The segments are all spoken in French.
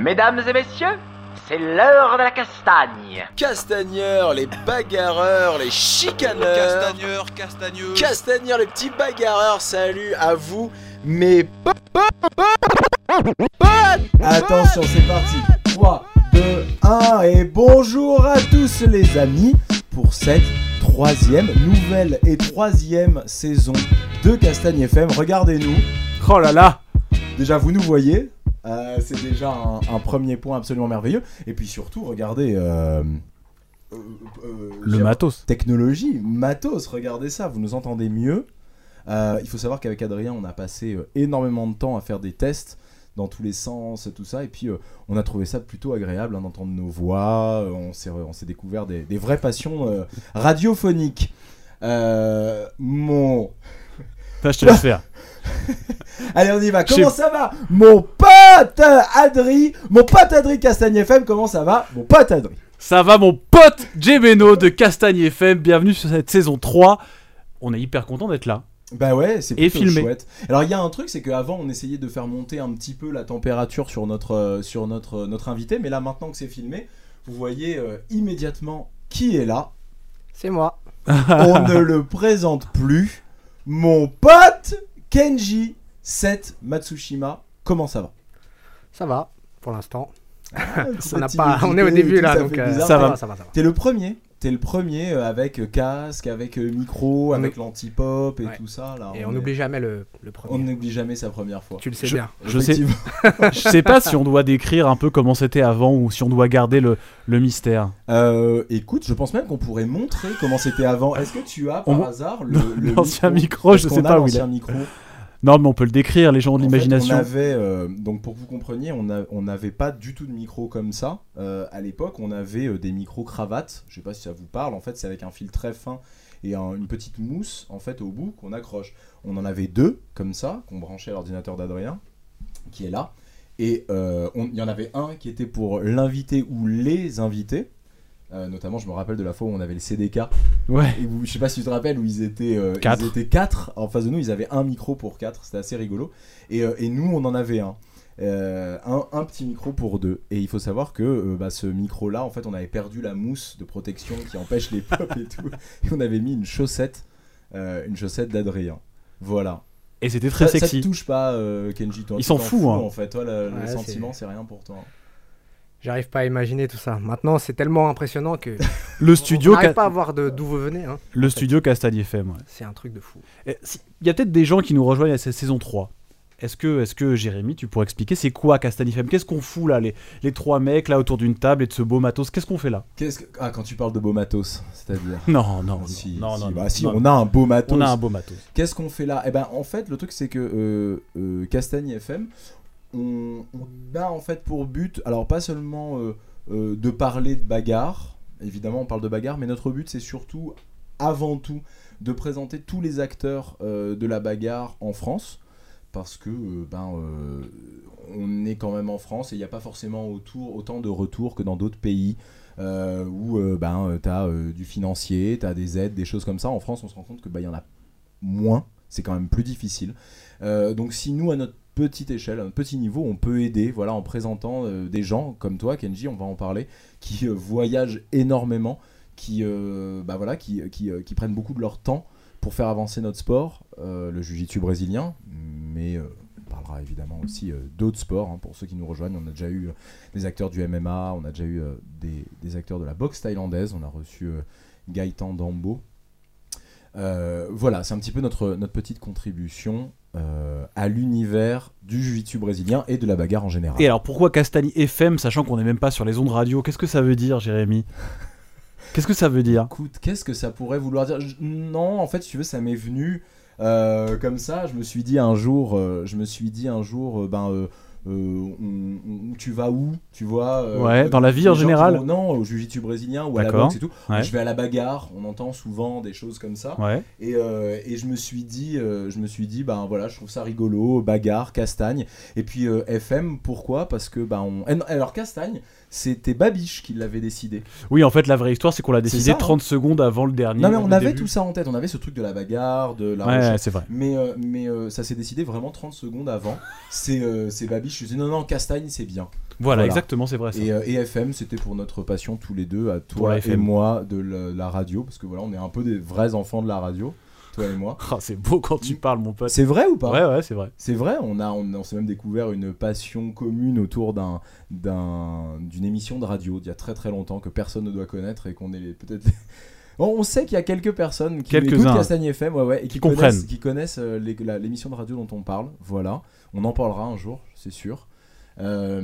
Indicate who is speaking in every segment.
Speaker 1: Mesdames et messieurs, c'est l'heure de la castagne.
Speaker 2: Castagneurs, les bagarreurs, les chicaneurs.
Speaker 3: Castagneur, castagneux.
Speaker 2: Castagneurs, les petits bagarreurs, salut à vous, mes po- po- po- potes.
Speaker 4: Attention, c'est parti. 3, 2, 1 et bonjour à tous les amis pour cette troisième, nouvelle et troisième saison de Castagne FM. Regardez-nous.
Speaker 5: Oh là là
Speaker 4: Déjà, vous nous voyez. Euh, c'est déjà un, un premier point absolument merveilleux. Et puis surtout, regardez... euh, euh, euh,
Speaker 5: Le
Speaker 4: j'ai-
Speaker 5: matos
Speaker 4: technologie, matos, regardez ça, vous nous entendez mieux. Euh, il faut savoir qu'avec Adrien, on a passé euh, énormément de temps à faire des tests dans tous les sens, tout ça, et puis euh, on a trouvé ça plutôt agréable hein, d'entendre nos voix, euh, on s'est, on s'est découvert des, des vraies passions euh, radiophoniques. Euh, mon...
Speaker 5: Putain, je te laisse faire.
Speaker 4: Allez, on y va,
Speaker 5: Je
Speaker 4: comment ça va Mon pote Adri, mon pote Adri Castagne FM, comment ça va Mon pote Adri
Speaker 5: Ça va mon pote Jebeno de Castagne FM, bienvenue sur cette saison 3. On est hyper content d'être là.
Speaker 4: Bah ouais, c'est
Speaker 5: Et
Speaker 4: plutôt
Speaker 5: filmé.
Speaker 4: chouette. Alors il y a un truc, c'est qu'avant on essayait de faire monter un petit peu la température sur notre, euh, sur notre, euh, notre invité, mais là maintenant que c'est filmé, vous voyez euh, immédiatement qui est là.
Speaker 6: C'est moi.
Speaker 4: on ne le présente plus. Mon pote Kenji 7 Matsushima, comment ça va
Speaker 6: Ça va, pour l'instant.
Speaker 4: Ça
Speaker 6: On, n'a
Speaker 4: t'imite
Speaker 6: pas... on est au
Speaker 4: et
Speaker 6: début
Speaker 4: tout,
Speaker 6: là,
Speaker 4: ça
Speaker 6: donc
Speaker 4: fait
Speaker 6: euh,
Speaker 4: bizarre.
Speaker 5: Ça va.
Speaker 6: ça va, ça va.
Speaker 4: T'es le premier. T'es le premier euh, avec euh, casque, avec euh, micro, avec l'anti-pop et
Speaker 6: Ouais.
Speaker 4: tout ça. Là,
Speaker 6: Et on n'oublie jamais le, le premier.
Speaker 4: on n'oublie jamais sa première fois.
Speaker 6: Tu le sais
Speaker 5: Je-
Speaker 6: bien.
Speaker 5: Je sais,
Speaker 4: Effectivement.
Speaker 5: je sais pas si on doit décrire un peu comment c'était avant ou si on doit garder le, le mystère.
Speaker 4: Euh, écoute, je pense même qu'on pourrait montrer comment c'était avant. Est-ce que tu as par
Speaker 5: On-
Speaker 4: hasard le, le
Speaker 5: l'ancien micro,
Speaker 4: Parce
Speaker 5: je
Speaker 4: qu'on
Speaker 5: sais
Speaker 4: a
Speaker 5: pas où il
Speaker 4: l'ancien micro.
Speaker 5: Non, mais on peut le décrire, les gens
Speaker 4: En
Speaker 5: de
Speaker 4: fait,
Speaker 5: l'imagination.
Speaker 4: on avait, euh, donc pour que vous compreniez, on a- on n'avait pas du tout de micro comme ça. Euh, à l'époque, on avait euh, des micros cravates. Je sais pas si ça vous parle. En fait, c'est avec un fil très fin et un- une petite mousse en fait au bout qu'on accroche. On en avait deux comme ça qu'on branchait à l'ordinateur d'Adrien, qui est là. Et euh, on- il y en avait un qui était pour l'invité ou les invités. Euh, notamment, je me rappelle de la fois où on avait le CDK
Speaker 5: Ouais.
Speaker 4: et vous- je sais pas si tu te rappelles où ils étaient, euh,
Speaker 5: Quatre.
Speaker 4: ils étaient quatre en face de nous, ils avaient un micro pour quatre, c'était assez rigolo. Et, euh, et nous, on en avait un. Euh, un, un petit micro pour deux. Et il faut savoir que euh, bah, ce micro-là, en fait, on avait perdu la mousse de protection qui empêche les pops et tout. Et on avait mis une chaussette, euh, une chaussette d'Adrien. Voilà.
Speaker 5: Et c'était très
Speaker 4: Ça- ça,
Speaker 5: sexy.
Speaker 4: te touche pas, euh, Kenji. Toi,
Speaker 5: Il
Speaker 4: tu
Speaker 5: s'en
Speaker 4: t'en
Speaker 5: fout,
Speaker 4: fous,
Speaker 5: hein.
Speaker 4: En fait, toi, le, le
Speaker 6: Ouais,
Speaker 4: sentiment, c'est rien pour toi.
Speaker 6: J'arrive pas à imaginer tout ça. Maintenant, c'est tellement impressionnant que
Speaker 5: le
Speaker 6: on
Speaker 5: studio,
Speaker 6: n'arrive
Speaker 5: Ca-
Speaker 6: pas à voir de- d'où vous venez. hein.
Speaker 5: le studio Castagne FM. ouais.
Speaker 6: C'est un truc de fou.
Speaker 5: Et Eh, si- Il y a peut-être des gens qui nous rejoignent à cette saison 3. Est-ce que, est que Jérémy, tu pourrais expliquer c'est quoi Castagne FM Qu'est-ce qu'on fout là, les, les trois mecs là autour d'une table et de ce beau matos Qu'est-ce qu'on fait là
Speaker 4: Qu'est-ce que... Ah, quand tu parles de beau matos, c'est-à-dire.
Speaker 5: Non, non, non,
Speaker 4: si,
Speaker 5: non,
Speaker 4: si,
Speaker 5: non,
Speaker 4: bah,
Speaker 5: non,
Speaker 4: si,
Speaker 5: non.
Speaker 4: on a un beau matos.
Speaker 5: On a un beau matos.
Speaker 4: Qu'est-ce qu'on fait là Eh ben, en fait, le truc, c'est que euh, euh, Castagne FM, on, on a en fait pour but, alors pas seulement euh, euh, de parler de bagarre, évidemment, on parle de bagarre, mais notre but, c'est surtout, avant tout, de présenter tous les acteurs euh, de la bagarre en France, parce que, euh, ben, euh, on est quand même en France et il n'y a pas forcément autour, autant de retours que dans d'autres pays. euh, où euh, ben, tu as du financier, tu as des aides, des choses comme ça. En France, on se rend compte que ben, il y en a moins, c'est quand même plus difficile. Euh, donc si nous, à notre petite échelle, à notre petit niveau, on peut aider, voilà, en présentant euh, des gens comme toi, Kenji, on va en parler, qui euh, voyagent énormément, qui, euh, bah voilà, qui, qui, euh, qui prennent beaucoup de leur temps pour faire avancer notre sport, euh, le jiu-jitsu brésilien, mais euh, on parlera évidemment aussi euh, d'autres sports, hein, pour ceux qui nous rejoignent, on a déjà eu euh, des acteurs du MMA, on a déjà eu euh, des, des acteurs de la boxe thaïlandaise, on a reçu euh, Gaëtan Dambo, euh, voilà, c'est un petit peu notre, notre petite contribution euh, à l'univers du jiu-jitsu brésilien et de la bagarre en général.
Speaker 5: Et alors pourquoi Castagne FM, sachant qu'on n'est même pas sur les ondes radio Qu'est-ce que ça veut dire, Jérémy Qu'est-ce que ça veut dire
Speaker 4: Écoute, qu'est-ce que ça pourrait vouloir dire Je- Non, en fait, si tu veux, ça m'est venu euh, comme ça. Je me suis dit un jour, euh, je me suis dit un jour, euh, ben, euh, euh, on- on- tu vas où, tu vois. euh,
Speaker 5: Ouais, dans la vie
Speaker 4: les
Speaker 5: en
Speaker 4: gens qui
Speaker 5: général
Speaker 4: vont- Non, au jiu-jitsu brésilien ou à la
Speaker 5: D'accord.
Speaker 4: boxe et tout.
Speaker 5: Ouais.
Speaker 4: Je vais à la bagarre, on entend souvent des choses comme ça.
Speaker 5: Ouais.
Speaker 4: Et, euh, et je me suis dit, euh, je me suis dit, ben voilà, je trouve ça rigolo, bagarre, castagne. Et puis euh, FM, pourquoi Parce que ben on... eh non, alors castagne, c'était Babiche qui l'avait décidé.
Speaker 5: Oui, en fait, la vraie histoire, c'est qu'on l'a
Speaker 4: ça,
Speaker 5: décidé
Speaker 4: hein.
Speaker 5: 30 secondes avant le dernier.
Speaker 4: Non mais on
Speaker 5: le
Speaker 4: avait
Speaker 5: début.
Speaker 4: tout ça en tête, on avait ce truc de la bagarre, de la
Speaker 5: Ouais,
Speaker 4: recherche.
Speaker 5: c'est vrai.
Speaker 4: Mais, euh, mais euh, ça s'est décidé vraiment 30 secondes avant. C'est euh, c'est Babiche, je me suis dit non, non, Castagne, c'est bien.
Speaker 5: Voilà,
Speaker 4: Voilà.
Speaker 5: exactement, c'est vrai. Ah, Ça.
Speaker 4: Et, euh, et FM, c'était pour notre passion tous les deux, à
Speaker 5: Pour la
Speaker 4: toi et
Speaker 5: FM.
Speaker 4: moi, de la, la radio, parce que voilà, on est un peu des vrais enfants de la radio, toi et moi.
Speaker 5: Ah, c'est beau quand tu parles, mon pote.
Speaker 4: C'est vrai ou pas
Speaker 5: Ouais, ouais, c'est vrai.
Speaker 4: C'est vrai, on, a, on, on s'est même découvert une passion commune autour d'un, d'un, d'une émission de radio d'il y a très très longtemps que personne ne doit connaître et qu'on est les- peut-être. les- Bon, on sait qu'il y a quelques personnes qui
Speaker 5: Quelques-uns.
Speaker 4: écoutent Castagne FM ouais, ouais, et qui,
Speaker 5: Qui
Speaker 4: connaissent-
Speaker 5: comprennent.
Speaker 4: Qui connaissent euh, les- la- l'émission de radio dont on parle. Voilà, on en parlera un jour, c'est sûr. Euh,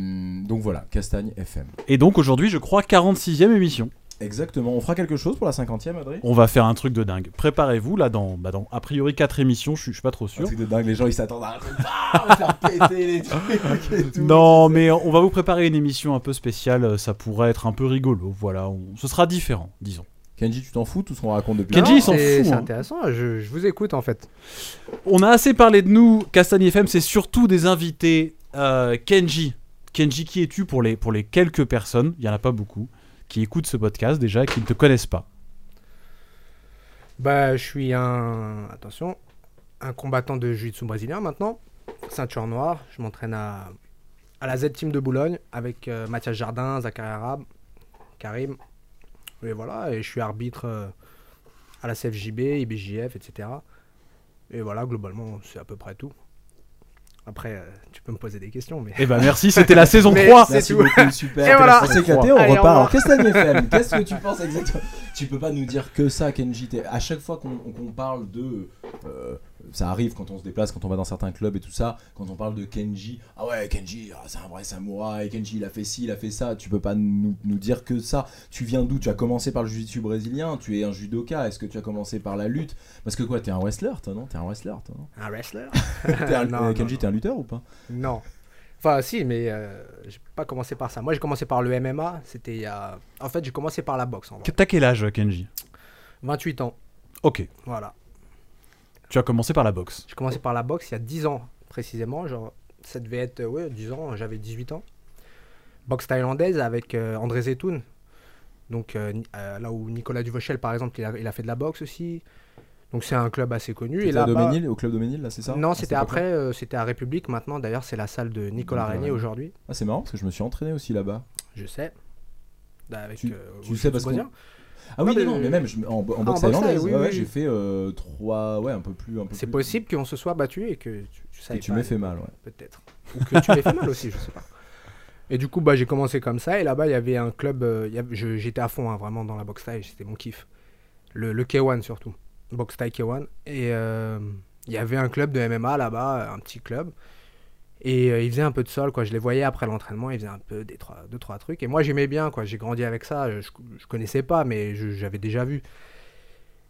Speaker 4: donc voilà, Castagne FM.
Speaker 5: Et donc aujourd'hui, je crois 46e émission.
Speaker 4: Exactement, on fera quelque chose pour la 50e, Adrien
Speaker 5: On va faire un truc de dingue. Préparez-vous là dans, bah, dans a priori 4 émissions, je suis- je suis pas trop
Speaker 4: Un
Speaker 5: sûr.
Speaker 4: truc de dingue, les gens ils s'attendent à un truc, Ah, on va faire péter les trucs et tout.
Speaker 5: Non, mais on va vous préparer une émission un peu spéciale, euh, ça pourrait être un peu rigolo, voilà, on- ce sera différent, disons.
Speaker 4: Kenji, tu t'en fous tout ce qu'on raconte depuis
Speaker 5: Kenji,
Speaker 6: Non,
Speaker 5: il s'en
Speaker 6: c'est-
Speaker 5: fout,
Speaker 6: C'est
Speaker 5: hein.
Speaker 6: intéressant, je, je vous écoute en fait.
Speaker 5: On a assez parlé de nous, Castagne FM, c'est surtout des invités. Euh, Kenji, Kenji, qui es-tu pour les, pour les quelques personnes, il y en a pas beaucoup, qui écoutent ce podcast déjà et qui ne te connaissent pas
Speaker 6: Bah, je suis un. Attention, un combattant de jiu-jitsu brésilien maintenant, ceinture noire. Je m'entraîne à, à la Z-Team de Boulogne avec euh, Mathias Jardin, Zachary Arab, Karim. Et voilà, et je suis arbitre euh, à la CFJB, IBJF, etc. Et voilà, globalement, c'est à peu près tout. Après, euh, tu peux me poser des questions, mais.
Speaker 5: Eh ben merci, c'était la saison
Speaker 6: Mais
Speaker 5: 3
Speaker 6: c'est
Speaker 4: Merci
Speaker 6: tout.
Speaker 4: beaucoup, super.
Speaker 6: Et voilà.
Speaker 4: On s'est éclaté, on
Speaker 6: Allez, au
Speaker 4: repart.
Speaker 6: revoir.
Speaker 4: Alors, Castagne FM, qu'est-ce que tu penses exactement Tu peux pas nous dire que ça, Kenji. t'es- À chaque fois qu'on qu'on parle de. euh, ça arrive quand on se déplace, quand on va dans certains clubs et tout ça, quand on parle de Kenji. Ah ouais, Kenji, ah, c'est un vrai samouraï. Kenji, il a fait ci, il a fait ça. Tu peux pas nous, nous dire que ça. Tu viens d'où Tu as commencé par le jiu-jitsu brésilien. Tu es un judoka. Est-ce que tu as commencé par la lutte Parce que quoi T'es un wrestler, toi, non T'es un wrestler, toi, non
Speaker 6: Un wrestler
Speaker 4: T'es un-
Speaker 6: Non,
Speaker 4: euh,
Speaker 6: non,
Speaker 4: Kenji,
Speaker 6: non.
Speaker 4: t'es un lutteur ou pas
Speaker 6: Non. Enfin, si, mais euh, j'ai pas commencé par ça. Moi, j'ai commencé par le MMA. C'était il y a. En fait, j'ai commencé par la boxe en vrai.
Speaker 5: T'as quel âge, Kenji
Speaker 6: 28 ans.
Speaker 5: Ok,
Speaker 6: Voilà.
Speaker 5: tu as commencé par la boxe.
Speaker 6: J'ai commencé par la boxe il y a 10 ans, précisément. Genre, ça devait être, euh, ouais, 10 ans, j'avais 18 ans. Boxe thaïlandaise avec euh, André Zetoun. Donc, euh, ni- euh, là où Nicolas Duvauchel, par exemple, il a, il a fait de la boxe aussi. Donc, c'est un club assez connu. Et
Speaker 4: T'étais à
Speaker 6: là, bah,
Speaker 4: Doménil, au club Doménil, là, c'est ça
Speaker 6: non,
Speaker 4: À cette
Speaker 6: c'était après, euh, c'était à République maintenant. D'ailleurs, c'est la salle de Nicolas
Speaker 4: Nicolas
Speaker 6: Régnier
Speaker 4: Régnier.
Speaker 6: aujourd'hui.
Speaker 4: Ah, c'est marrant parce que je me suis entraîné aussi là-bas.
Speaker 6: Je sais. Avec,
Speaker 4: Tu-
Speaker 6: euh,
Speaker 4: tu sais parce qu'on-
Speaker 6: Brésilien.
Speaker 4: Ah oui, non,
Speaker 6: Non, mais- Ah,
Speaker 4: non, mais même je- en, en boxe
Speaker 6: en boxe
Speaker 4: thaïlandaise,
Speaker 6: thaï, oui,
Speaker 4: ouais,
Speaker 6: oui,
Speaker 4: ouais,
Speaker 6: oui.
Speaker 4: j'ai fait euh, trois, ouais, un peu plus. un peu
Speaker 6: C'est
Speaker 4: plus-
Speaker 6: possible qu'on se soit battu et que tu, tu
Speaker 4: Et
Speaker 6: savais
Speaker 4: tu
Speaker 6: pas,
Speaker 4: m'as fait mal, ouais.
Speaker 6: peut-être. Ou que tu m'aies fait mal aussi, je sais pas. Et du coup, bah, j'ai commencé comme ça. Et là-bas, il y avait un club. euh, il y avait- je- J'étais à fond, hein, vraiment, dans la boxe thaï. C'était mon kiff. Le, le K1 surtout. Boxe thaï K1. Et euh, il y avait un club de MMA là-bas, euh, un petit club. Et euh, ils faisaient un peu de sol, quoi. Je les voyais après l'entraînement, ils faisaient un peu des trois, deux, trois trucs. Et moi, j'aimais bien, quoi. J'ai grandi avec ça. Je, je connaissais pas, mais je- j'avais déjà vu.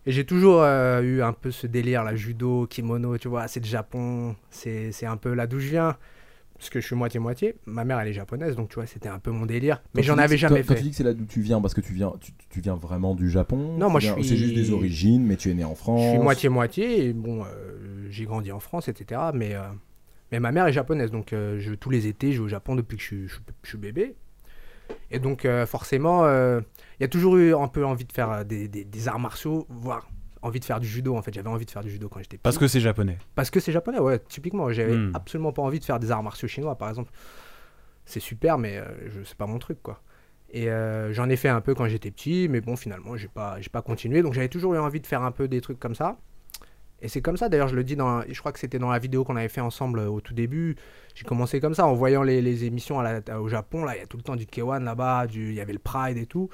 Speaker 6: Et j'ai toujours euh, eu un peu ce délire, là, judo, kimono, tu vois. C'est le Japon, c'est c'est un peu là d'où je viens. Parce que je suis moitié-moitié. Ma mère, elle est japonaise, donc tu vois, c'était un peu mon délire. Mais
Speaker 4: Quand
Speaker 6: j'en
Speaker 4: tu dis
Speaker 6: avais
Speaker 4: que-
Speaker 6: jamais
Speaker 4: quand- Quand tu
Speaker 6: fait.
Speaker 4: dis que c'est là d'où tu viens, parce que tu viens, tu, tu viens vraiment du Japon.
Speaker 6: Non,
Speaker 4: tu
Speaker 6: moi, je
Speaker 4: viens-
Speaker 6: suis-
Speaker 4: C'est juste des origines, mais tu es né en France.
Speaker 6: Je suis moitié-moitié, et bon, euh, j'ai grandi en France, etc. Mais, euh, mais ma mère est japonaise, donc euh, je, tous les étés, je vais au Japon depuis que je, suis- je suis- je suis bébé. Et donc, euh, forcément, euh, il y a toujours eu un peu envie de faire euh, des, des- des arts martiaux, voire envie de faire du judo, en fait. J'avais envie de faire du judo quand j'étais petit.
Speaker 5: Parce que c'est japonais.
Speaker 6: Parce que c'est japonais, ouais, typiquement. J'avais
Speaker 5: Hmm.
Speaker 6: absolument pas envie de faire des arts martiaux chinois, par exemple. C'est super, mais euh, je c'est pas mon truc, quoi. Et euh, j'en ai fait un peu quand j'étais petit, mais bon, finalement, j'ai pas, j'ai pas continué. Donc j'avais toujours eu envie de faire un peu des trucs comme ça. Et c'est comme ça, d'ailleurs, je le dis dans. Je crois que c'était dans la vidéo qu'on avait fait ensemble euh, au tout début. J'ai commencé comme ça, en voyant les, les émissions à la- au Japon, là, il y a tout le temps du K1 là-bas, du- il y avait le Pride et tout.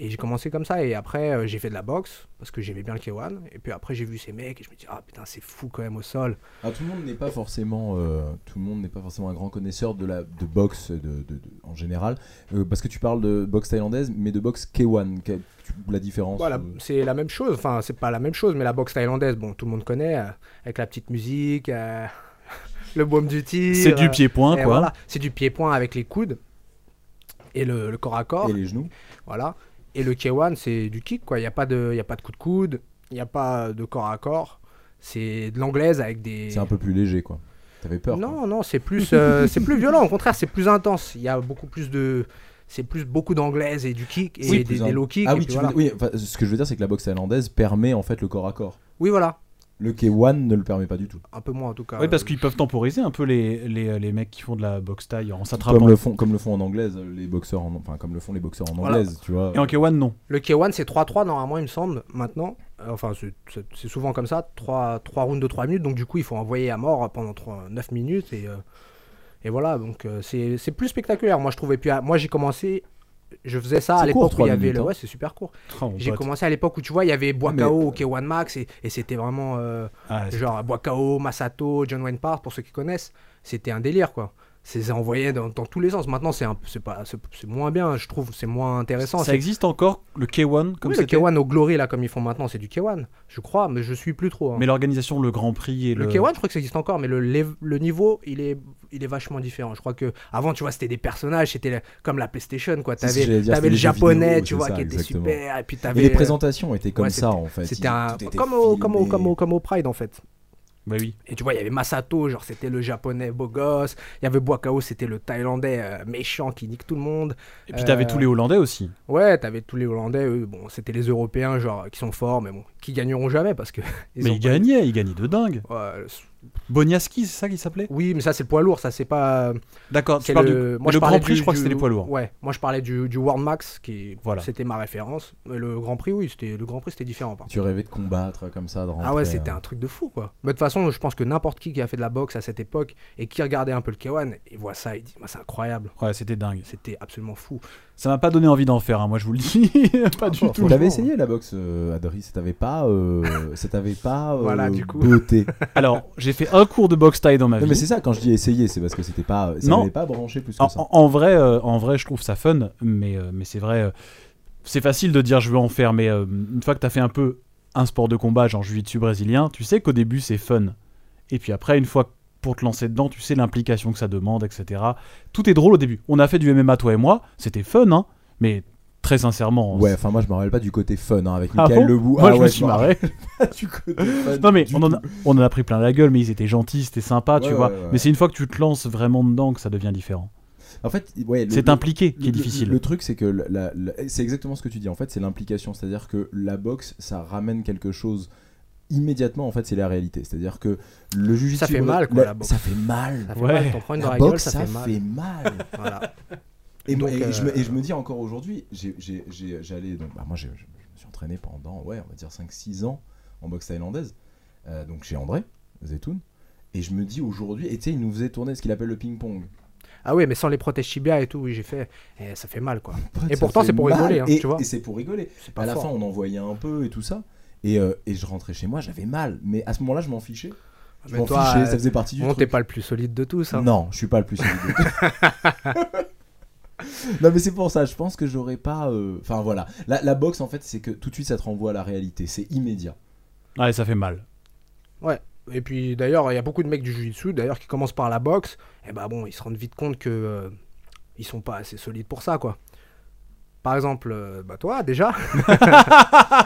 Speaker 6: Et j'ai commencé comme ça, et après, euh, j'ai fait de la boxe, parce que j'aimais bien le K1. Et puis après, j'ai vu ces mecs, et je me dis, ah putain, c'est fou quand même au sol.
Speaker 4: Ah, tout le monde n'est pas forcément, euh, tout le monde n'est pas forcément un grand connaisseur de la de boxe de, de- de- en général, Euh, parce que tu parles de boxe thaïlandaise, mais de boxe K1. que- tu- la différence.
Speaker 6: Voilà,
Speaker 4: euh,
Speaker 6: c'est la même chose. Enfin, c'est pas la même chose, mais la boxe thaïlandaise, bon, tout le monde connaît, euh, avec la petite musique, euh, le baume du tir.
Speaker 5: C'est du
Speaker 6: euh,
Speaker 5: pied-point,
Speaker 6: et
Speaker 5: quoi.
Speaker 6: voilà. C'est du pied-point avec les coudes et le, le corps à corps.
Speaker 4: Et les genoux.
Speaker 6: Voilà. Et le K1, c'est du kick, quoi. Il n'y a, pas de- y a pas de coup de coude, il n'y a pas de corps à corps. C'est de l'anglaise avec des.
Speaker 4: C'est un peu plus léger, quoi. T'avais peur. quoi.
Speaker 6: Non, non, c'est plus, euh, c'est plus violent. Au contraire, c'est plus intense. Il y a beaucoup plus de. C'est plus beaucoup d'anglaise et du kick et
Speaker 4: Oui,
Speaker 6: des,
Speaker 4: plus
Speaker 6: des
Speaker 4: en-
Speaker 6: low kicks.
Speaker 4: Ah
Speaker 6: et
Speaker 4: oui,
Speaker 6: puis
Speaker 4: tu veux-
Speaker 6: voilà.
Speaker 4: oui, enfin, ce que je veux dire, c'est que la boxe thaïlandaise permet en fait le corps à corps.
Speaker 6: Oui, voilà.
Speaker 4: Le K1 ne le permet pas du tout.
Speaker 6: Un peu moins en tout cas.
Speaker 5: Oui, parce
Speaker 6: Euh,
Speaker 5: qu'ils peuvent temporiser un peu les, les, les mecs qui font de la boxe taille en s'attrapant.
Speaker 4: Comme le, font, comme le font en anglaise, les boxeurs en, enfin, comme le font les boxeurs en
Speaker 6: Voilà.
Speaker 4: anglaise, tu vois.
Speaker 5: Et en K1, non.
Speaker 6: Le K1, c'est 3-3 normalement, il me semble, maintenant. Euh, Enfin, c'est- c'est c'est souvent comme ça, 3, 3 rounds de 3 minutes. Donc, du coup, il faut envoyer à mort pendant 9 minutes. Et, euh, et voilà, donc euh, c'est c'est plus spectaculaire, moi, je trouve. Et puis, à- moi, j'ai commencé, je faisais
Speaker 4: C'est
Speaker 6: ça à
Speaker 4: court,
Speaker 6: l'époque où
Speaker 4: trois
Speaker 6: il y avait
Speaker 4: minutes,
Speaker 6: le.
Speaker 4: hein. bah,
Speaker 6: Ouais, c'est super court.
Speaker 5: Oh, mon
Speaker 6: J'ai
Speaker 5: pote.
Speaker 6: commencé à l'époque où, tu vois, il y avait Bois
Speaker 4: Mais-
Speaker 6: KO au K1 Max. Et, et c'était vraiment. euh,
Speaker 5: Ah, c'est-
Speaker 6: genre Bois KO, Masato, John Wayne Park, pour ceux qui connaissent. C'était un délire, quoi. C'est envoyé dans, dans tous les sens. Maintenant, c'est un- c'est pas- c'est- c'est moins bien, je trouve. C'est moins intéressant.
Speaker 5: ça existe encore, le K1, comme
Speaker 6: Comme
Speaker 5: c'était
Speaker 6: le K1 au Glory, là, comme ils font maintenant, c'est du K1, je crois, mais je suis plus trop. hein.
Speaker 5: Mais l'organisation, le Grand Prix et
Speaker 6: le
Speaker 5: le.
Speaker 6: K1, je crois que ça existe encore, mais le, lev- le niveau, il est, il est vachement différent. Je crois que avant, tu vois, c'était des personnages, c'était la- comme la PlayStation, quoi.
Speaker 4: C'est ce que
Speaker 6: T'avais
Speaker 4: j'allais dire,
Speaker 6: t'avais
Speaker 4: c'était
Speaker 6: le
Speaker 4: les jeux
Speaker 6: japonais,
Speaker 4: vidéo,
Speaker 6: tu
Speaker 4: c'est
Speaker 6: vois,
Speaker 4: ça,
Speaker 6: qui était
Speaker 4: exactement.
Speaker 6: super, et puis
Speaker 4: Et
Speaker 6: t'avais.
Speaker 4: les
Speaker 6: euh,
Speaker 4: présentations étaient comme
Speaker 6: ouais,
Speaker 4: ça en fait.
Speaker 6: C'était
Speaker 4: Ils-
Speaker 6: un.
Speaker 4: tout était
Speaker 6: Comme au, comme, au,
Speaker 4: filmé.
Speaker 6: comme, au, comme au Pride, en fait.
Speaker 5: Bah oui.
Speaker 6: Et tu vois, il y avait Masato, genre c'était le japonais beau gosse. Il y avait Boakao, c'était le thaïlandais euh, méchant qui nique tout le monde.
Speaker 5: Et puis t'avais
Speaker 6: Euh,
Speaker 5: tous les Hollandais aussi.
Speaker 6: Ouais, t'avais tous les Hollandais, eux, bon, c'était les Européens, genre, qui sont forts, mais bon, qui gagneront jamais parce que. ils
Speaker 5: mais
Speaker 6: ont
Speaker 5: ils
Speaker 6: pas-
Speaker 5: gagnaient, ils gagnaient de dingue.
Speaker 6: Ouais, s-
Speaker 5: Boniaski, c'est ça qu'il s'appelait
Speaker 6: oui, mais ça, c'est le poids lourd, ça, c'est pas.
Speaker 5: D'accord, tu
Speaker 6: c'est
Speaker 5: parles
Speaker 6: le...
Speaker 5: du.
Speaker 6: moi,
Speaker 5: le
Speaker 6: je
Speaker 5: Grand
Speaker 6: parlais
Speaker 5: Prix,
Speaker 6: du-
Speaker 5: je crois que
Speaker 6: du-
Speaker 5: c'était les poids lourds.
Speaker 6: Ouais, moi, je parlais du, du World Max, qui.
Speaker 5: Voilà.
Speaker 6: C'était ma référence. Mais le Grand Prix, oui, c'était... le Grand Prix, c'était différent, par contre.
Speaker 4: Tu rêvais de combattre comme ça. de
Speaker 6: Ah ouais,
Speaker 4: rentrer,
Speaker 6: c'était
Speaker 4: euh,
Speaker 6: un truc de fou, quoi. Mais de toute façon, je pense que n'importe qui qui a fait de la boxe à cette époque et qui regardait un peu le K1, il voit ça, il dit, Bah, c'est incroyable.
Speaker 5: Ouais, c'était dingue.
Speaker 6: C'était absolument fou.
Speaker 5: Ça m'a pas donné envie d'en faire, hein, moi je vous le dis. pas du
Speaker 6: Ah bon.
Speaker 5: tout.
Speaker 4: T'avais
Speaker 6: Franchement.
Speaker 4: essayé la boxe, euh, Adri, ça t'avait pas, euh, ça t'avait pas euh,
Speaker 6: Voilà, du coup.
Speaker 4: botté.
Speaker 5: Alors, j'ai fait un cours de boxe taille dans ma
Speaker 4: Non,
Speaker 5: vie.
Speaker 4: mais c'est ça, quand je dis essayer, c'est parce que c'était pas, ça
Speaker 5: Non.
Speaker 4: m'avait pas branché plus que
Speaker 5: En,
Speaker 4: ça.
Speaker 5: en- en vrai, euh, en vrai, je trouve ça fun, mais, euh, mais c'est vrai, euh, c'est facile de dire je veux en faire, mais euh, une fois que t'as fait un peu un sport de combat, genre jiu-jitsu brésilien, tu sais qu'au début c'est fun, et puis après, une fois que- pour te lancer dedans, tu sais l'implication que ça demande, etc. Tout est drôle au début. On a fait du MMA toi et moi, c'était fun, hein, mais très sincèrement,
Speaker 4: Ouais, enfin moi je me rappelle pas du côté fun hein, avec
Speaker 5: Ah
Speaker 4: Michael
Speaker 5: bon
Speaker 4: Lebou.
Speaker 5: moi
Speaker 4: Ah
Speaker 5: je
Speaker 4: ouais,
Speaker 5: me suis
Speaker 4: me rappelle
Speaker 5: marré.
Speaker 4: pas du côté fun
Speaker 5: Non mais
Speaker 4: du
Speaker 5: on en, a,
Speaker 4: tout.
Speaker 5: on en a pris plein la gueule, mais ils étaient gentils, c'était sympa, tu
Speaker 4: Ouais,
Speaker 5: vois.
Speaker 4: ouais, ouais.
Speaker 5: Mais c'est une fois que tu te lances vraiment dedans que ça devient différent.
Speaker 4: En fait, ouais, le-
Speaker 5: C'est
Speaker 4: le-
Speaker 5: impliqué qui
Speaker 4: le-
Speaker 5: est difficile.
Speaker 4: Le, truc, c'est que la- la- c'est exactement ce que tu dis. En fait, c'est l'implication, c'est-à-dire que la boxe, ça ramène quelque chose immédiatement. En fait, c'est la réalité, c'est-à-dire que le jujitsu,
Speaker 6: Ça fait mal, quoi, la boxe.
Speaker 4: Ça fait mal.
Speaker 6: Ça fait
Speaker 5: Ouais.
Speaker 6: mal, t'en prends une dans
Speaker 4: La
Speaker 6: la
Speaker 4: boxe,
Speaker 6: gueule,
Speaker 4: ça,
Speaker 6: ça, fait mal.
Speaker 4: Fait mal.
Speaker 6: Voilà.
Speaker 4: Et, moi-
Speaker 6: Donc,
Speaker 4: et je
Speaker 6: euh,
Speaker 4: me, et je me dis encore aujourd'hui, j'ai- j'ai- j'ai- j'allais. donc, bah, moi, j'ai- je, je me suis entraîné pendant, ouais, on va dire 5-6 ans en boxe thaïlandaise. Euh, donc chez André, Zetoun. Et je me dis aujourd'hui, et tu sais, il nous faisait tourner ce qu'il appelle le ping-pong.
Speaker 6: Ah ouais, mais sans les protèges tibia et tout, oui, j'ai fait. eh, ça fait mal, quoi.
Speaker 4: Pote,
Speaker 6: Et
Speaker 4: ça
Speaker 6: pourtant,
Speaker 4: fait
Speaker 6: c'est pour
Speaker 4: mal.
Speaker 6: rigoler, hein,
Speaker 4: et,
Speaker 6: tu vois.
Speaker 4: Et c'est pour rigoler.
Speaker 6: C'est pas
Speaker 4: À la
Speaker 6: fort.
Speaker 4: fin, on envoyait un peu et tout ça. Et, euh, et je rentrais chez moi, j'avais mal. Mais à ce moment-là, je m'en fichais. Je
Speaker 6: Mais
Speaker 4: m'en
Speaker 6: toi,
Speaker 4: fichais, ça
Speaker 6: euh,
Speaker 4: faisait partie du
Speaker 6: Bon, t'es
Speaker 4: truc.
Speaker 6: pas le plus solide de tous. hein.
Speaker 4: Non, je suis pas le plus solide. non, mais c'est pour ça, je pense que j'aurais pas. euh, Enfin voilà, la, la boxe en fait, c'est que tout de suite ça te renvoie à la réalité, c'est immédiat.
Speaker 5: Ouais, ça fait mal.
Speaker 6: Et puis d'ailleurs, il y a beaucoup de mecs du jiu-jitsu d'ailleurs qui commencent par la boxe. Et bah bon, ils se rendent vite compte que euh, ils sont pas assez solides pour ça, quoi. Par exemple, euh, bah toi déjà.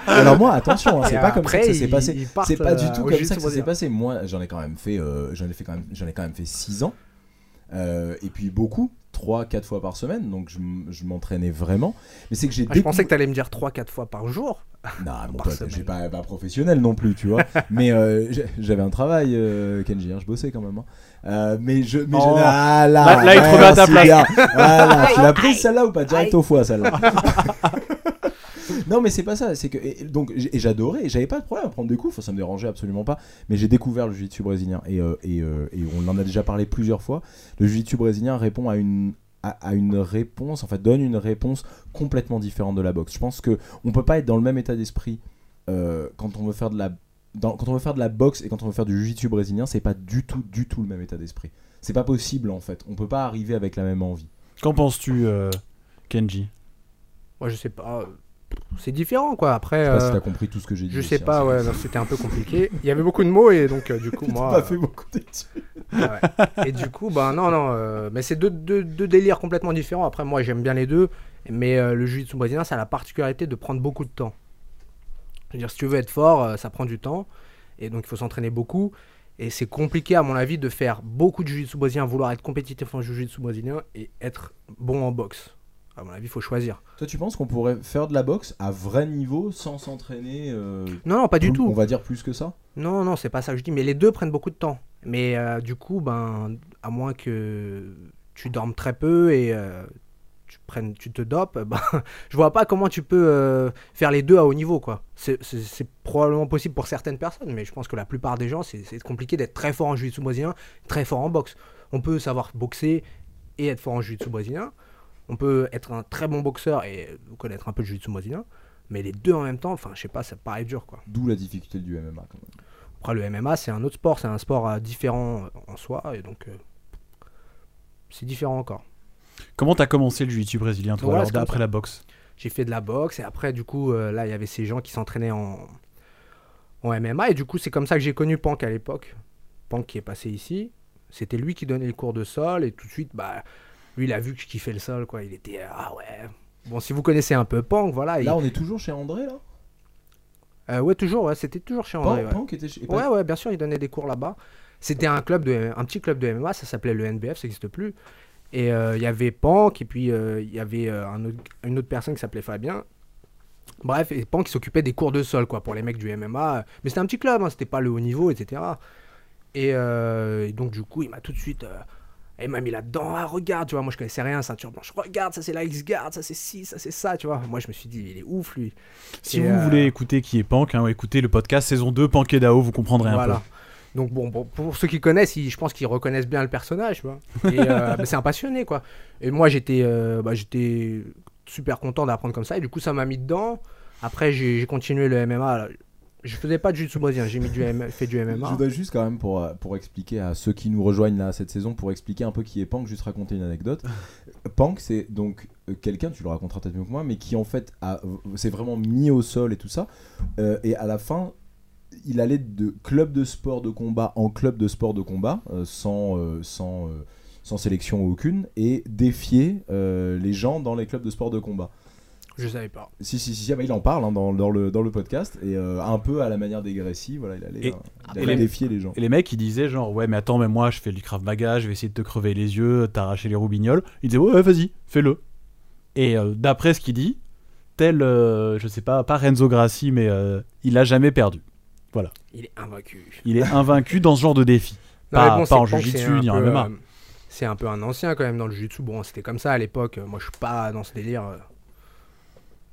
Speaker 4: Alors moi, attention, hein, c'est
Speaker 6: Et
Speaker 4: pas comme ça
Speaker 6: après,
Speaker 4: que ça s'est
Speaker 6: ils-
Speaker 4: passé.
Speaker 6: ils partent,
Speaker 4: C'est pas
Speaker 6: euh,
Speaker 4: du tout
Speaker 6: au
Speaker 4: comme ça
Speaker 6: jiu-jitsu
Speaker 4: que ça s'est
Speaker 6: brésilien.
Speaker 4: passé. Moi, j'en ai quand même fait, euh, j'en ai fait quand même, j'en ai quand même fait 6 ans, Euh, et puis beaucoup, 3-4 fois par semaine, donc je, m- je m'entraînais vraiment. Mais c'est que j'ai
Speaker 6: Ah, je pensais que t'allais me dire 3-4 fois par jour.
Speaker 4: Non, mon
Speaker 6: Par
Speaker 4: pote,
Speaker 6: semaine.
Speaker 4: j'ai pas, pas professionnel non plus, tu vois. mais euh, j'ai- j'avais un travail, euh, Kenji, hein, je bossais quand même. hein. Euh, mais je. Mais je-
Speaker 5: Oh.
Speaker 4: Ah, là,
Speaker 5: Là- là, il te remet à ta
Speaker 4: merci,
Speaker 5: place.
Speaker 4: gars. Voilà, tu l'as prise celle-là ou pas Direct au foie, celle-là. non, mais c'est pas ça. C'est que. et- et donc, j'ai- et j'adorais. J'avais pas de problème à prendre des coups. enfin, Ça me dérangeait absolument pas. Mais j'ai découvert le jiu-jitsu brésilien. Et, euh, et, euh, et on en a déjà parlé plusieurs fois. Le jiu-jitsu brésilien répond à une. à- à une réponse, en fait, donne une réponse complètement différente de la boxe. Je pense que on peut pas être dans le même état d'esprit euh, quand on veut faire de la dans- quand on veut faire de la boxe et quand on veut faire du jiu-jitsu brésilien, c'est pas du tout du tout le même état d'esprit. C'est pas possible en fait. On peut pas arriver avec la même envie.
Speaker 5: Qu'en penses-tu, euh, Kenji
Speaker 6: Moi, je sais pas. euh, c'est différent quoi. Après,
Speaker 4: Je sais pas si
Speaker 6: euh,
Speaker 4: t'as compris tout ce que j'ai dit.
Speaker 6: je
Speaker 4: aussi,
Speaker 6: sais
Speaker 4: hein,
Speaker 6: pas,
Speaker 4: c'est-
Speaker 6: ouais, non, c'était un peu compliqué. Il y avait beaucoup de mots et donc euh, du coup,
Speaker 4: T'as
Speaker 6: moi.
Speaker 4: pas fait beaucoup d'études.
Speaker 6: Ah ouais. Et du coup, bah non, non, euh, mais c'est deux, deux, deux délires complètement différents. Après, moi, j'aime bien les deux, mais euh, le jiu-jitsu brésilien, ça a la particularité de prendre beaucoup de temps. Je veux dire, si tu veux être fort, euh, ça prend du temps, et donc il faut s'entraîner beaucoup. Et c'est compliqué, à mon avis, de faire beaucoup de jiu-jitsu brésilien, vouloir être compétitif en jiu-jitsu brésilien et être bon en boxe. À mon avis, il faut choisir.
Speaker 4: Toi, tu penses qu'on pourrait faire de la boxe à vrai niveau sans s'entraîner euh,
Speaker 6: Non, non, pas du
Speaker 4: plus-
Speaker 6: tout.
Speaker 4: On va dire plus que ça
Speaker 6: Non, non, c'est pas ça que je dis, mais les deux prennent beaucoup de temps. Mais euh, du coup, ben, à moins que tu dormes très peu et euh, tu, prennes, tu te dopes, ben, je vois pas comment tu peux euh, faire les deux à haut niveau. quoi. C'est- C'est c'est probablement possible pour certaines personnes, mais je pense que la plupart des gens, c'est c'est compliqué d'être très fort en jiu-jitsu brésilien, très fort en boxe. On peut savoir boxer et être fort en jiu-jitsu brésilien. On peut être un très bon boxeur et connaître un peu de jiu-jitsu brésilien. Mais les deux en même temps, enfin, je sais pas, ça paraît dur, quoi.
Speaker 4: D'où la difficulté du MMA quand même.
Speaker 6: Après, le MMA, c'est un autre sport, c'est un sport euh, différent euh, en soi, et donc euh, c'est différent encore.
Speaker 5: Comment t'as commencé le jiu-jitsu brésilien, toi,
Speaker 6: Voilà,
Speaker 5: alors,
Speaker 6: c'est comme
Speaker 5: après
Speaker 6: ça.
Speaker 5: la boxe
Speaker 6: J'ai fait de la boxe, et après, du coup, euh, là, il y avait ces gens qui s'entraînaient en, en MMA, et du coup, c'est comme ça que j'ai connu Pank à l'époque. Pank qui est passé ici, c'était lui qui donnait le cours de sol, et tout de suite, bah, lui, il a vu que je kiffais le sol, quoi. Il était, euh, ah ouais. Bon, si vous connaissez un peu Pank, voilà. il-
Speaker 4: Là, on est toujours chez André là
Speaker 6: Euh, ouais, toujours, ouais, c'était toujours chez André.
Speaker 4: Pan,
Speaker 6: ouais.
Speaker 4: Pan qui était chez. et
Speaker 6: Ouais,
Speaker 4: pas-
Speaker 6: ouais, bien sûr, il donnait des cours là-bas. C'était un club de, un petit club de MMA, ça s'appelait le NBF, ça n'existe plus. Et euh, il y avait Pank, et puis euh, il y avait euh, un autre- une autre personne qui s'appelait Fabien. Bref, et Pank qui s'occupait des cours de sol, quoi, pour les mecs du MMA. Mais c'était un petit club, hein, c'était pas le haut niveau, etc. Et, euh, et donc, du coup, il m'a tout de suite. euh, il m'a mis là-dedans, ah regarde, tu vois, moi je connaissais rien, ceinture blanche, regarde, ça c'est la X-Guard, ça c'est ci, ça c'est ça, tu vois. Moi je me suis dit, il est ouf lui.
Speaker 5: Si
Speaker 6: Et,
Speaker 5: vous
Speaker 6: euh,
Speaker 5: voulez écouter qui est Pank, hein, écoutez le podcast saison 2 Pank et Dao, vous comprendrez un
Speaker 6: Voilà. Donc bon, bon, pour ceux qui connaissent, ils- je pense qu'ils reconnaissent bien le personnage, tu vois. Et, euh, bah, c'est un passionné, quoi. Et moi, j'étais, euh, bah, j'étais super content d'apprendre comme ça. Et du coup, ça m'a mis dedans. Après, j'ai j'ai continué le MMA. là. Je faisais pas de jiu-jitsu brésilien, j'ai mis du M- fait du
Speaker 4: Je
Speaker 6: MMA.
Speaker 4: voudrais juste quand même pour, euh, pour expliquer à ceux qui nous rejoignent là cette saison, pour expliquer un peu qui est Pank, juste raconter une anecdote. Pank, c'est donc euh, quelqu'un, tu le raconteras peut-être mieux que moi, mais qui en fait a- euh, s'est vraiment mis au sol et tout ça. Euh, et à la fin, il allait de club de sport de combat en club de sport de combat, euh, sans, euh, sans, euh, sans sélection aucune, et défier euh, les gens dans les clubs de sport de combat.
Speaker 6: Je savais pas.
Speaker 4: Si, si, si, si, ah bah, il en parle hein, dans, dans le, dans le podcast, et euh, un peu à la manière des Gracie, voilà, il allait,
Speaker 5: Et-
Speaker 4: hein, il
Speaker 5: et
Speaker 4: allait
Speaker 5: les-
Speaker 4: défier les gens.
Speaker 5: peu. Et les mecs, ils disaient genre, ouais, mais attends, mais moi, je fais du Krav Maga, je vais essayer de te crever les yeux, t'arracher les roubignoles. Ils disaient, ouais, ouais, vas-y, fais-le. Et euh, d'après ce qu'il dit, tel, euh, je sais pas, pas Renzo Grassi, mais euh, il a jamais perdu.
Speaker 6: Il est invaincu.
Speaker 5: Il est invaincu dans ce genre de défi. Pas-
Speaker 6: mais
Speaker 5: pas
Speaker 6: c'est
Speaker 5: en
Speaker 6: Pank,
Speaker 5: jiu-jitsu,
Speaker 6: c'est un
Speaker 5: ni en
Speaker 6: peu,
Speaker 5: MMA.
Speaker 6: euh, C'est un peu un ancien quand même dans le jiu-jitsu. Bon, c'était comme ça à l'époque. Moi, je suis pas dans ce délire euh,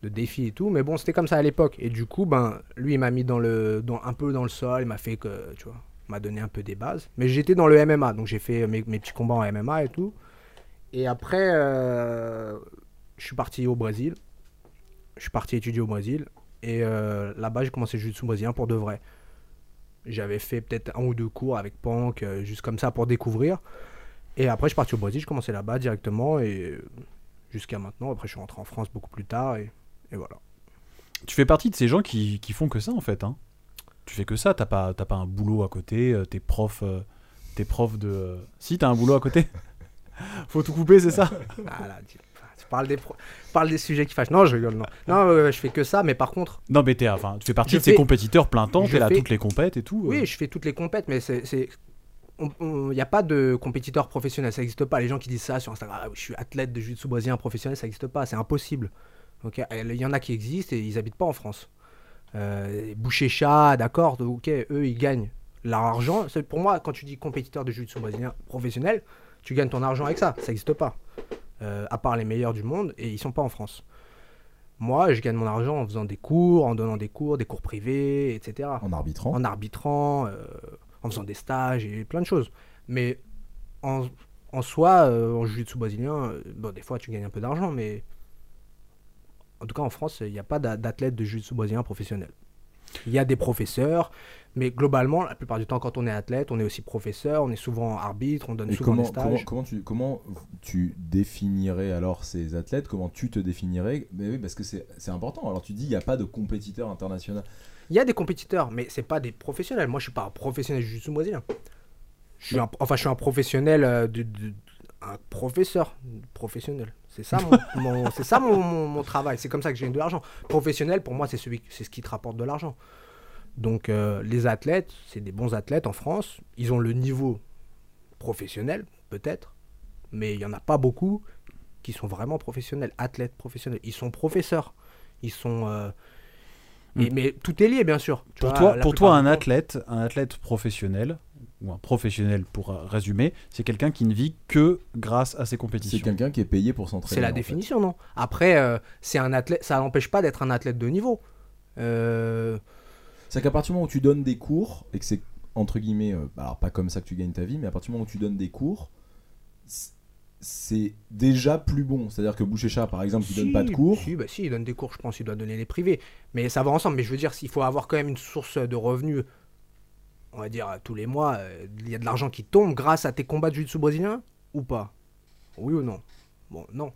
Speaker 6: de défi et tout, mais bon, c'était comme ça à l'époque. Et du coup, ben, lui, il m'a mis dans le, dans, un peu dans le sol. Il m'a fait que, tu vois, il m'a donné un peu des bases. Mais j'étais dans le MMA, donc j'ai fait mes, mes petits combats en MMA et tout. Et après, euh, je suis parti au Brésil. Je suis parti étudier au Brésil. Et euh, là-bas, j'ai commencé le jiu-jitsu brésilien pour de vrai. J'avais fait peut-être un ou deux cours avec Pank, euh, juste comme ça pour découvrir. Et après, je suis parti au Brésil, je commençais là-bas directement et euh, jusqu'à maintenant. Après, je suis rentré en France beaucoup plus tard et, et voilà.
Speaker 5: Tu fais partie de ces gens qui, qui font que ça en fait. Hein. Tu fais que ça, t'as pas, t'as pas un boulot à côté, euh, t'es prof, euh, t'es prof de. euh, Si t'as un boulot à côté, faut tout couper, c'est ça
Speaker 6: Voilà, tu, tu parles des, pro- tu parles des sujets qui fâchent. Non, je rigole, non. Non, euh, je fais que ça, mais par contre,
Speaker 5: Non, mais t'es, enfin, tu fais partie
Speaker 6: Je
Speaker 5: de ces
Speaker 6: fais-
Speaker 5: compétiteurs plein temps,
Speaker 6: je
Speaker 5: t'es là à
Speaker 6: fais-
Speaker 5: toutes les compètes et tout. euh.
Speaker 6: oui, je fais toutes les compètes, mais c'est. c'est- on- on- Il n'y a pas de compétiteur professionnel, ça n'existe pas. Les gens qui disent ça sur Instagram, Ah, je suis athlète de jiu-jitsu brésilien professionnel, ça n'existe pas, c'est impossible. Ok, Il y en a qui existent et ils habitent pas en France. Euh, Boucher chat, d'accord, ok, eux ils gagnent leur argent. C'est- Pour moi, quand tu dis compétiteur de jiu-jitsu brésilien professionnel, tu gagnes ton argent avec ça, ça n'existe pas. Euh, à part les meilleurs du monde, et ils sont pas en France. Moi, je gagne mon argent en faisant des cours, en donnant des cours, des cours privés, etc.
Speaker 4: En arbitrant.
Speaker 6: En arbitrant, euh, en faisant des stages et plein de choses. Mais en, en soi, euh, en jiu-jitsu brésilien, euh, bon, des fois tu gagnes un peu d'argent, mais en tout cas en France, il n'y a pas d'a- d'athlète de jiu-jitsu brésilien professionnel. Il y a des professeurs, mais globalement, la plupart du temps, quand on est athlète, on est aussi professeur, on est souvent arbitre, on donne
Speaker 4: Et
Speaker 6: souvent
Speaker 4: comment,
Speaker 6: des
Speaker 4: comment,
Speaker 6: stages.
Speaker 4: comment tu, comment tu définirais alors ces athlètes Comment tu te définirais Mais oui, parce que c'est c'est important. Alors tu dis, il n'y a pas de compétiteur international.
Speaker 6: Il y a des compétiteurs, mais c'est pas des professionnels. Moi, je suis pas un professionnel du jiu brésilien. Je suis un, enfin, je suis un professionnel, euh, de, de- un professeur professionnel. C'est ça mon, mon- c'est ça mon, mon- mon travail. C'est comme ça que j'ai de l'argent. Professionnel, pour moi, c'est celui, c'est ce qui te rapporte de l'argent. Donc, euh, les athlètes, c'est des bons athlètes en France. Ils ont le niveau professionnel, peut-être, mais il y en a pas beaucoup qui sont vraiment professionnels, athlètes professionnels. Ils sont professeurs. Ils sont. euh, et- mais tout est lié, bien sûr. Tu
Speaker 5: Mm. Pour
Speaker 6: vois,
Speaker 5: toi,
Speaker 6: la
Speaker 5: pour
Speaker 6: plupart
Speaker 5: toi,
Speaker 6: du
Speaker 5: un
Speaker 6: temps-
Speaker 5: athlète, un athlète professionnel ou un professionnel pour euh, résumer, c'est quelqu'un qui ne vit que grâce à ses
Speaker 4: C'est
Speaker 5: compétitions.
Speaker 4: quelqu'un qui est payé pour s'entraîner.
Speaker 6: C'est la
Speaker 4: en fait.
Speaker 6: définition, non Après, euh, c'est un athlète, ça n'empêche pas d'être un athlète de niveau. Euh,
Speaker 4: C'est qu'à partir du moment où tu donnes des cours, et que c'est entre guillemets, euh, bah, alors pas comme ça que tu gagnes ta vie, mais à partir du moment où tu donnes des cours, c- c'est déjà plus bon. C'est-à-dire que Boucher-Chat, par exemple, qui donne pas de
Speaker 6: si,
Speaker 4: cours,
Speaker 6: Si, bah si, il donne des cours, je pense, il doit donner les privés. Mais ça va ensemble. Mais je veux dire, s'il faut avoir quand même une source de revenus, on va dire euh, tous les mois, euh, il y a de l'argent qui tombe grâce à tes combats de jiu-jitsu brésilien ou pas Oui ou non Bon, non.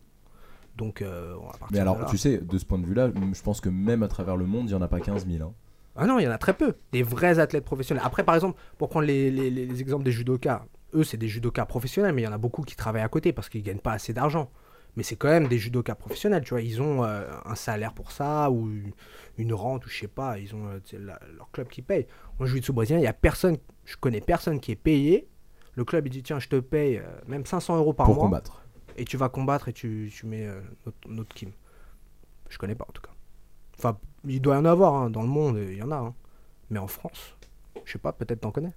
Speaker 6: Donc, euh, on va partir
Speaker 4: Mais
Speaker 6: de
Speaker 4: alors,
Speaker 6: là.
Speaker 4: tu sais, de ce point de vue-là, m- je pense que même à travers le monde, il n'y en a pas 15 000. hein.
Speaker 6: Ah non, il y en a très peu, des vrais athlètes professionnels. Après, par exemple, pour prendre les, les- les- les exemples des judokas, eux, c'est des judokas professionnels, mais il y en a beaucoup qui travaillent à côté parce qu'ils gagnent pas assez d'argent. Mais c'est quand même des judokas professionnels, tu vois. Ils ont euh, un salaire pour ça, ou une- une rente, ou je sais pas. Ils ont euh, tu sais, la- leur club qui paye. En jiu-jitsu brésilien, il y a personne, je connais personne qui est payé. Le club, il dit tiens, je te paye euh, même 500 euros par
Speaker 4: Pour
Speaker 6: mois,
Speaker 4: combattre.
Speaker 6: et tu vas combattre et tu, tu mets euh, notre, notre Kim. Je connais pas en tout cas. Enfin, il doit y en avoir hein, dans le monde, il y en a. hein. Mais en France, je sais pas, peut-être t'en connais.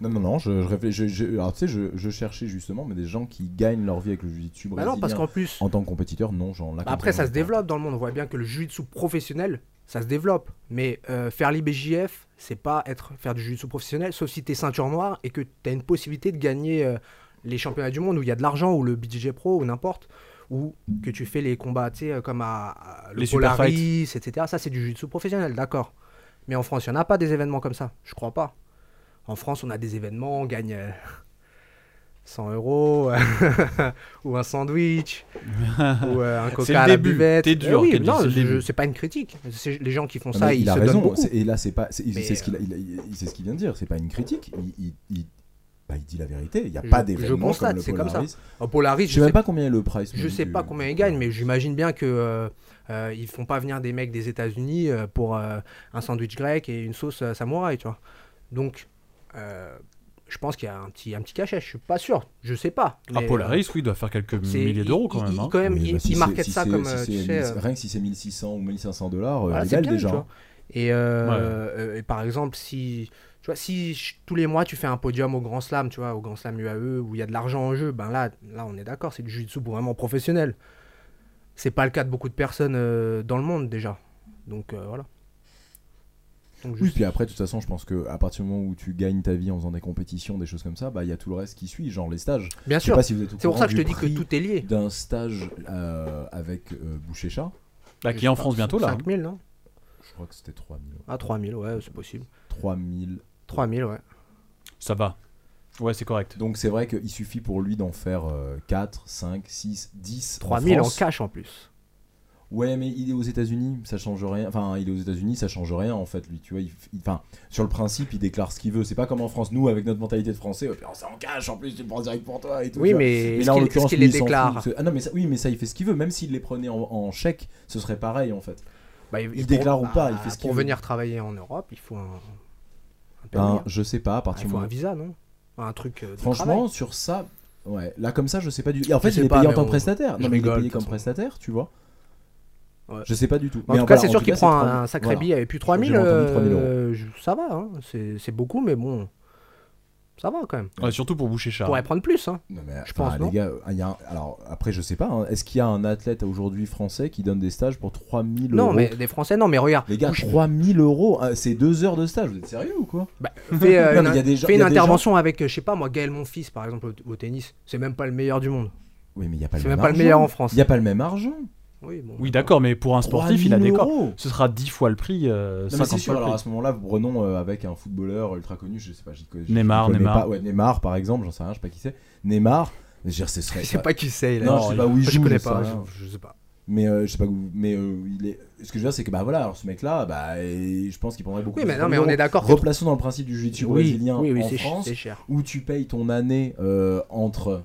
Speaker 4: Non, non, non, je, je réfléch- je- je- alors, tu sais, je, je cherchais justement, mais des gens qui gagnent leur vie avec le jiu-jitsu
Speaker 6: Bah
Speaker 4: brésilien
Speaker 6: non, parce qu'en plus,
Speaker 4: en tant que compétiteur, non, genre là.
Speaker 6: bah
Speaker 4: comme
Speaker 6: après ça
Speaker 4: j'en ai
Speaker 6: se
Speaker 4: pas.
Speaker 6: développe dans le monde. On voit bien que le jiu-jitsu professionnel, ça se développe. Mais euh, faire l'IBJF, c'est pas être faire du jiu-jitsu professionnel, sauf si t'es ceinture noire et que t'as une possibilité de gagner euh, les championnats du monde où il y a de l'argent, ou le BJJ Pro, ou n'importe, ou que tu fais les combats, tu sais, euh, comme à, à le
Speaker 5: Les super
Speaker 6: Polaris, etc. Ça, c'est du jiu-jitsu professionnel, d'accord. Mais en France, il n'y en a pas des événements comme ça. Je crois pas. En France, on a des événements, on gagne euh, 100 euros, euh, ou un sandwich, ou euh, un coca
Speaker 5: C'est le
Speaker 6: à la
Speaker 5: début.
Speaker 6: buvette.
Speaker 5: T'es
Speaker 6: Eh
Speaker 5: dur,
Speaker 6: oui,
Speaker 5: Kenji,
Speaker 6: non,
Speaker 5: c'est le
Speaker 6: je-
Speaker 5: début.
Speaker 6: c'est pas une critique. C'est- Les gens qui font
Speaker 4: Non,
Speaker 6: ça,
Speaker 4: mais
Speaker 6: ils
Speaker 4: il a
Speaker 6: se donnent
Speaker 4: raison,
Speaker 6: beaucoup.
Speaker 4: c'est- et là c'est pas, c'est
Speaker 6: Mais,
Speaker 4: c'est ce qu'il a- il a- il- c'est ce qu'il vient de dire, c'est pas une critique, il, il- il- bah, il dit la vérité, il n'y a
Speaker 6: Je-
Speaker 4: pas
Speaker 6: je
Speaker 4: d'événement
Speaker 6: constate,
Speaker 4: comme le
Speaker 6: c'est comme ça.
Speaker 4: Polaris.
Speaker 6: En Oh, Polaris,
Speaker 4: Je
Speaker 6: je
Speaker 4: sais
Speaker 6: sais,
Speaker 4: même pas combien est le price.
Speaker 6: je
Speaker 4: money
Speaker 6: sais
Speaker 4: du-
Speaker 6: pas combien ils gagnent, mais j'imagine bien que euh, euh, ils font pas venir des mecs des États-Unis euh, pour euh, un sandwich grec et une sauce euh, samouraï, tu vois. Donc, euh, je pense qu'il y a un petit, un petit cachet. Je suis pas sûr, je sais pas.
Speaker 5: Un
Speaker 6: mais,
Speaker 5: Ah, Polaris, oui, doit faire quelques
Speaker 6: euh, c'est-
Speaker 5: milliers d'euros quand
Speaker 6: ils-
Speaker 5: même.
Speaker 6: Ils,
Speaker 5: hein.
Speaker 6: quand même,
Speaker 4: Oui,
Speaker 6: ils-
Speaker 4: bah, si
Speaker 6: ils
Speaker 4: c'est-
Speaker 6: marketent
Speaker 4: si
Speaker 6: ça
Speaker 4: c'est-
Speaker 6: comme,
Speaker 4: si
Speaker 6: euh,
Speaker 4: c'est
Speaker 6: tu
Speaker 4: 1000
Speaker 6: sais, euh,
Speaker 4: Rien que si c'est 1600 ou 1500
Speaker 5: euh,
Speaker 4: dollars,
Speaker 6: Voilà,
Speaker 4: il
Speaker 6: c'est
Speaker 4: a
Speaker 6: bien,
Speaker 4: déjà.
Speaker 6: tu
Speaker 4: hein.
Speaker 6: vois. Et, euh, euh, et par exemple, si tu vois, si ch- tous les mois tu fais un podium au Grand Slam, tu vois, au Grand Slam UAE où il y a de l'argent en jeu, ben là, là on est d'accord, c'est du jiu-jitsu vraiment professionnel. C'est pas le cas de beaucoup de personnes euh, dans le monde déjà. Donc euh, voilà. Donc,
Speaker 4: Oui,
Speaker 6: juste-
Speaker 4: puis après, de toute façon, je pense que à partir du moment où tu gagnes ta vie en faisant des compétitions, des choses comme ça, bah il y a tout le reste qui suit, genre les stages.
Speaker 6: bien
Speaker 4: Je sais
Speaker 6: sûr.
Speaker 4: pas si vous êtes au
Speaker 6: C'est pour
Speaker 4: courant
Speaker 6: ça que je te
Speaker 4: du
Speaker 6: dis que
Speaker 4: prix
Speaker 6: tout est lié.
Speaker 4: d'un stage euh, avec euh, Boucher Chat.
Speaker 5: Bah, qui est en France bientôt là. hein.
Speaker 6: 5000 non
Speaker 4: Je crois que c'était 3000.
Speaker 6: Ah 3000 ouais, c'est possible.
Speaker 4: 3000.
Speaker 6: 3000 ouais.
Speaker 5: Ça va. Ouais, c'est correct.
Speaker 4: Donc c'est vrai qu'il suffit pour lui d'en faire euh, 4, 5, 6, 10.
Speaker 6: 3000 en
Speaker 4: France.
Speaker 6: cash en plus.
Speaker 4: Ouais, mais il est aux États-Unis, ça change rien. Enfin, il est aux États-Unis, ça change rien en fait, lui. Tu vois, il- il- enfin, sur le principe, il déclare ce qu'il veut. C'est pas comme en France, nous, avec notre mentalité de Français, oh, putain, c'est en cash en plus, tu le prends direct pour toi et tout.
Speaker 6: Oui,
Speaker 4: tu vois.
Speaker 6: mais,
Speaker 4: Mais
Speaker 6: est-ce
Speaker 4: là, en
Speaker 6: qu'il- est-ce
Speaker 4: l'occurrence,
Speaker 6: qu'il
Speaker 4: lui,
Speaker 6: les
Speaker 4: il s'en
Speaker 6: déclare
Speaker 4: fout. Ah non, mais ça, oui, mais ça, il fait ce qu'il veut. Même s'il les prenait en, en chèque, ce serait pareil en fait.
Speaker 6: Bah,
Speaker 4: Il déclare ou pas, il fait ce qu'il
Speaker 6: Pour
Speaker 4: veut.
Speaker 6: venir travailler en Europe, il faut un, un
Speaker 4: Ben,
Speaker 6: permis.
Speaker 4: je sais pas, à
Speaker 6: Ah,
Speaker 4: partir
Speaker 6: il
Speaker 4: du
Speaker 6: faut un
Speaker 4: moment.
Speaker 6: visa, non Un truc. euh, de travail.
Speaker 4: Franchement, sur ça, ouais, là comme ça, je sais pas du. Et en fait,
Speaker 6: Je
Speaker 4: il
Speaker 6: sais
Speaker 4: est
Speaker 6: pas,
Speaker 4: payé en
Speaker 6: mais
Speaker 4: tant que
Speaker 6: on-
Speaker 4: prestataire.
Speaker 6: je
Speaker 4: Non, mais il est
Speaker 6: rigole,
Speaker 4: payé
Speaker 6: de toute
Speaker 4: comme
Speaker 6: façon.
Speaker 4: prestataire, tu vois.
Speaker 6: Ouais.
Speaker 4: Je sais pas du tout.
Speaker 6: en
Speaker 4: Mais
Speaker 6: tout cas,
Speaker 4: voilà,
Speaker 6: c'est
Speaker 4: en
Speaker 6: sûr
Speaker 4: tout
Speaker 6: qu'il
Speaker 4: cas,
Speaker 6: prend
Speaker 4: c'est
Speaker 6: un, un
Speaker 4: 3000.
Speaker 6: sacré
Speaker 4: Voilà.
Speaker 6: billet. Et puis 3000,
Speaker 4: J'ai entendu 3000 euros.
Speaker 6: euh, je- ça va, hein, c'est c'est beaucoup, mais bon, ça va quand même.
Speaker 5: Ouais, surtout pour boucher chat.
Speaker 6: On pourrait prendre plus, hein.
Speaker 4: Non, mais,
Speaker 6: Je
Speaker 4: enfin,
Speaker 6: pense, non
Speaker 4: les gars, euh, il y a un- alors après, je sais pas, hein, est-ce qu'il y a un athlète aujourd'hui français qui donne des stages pour 3000
Speaker 6: Non,
Speaker 4: euros
Speaker 6: mais des Français, non, mais regarde,
Speaker 4: Les gars,
Speaker 6: Boucher-
Speaker 4: 3000 euros, hein, c'est deux heures de stage, vous êtes sérieux ou quoi
Speaker 6: bah, fais, euh,
Speaker 4: Non,
Speaker 6: une,
Speaker 4: mais il y a des gens-
Speaker 6: fais
Speaker 4: il y
Speaker 6: une
Speaker 4: a des gens-
Speaker 6: intervention avec, euh, je sais pas, moi, Gaël Monfils, par exemple, au, au tennis. C'est même pas le meilleur du monde.
Speaker 4: Oui, mais il n'y a pas le
Speaker 6: C'est
Speaker 4: même
Speaker 6: même pas le
Speaker 4: argent.
Speaker 6: meilleur en France.
Speaker 4: Il n'y a pas le même argent.
Speaker 6: Oui, bon,
Speaker 5: Oui, d'accord, mais pour un sportif, il a des corps.
Speaker 4: Oh.
Speaker 5: Ce sera 10 fois le prix, euh,
Speaker 4: Non, mais
Speaker 5: 50
Speaker 4: c'est
Speaker 5: fois
Speaker 4: sûr,
Speaker 5: le prix.
Speaker 4: alors à ce moment-là, Brenon euh, avec un footballeur ultra connu, je sais pas, j'y connais.
Speaker 5: Neymar, Neymar.
Speaker 4: Pas, ouais, Neymar par exemple, j'en sais rien, je sais pas qui c'est. Neymar, je veux dire, ce serait.
Speaker 6: Je sais
Speaker 4: ça-
Speaker 6: pas qui c'est. là.
Speaker 4: Non, je sais pas où il
Speaker 6: je
Speaker 4: joue,
Speaker 6: connais
Speaker 4: sais
Speaker 6: pas.
Speaker 4: rien.
Speaker 6: Je, je sais pas.
Speaker 4: Mais euh, je sais pas où. Mais euh, il est... ce que je veux dire, c'est que bah voilà, alors ce mec-là, bah, et je pense qu'il prendrait beaucoup
Speaker 6: Oui,
Speaker 4: plus
Speaker 6: mais
Speaker 4: de
Speaker 6: non, mais on
Speaker 4: euros.
Speaker 6: est d'accord. que-
Speaker 4: Replaçons dans le principe du jiu-jitsu
Speaker 6: oui,
Speaker 4: brésilien
Speaker 6: oui, oui,
Speaker 4: en
Speaker 6: c'est ch-
Speaker 4: France,
Speaker 6: c'est cher.
Speaker 4: où tu payes ton année euh, entre.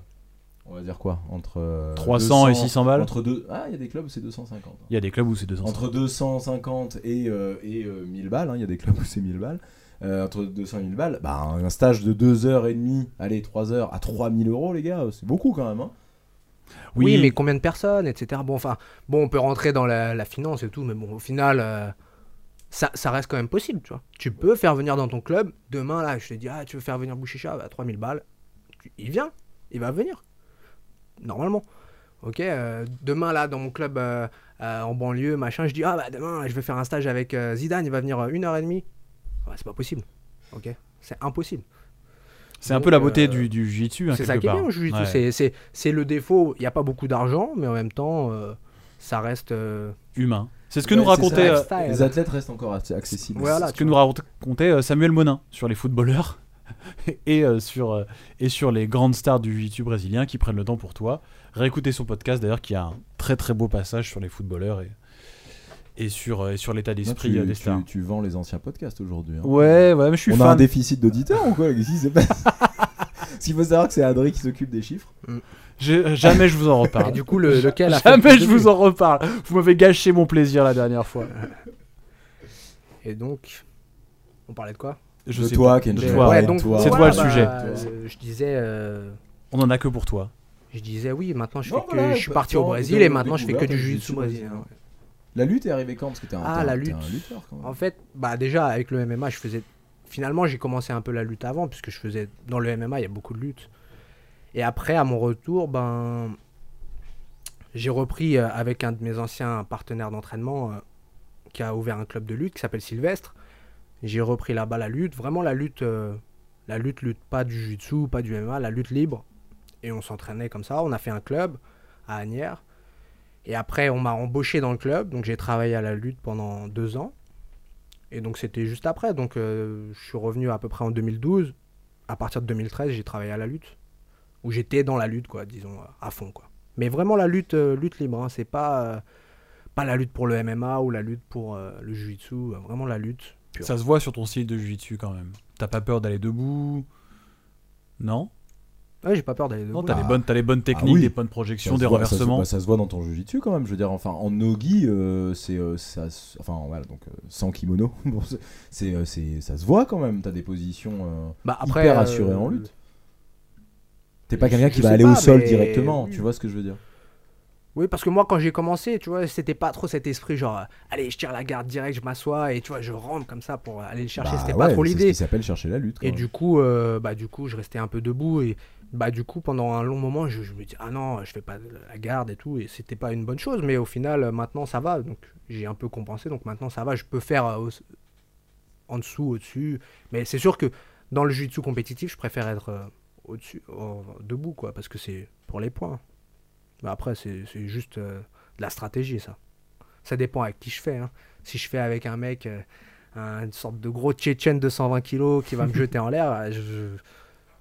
Speaker 4: On va dire quoi Entre. euh,
Speaker 5: 300 et
Speaker 4: 200
Speaker 5: 600 balles.
Speaker 4: Entre deux... hein. Ah, il y a des clubs où c'est 250.
Speaker 5: Il y a des clubs où c'est 200.
Speaker 4: Entre 250 et, euh, et euh, 1000 balles, hein, il y a des clubs où c'est 1000 balles. Euh, entre 200 et 1000 balles, bah, un stage de 2h30, allez, 3h à 3000 euros, les gars, c'est beaucoup quand même. hein.
Speaker 5: Oui,
Speaker 6: Oui, mais combien de personnes, etc. Bon, enfin, bon, on peut rentrer dans la, la finance et tout, mais bon, au final, euh, ça, ça reste quand même possible, tu vois. Tu peux faire venir dans ton club, demain, là, je te dis, ah, tu veux faire venir Bouchicha, à 3000 balles, Tu- il vient, il va venir, normalement. Ok, euh, demain, là, dans mon club euh, euh, en banlieue, machin, je dis, ah, bah, demain, je vais faire un stage avec euh, Zidane, il va venir euh, une heure et demie. Ouais, c'est pas possible, ok C'est impossible.
Speaker 5: c'est un
Speaker 6: donc,
Speaker 5: peu la beauté
Speaker 6: euh,
Speaker 5: du, du jiu-jitsu. hein,
Speaker 6: C'est ça
Speaker 5: quelque
Speaker 6: qui est
Speaker 5: part.
Speaker 6: bien au jiu-jitsu.
Speaker 5: Ouais.
Speaker 6: C'est- c'est- C'est le défaut. Il n'y a pas beaucoup d'argent, mais en même temps, euh, ça reste. euh,
Speaker 5: Humain. C'est ce que
Speaker 4: Ouais,
Speaker 5: nous
Speaker 4: c'est ça,
Speaker 5: racontait, euh,
Speaker 6: lifestyle.
Speaker 4: Les athlètes restent encore assez accessibles.
Speaker 6: Voilà,
Speaker 5: ce
Speaker 6: tu
Speaker 5: que nous racontait euh, Samuel Monin sur les footballeurs et, euh, sur, euh, et sur les grandes stars du jiu-jitsu brésilien qui prennent le temps pour toi. Réécoutez son podcast d'ailleurs qui a un très très beau passage sur les footballeurs et, et sur, euh, et sur l'état
Speaker 4: Non,
Speaker 5: d'esprit
Speaker 4: tu,
Speaker 5: euh, des
Speaker 4: tu-
Speaker 5: stars.
Speaker 4: tu vends les anciens podcasts aujourd'hui. hein.
Speaker 5: Ouais, ouais, mais je suis
Speaker 4: On a un
Speaker 5: fan.
Speaker 4: déficit d'auditeurs ou quoi Qu'est-ce qui se passe Parce qu'il faut savoir que c'est Adri qui s'occupe des chiffres.
Speaker 5: Je- jamais je vous en
Speaker 6: Et
Speaker 5: reparle.
Speaker 6: du coup, le, lequel a fait le
Speaker 5: jamais
Speaker 6: plus
Speaker 5: je
Speaker 6: de vues.
Speaker 5: vous en reparle. Vous m'avez gâché mon plaisir la dernière fois.
Speaker 6: Et donc, on parlait de quoi Ben,
Speaker 5: Je
Speaker 4: de
Speaker 5: sais
Speaker 4: toi,
Speaker 5: pas.
Speaker 4: Kenji.
Speaker 5: De
Speaker 4: Ouais,
Speaker 5: toi.
Speaker 4: ouais.
Speaker 5: C'est toi le sujet.
Speaker 6: euh, je disais. euh,
Speaker 5: On en a que pour toi.
Speaker 6: je disais oui, maintenant je,
Speaker 4: Non,
Speaker 6: fais que,
Speaker 4: voilà,
Speaker 6: je suis
Speaker 4: bah,
Speaker 6: parti
Speaker 4: tant
Speaker 6: au
Speaker 4: de
Speaker 6: Brésil et
Speaker 4: découvertes
Speaker 6: maintenant je fais que
Speaker 4: du
Speaker 6: du jiu-jitsu
Speaker 4: jiu-jitsu
Speaker 6: brésilien.
Speaker 4: brésilien. La lutte est arrivée quand Parce que t'es un,
Speaker 6: Ah,
Speaker 4: t'es un-
Speaker 6: la
Speaker 4: t'es
Speaker 6: lutte.
Speaker 4: un lutteur quand même.
Speaker 6: En fait, bah déjà avec le MMA, je faisais. Finalement, j'ai commencé un peu la lutte avant, puisque je faisais dans le MMA, il y a beaucoup de lutte. Et après, à mon retour, ben, j'ai repris euh, avec un de mes anciens partenaires d'entraînement euh, qui a ouvert un club de lutte qui s'appelle Sylvestre. J'ai repris là-bas la lutte, vraiment la lutte, euh, la lutte, lutte pas du jiu-jitsu, pas du MMA, la lutte libre. Et on s'entraînait comme ça. On a fait un club à Agnières. Et après, on m'a embauché dans le club, donc j'ai travaillé à la lutte pendant deux ans. Et donc c'était juste après. Donc euh, je suis revenu à peu près en 2012. À partir de 2013, j'ai travaillé à la lutte. Où j'étais dans la lutte, quoi, disons, euh, à fond. Quoi. Mais vraiment la lutte, euh, lutte libre. hein. C'est pas, euh, pas la lutte pour le MMA ou la lutte pour euh, le jiu-jitsu. euh, Vraiment la lutte. pure.
Speaker 5: Ça se voit sur ton style de jiu-jitsu quand même. T'as pas peur d'aller debout Non
Speaker 6: Ouais, j'ai pas peur d'aller Bah,
Speaker 5: Non,
Speaker 6: debout.
Speaker 5: t'as
Speaker 6: là.
Speaker 5: les bonnes, t'as les bonnes techniques,
Speaker 4: Ah. oui.
Speaker 5: des bonnes projections,
Speaker 4: Ça se
Speaker 5: des
Speaker 4: voit-
Speaker 5: renversements.
Speaker 4: Ça se, bah, ça se voit dans ton jujitsu quand même. Je veux dire, enfin, en nogi, euh, c'est euh, ça, se- enfin voilà, donc euh, sans kimono, bon, c'est- c'est euh, c'est ça se voit quand même. T'as des positions euh,
Speaker 6: Bah,
Speaker 4: hyper assurées en
Speaker 6: euh,
Speaker 4: lutte. T'es pas
Speaker 6: je-
Speaker 4: quelqu'un qui
Speaker 6: je
Speaker 4: va
Speaker 6: sais
Speaker 4: aller au
Speaker 6: pas,
Speaker 4: sol
Speaker 6: mais-
Speaker 4: directement.
Speaker 6: oui.
Speaker 4: Tu vois ce que je veux dire
Speaker 6: Oui, parce que moi, quand j'ai commencé, tu vois, c'était pas trop cet esprit genre, euh, allez, je tire la garde direct, je m'assois et tu vois, je rentre comme ça pour euh, aller le chercher.
Speaker 4: Bah
Speaker 6: c'était
Speaker 4: ouais,
Speaker 6: pas trop
Speaker 4: c'est ce
Speaker 6: l'idée.
Speaker 4: qui s'appelle chercher la lutte. quand
Speaker 6: Et
Speaker 4: même.
Speaker 6: du coup, euh, bah, du coup, je restais un peu debout et bah, du coup, pendant un long moment, je, je me dis ah non, je fais pas la garde et tout, et c'était pas une bonne chose. Mais au final, euh, maintenant, ça va. Donc, j'ai un peu compensé. Donc maintenant, ça va. Je peux faire euh, au- en dessous, au-dessus. Mais c'est sûr que dans le jiu-jitsu compétitif, je préfère être euh, au-dessus, en- debout, quoi, parce que c'est pour les points. Bah, après, c'est c'est juste euh, de la stratégie, ça. Ça dépend avec qui je fais. hein. Si je fais avec un mec, euh, un- une sorte de gros Tchétchène de 120 kilos qui va me jeter en l'air, euh, je, je,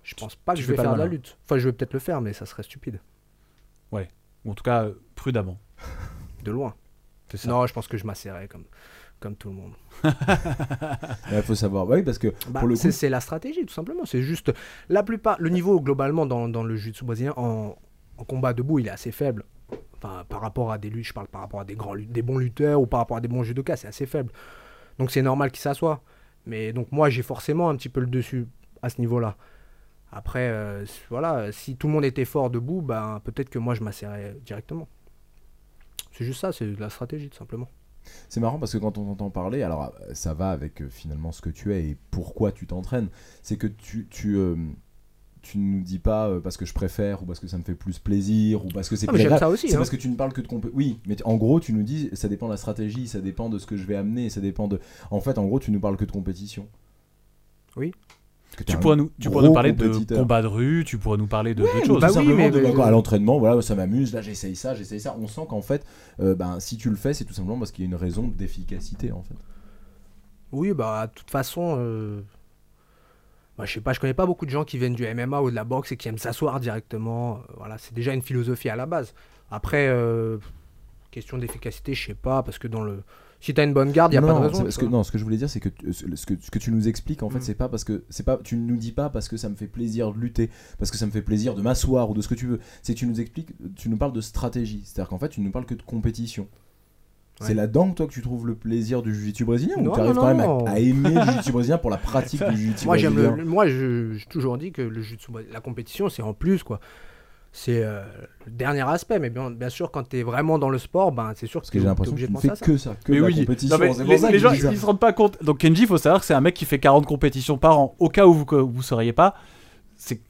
Speaker 6: je pense pas que
Speaker 5: Tu
Speaker 6: je
Speaker 5: fais
Speaker 6: vais
Speaker 5: pas le
Speaker 6: faire de la
Speaker 5: malin.
Speaker 6: lutte. Enfin, je vais peut-être le faire, mais ça serait stupide.
Speaker 5: Ou en tout cas, euh, prudemment.
Speaker 6: De loin.
Speaker 5: C'est ça.
Speaker 6: Non, je pense que je m'asserrais comme, comme tout le monde.
Speaker 4: il faut savoir. Bah oui, parce que
Speaker 6: Bah,
Speaker 4: pour le
Speaker 6: c'est
Speaker 4: coup,
Speaker 6: c'est la stratégie, tout simplement. C'est juste la plupart. Le niveau, globalement, dans, dans le jiu-jitsu brésilien, en, en combat debout, il est assez faible. Enfin, par rapport à des luttes, je parle par rapport à des, grands, lut- des bons lutteurs ou par rapport à des bons judokas, c'est assez faible. Donc c'est normal qu'il s'assoie. Mais donc moi, j'ai forcément un petit peu le dessus à ce niveau-là. Après, euh, voilà, si tout le monde était fort debout, ben, peut-être que moi, je m'asserrais directement. C'est juste ça, c'est de la stratégie, tout simplement.
Speaker 4: C'est marrant parce que quand on t'entend parler, alors euh, ça va avec euh, finalement ce que tu es et pourquoi tu t'entraînes. C'est que tu, tu, euh, tu ne nous dis pas euh, parce que je préfère ou parce que ça me fait plus plaisir ou parce que c'est
Speaker 6: Ah, mais j'aime
Speaker 4: agréable.
Speaker 6: ça aussi.
Speaker 4: C'est
Speaker 6: hein.
Speaker 4: parce que tu ne parles que de compé- Oui, mais t- en gros, tu nous dis ça dépend de la stratégie, ça dépend de ce que je vais amener, ça dépend de. En fait, en gros, tu nous parles que de compétition. que t'es
Speaker 5: Tu
Speaker 4: un
Speaker 5: pourras nous, tu pourras
Speaker 4: gros
Speaker 5: nous parler de
Speaker 4: compétiteur.
Speaker 5: combat de rue, tu pourras nous parler de
Speaker 6: Ouais,
Speaker 5: d'autres choses.
Speaker 6: bah
Speaker 4: Tout
Speaker 6: oui,
Speaker 4: simplement
Speaker 6: mais-
Speaker 4: de-
Speaker 6: mais-
Speaker 4: quoi, à l'entraînement, voilà, ça m'amuse, là j'essaye ça, j'essaye ça. On sent qu'en fait, euh, ben, si tu le fais, c'est tout simplement parce qu'il y a une raison d'efficacité en fait.
Speaker 6: Oui, bah, de toute façon, euh, bah, je sais pas, je connais pas beaucoup de gens qui viennent du MMA ou de la boxe et qui aiment s'asseoir directement. Euh, Voilà, c'est déjà une philosophie à la base. Après, euh, question d'efficacité, je sais pas, parce que dans le. Si t'as une bonne garde, y a
Speaker 4: non,
Speaker 6: pas de
Speaker 4: non,
Speaker 6: raison.
Speaker 4: c'est parce
Speaker 6: tu
Speaker 4: que,
Speaker 6: vois.
Speaker 4: non, ce que je voulais dire, c'est que tu- ce ce que, ce que tu nous expliques, en fait,
Speaker 6: Mm.
Speaker 4: c'est pas parce que c'est pas, tu ne nous dis pas parce que ça me fait plaisir de lutter, parce que ça me fait plaisir de m'asseoir ou de ce que tu veux. C'est que tu nous expliques, tu nous parles de stratégie, c'est-à-dire qu'en fait, tu ne nous parles que de compétition.
Speaker 6: Ouais.
Speaker 4: C'est là-dedans que toi que tu trouves le plaisir du jiu-jitsu brésilien
Speaker 6: Non,
Speaker 4: ou tu arrives
Speaker 6: non,
Speaker 4: quand
Speaker 6: non.
Speaker 4: même à, à aimer le jiu-jitsu brésilien pour la pratique du jiu-jitsu
Speaker 6: Moi, j'aime
Speaker 4: brésilien
Speaker 6: le, le- moi, je- j'ai toujours dit que le jiu-jitsu, bah, la compétition, c'est en plus, quoi. C'est euh, le dernier aspect, mais bien, bien sûr, quand t'es vraiment dans le sport, ben, c'est sûr
Speaker 4: Parce
Speaker 6: t'es
Speaker 4: que j'ai l'impression que
Speaker 6: obligé
Speaker 4: tu ne
Speaker 6: de penser
Speaker 4: fais
Speaker 6: à ça.
Speaker 4: que ça, que
Speaker 5: Mais
Speaker 4: la
Speaker 5: oui,
Speaker 4: compétition.
Speaker 5: Non, mais
Speaker 4: C'est pour
Speaker 5: les,
Speaker 4: ça que
Speaker 5: les
Speaker 4: je
Speaker 5: gens
Speaker 4: dis ça.
Speaker 5: ils se rendent pas compte. Donc Kenji, faut savoir que c'est un mec qui fait 40 compétitions par an. Au cas où vous vous seriez pas, c'est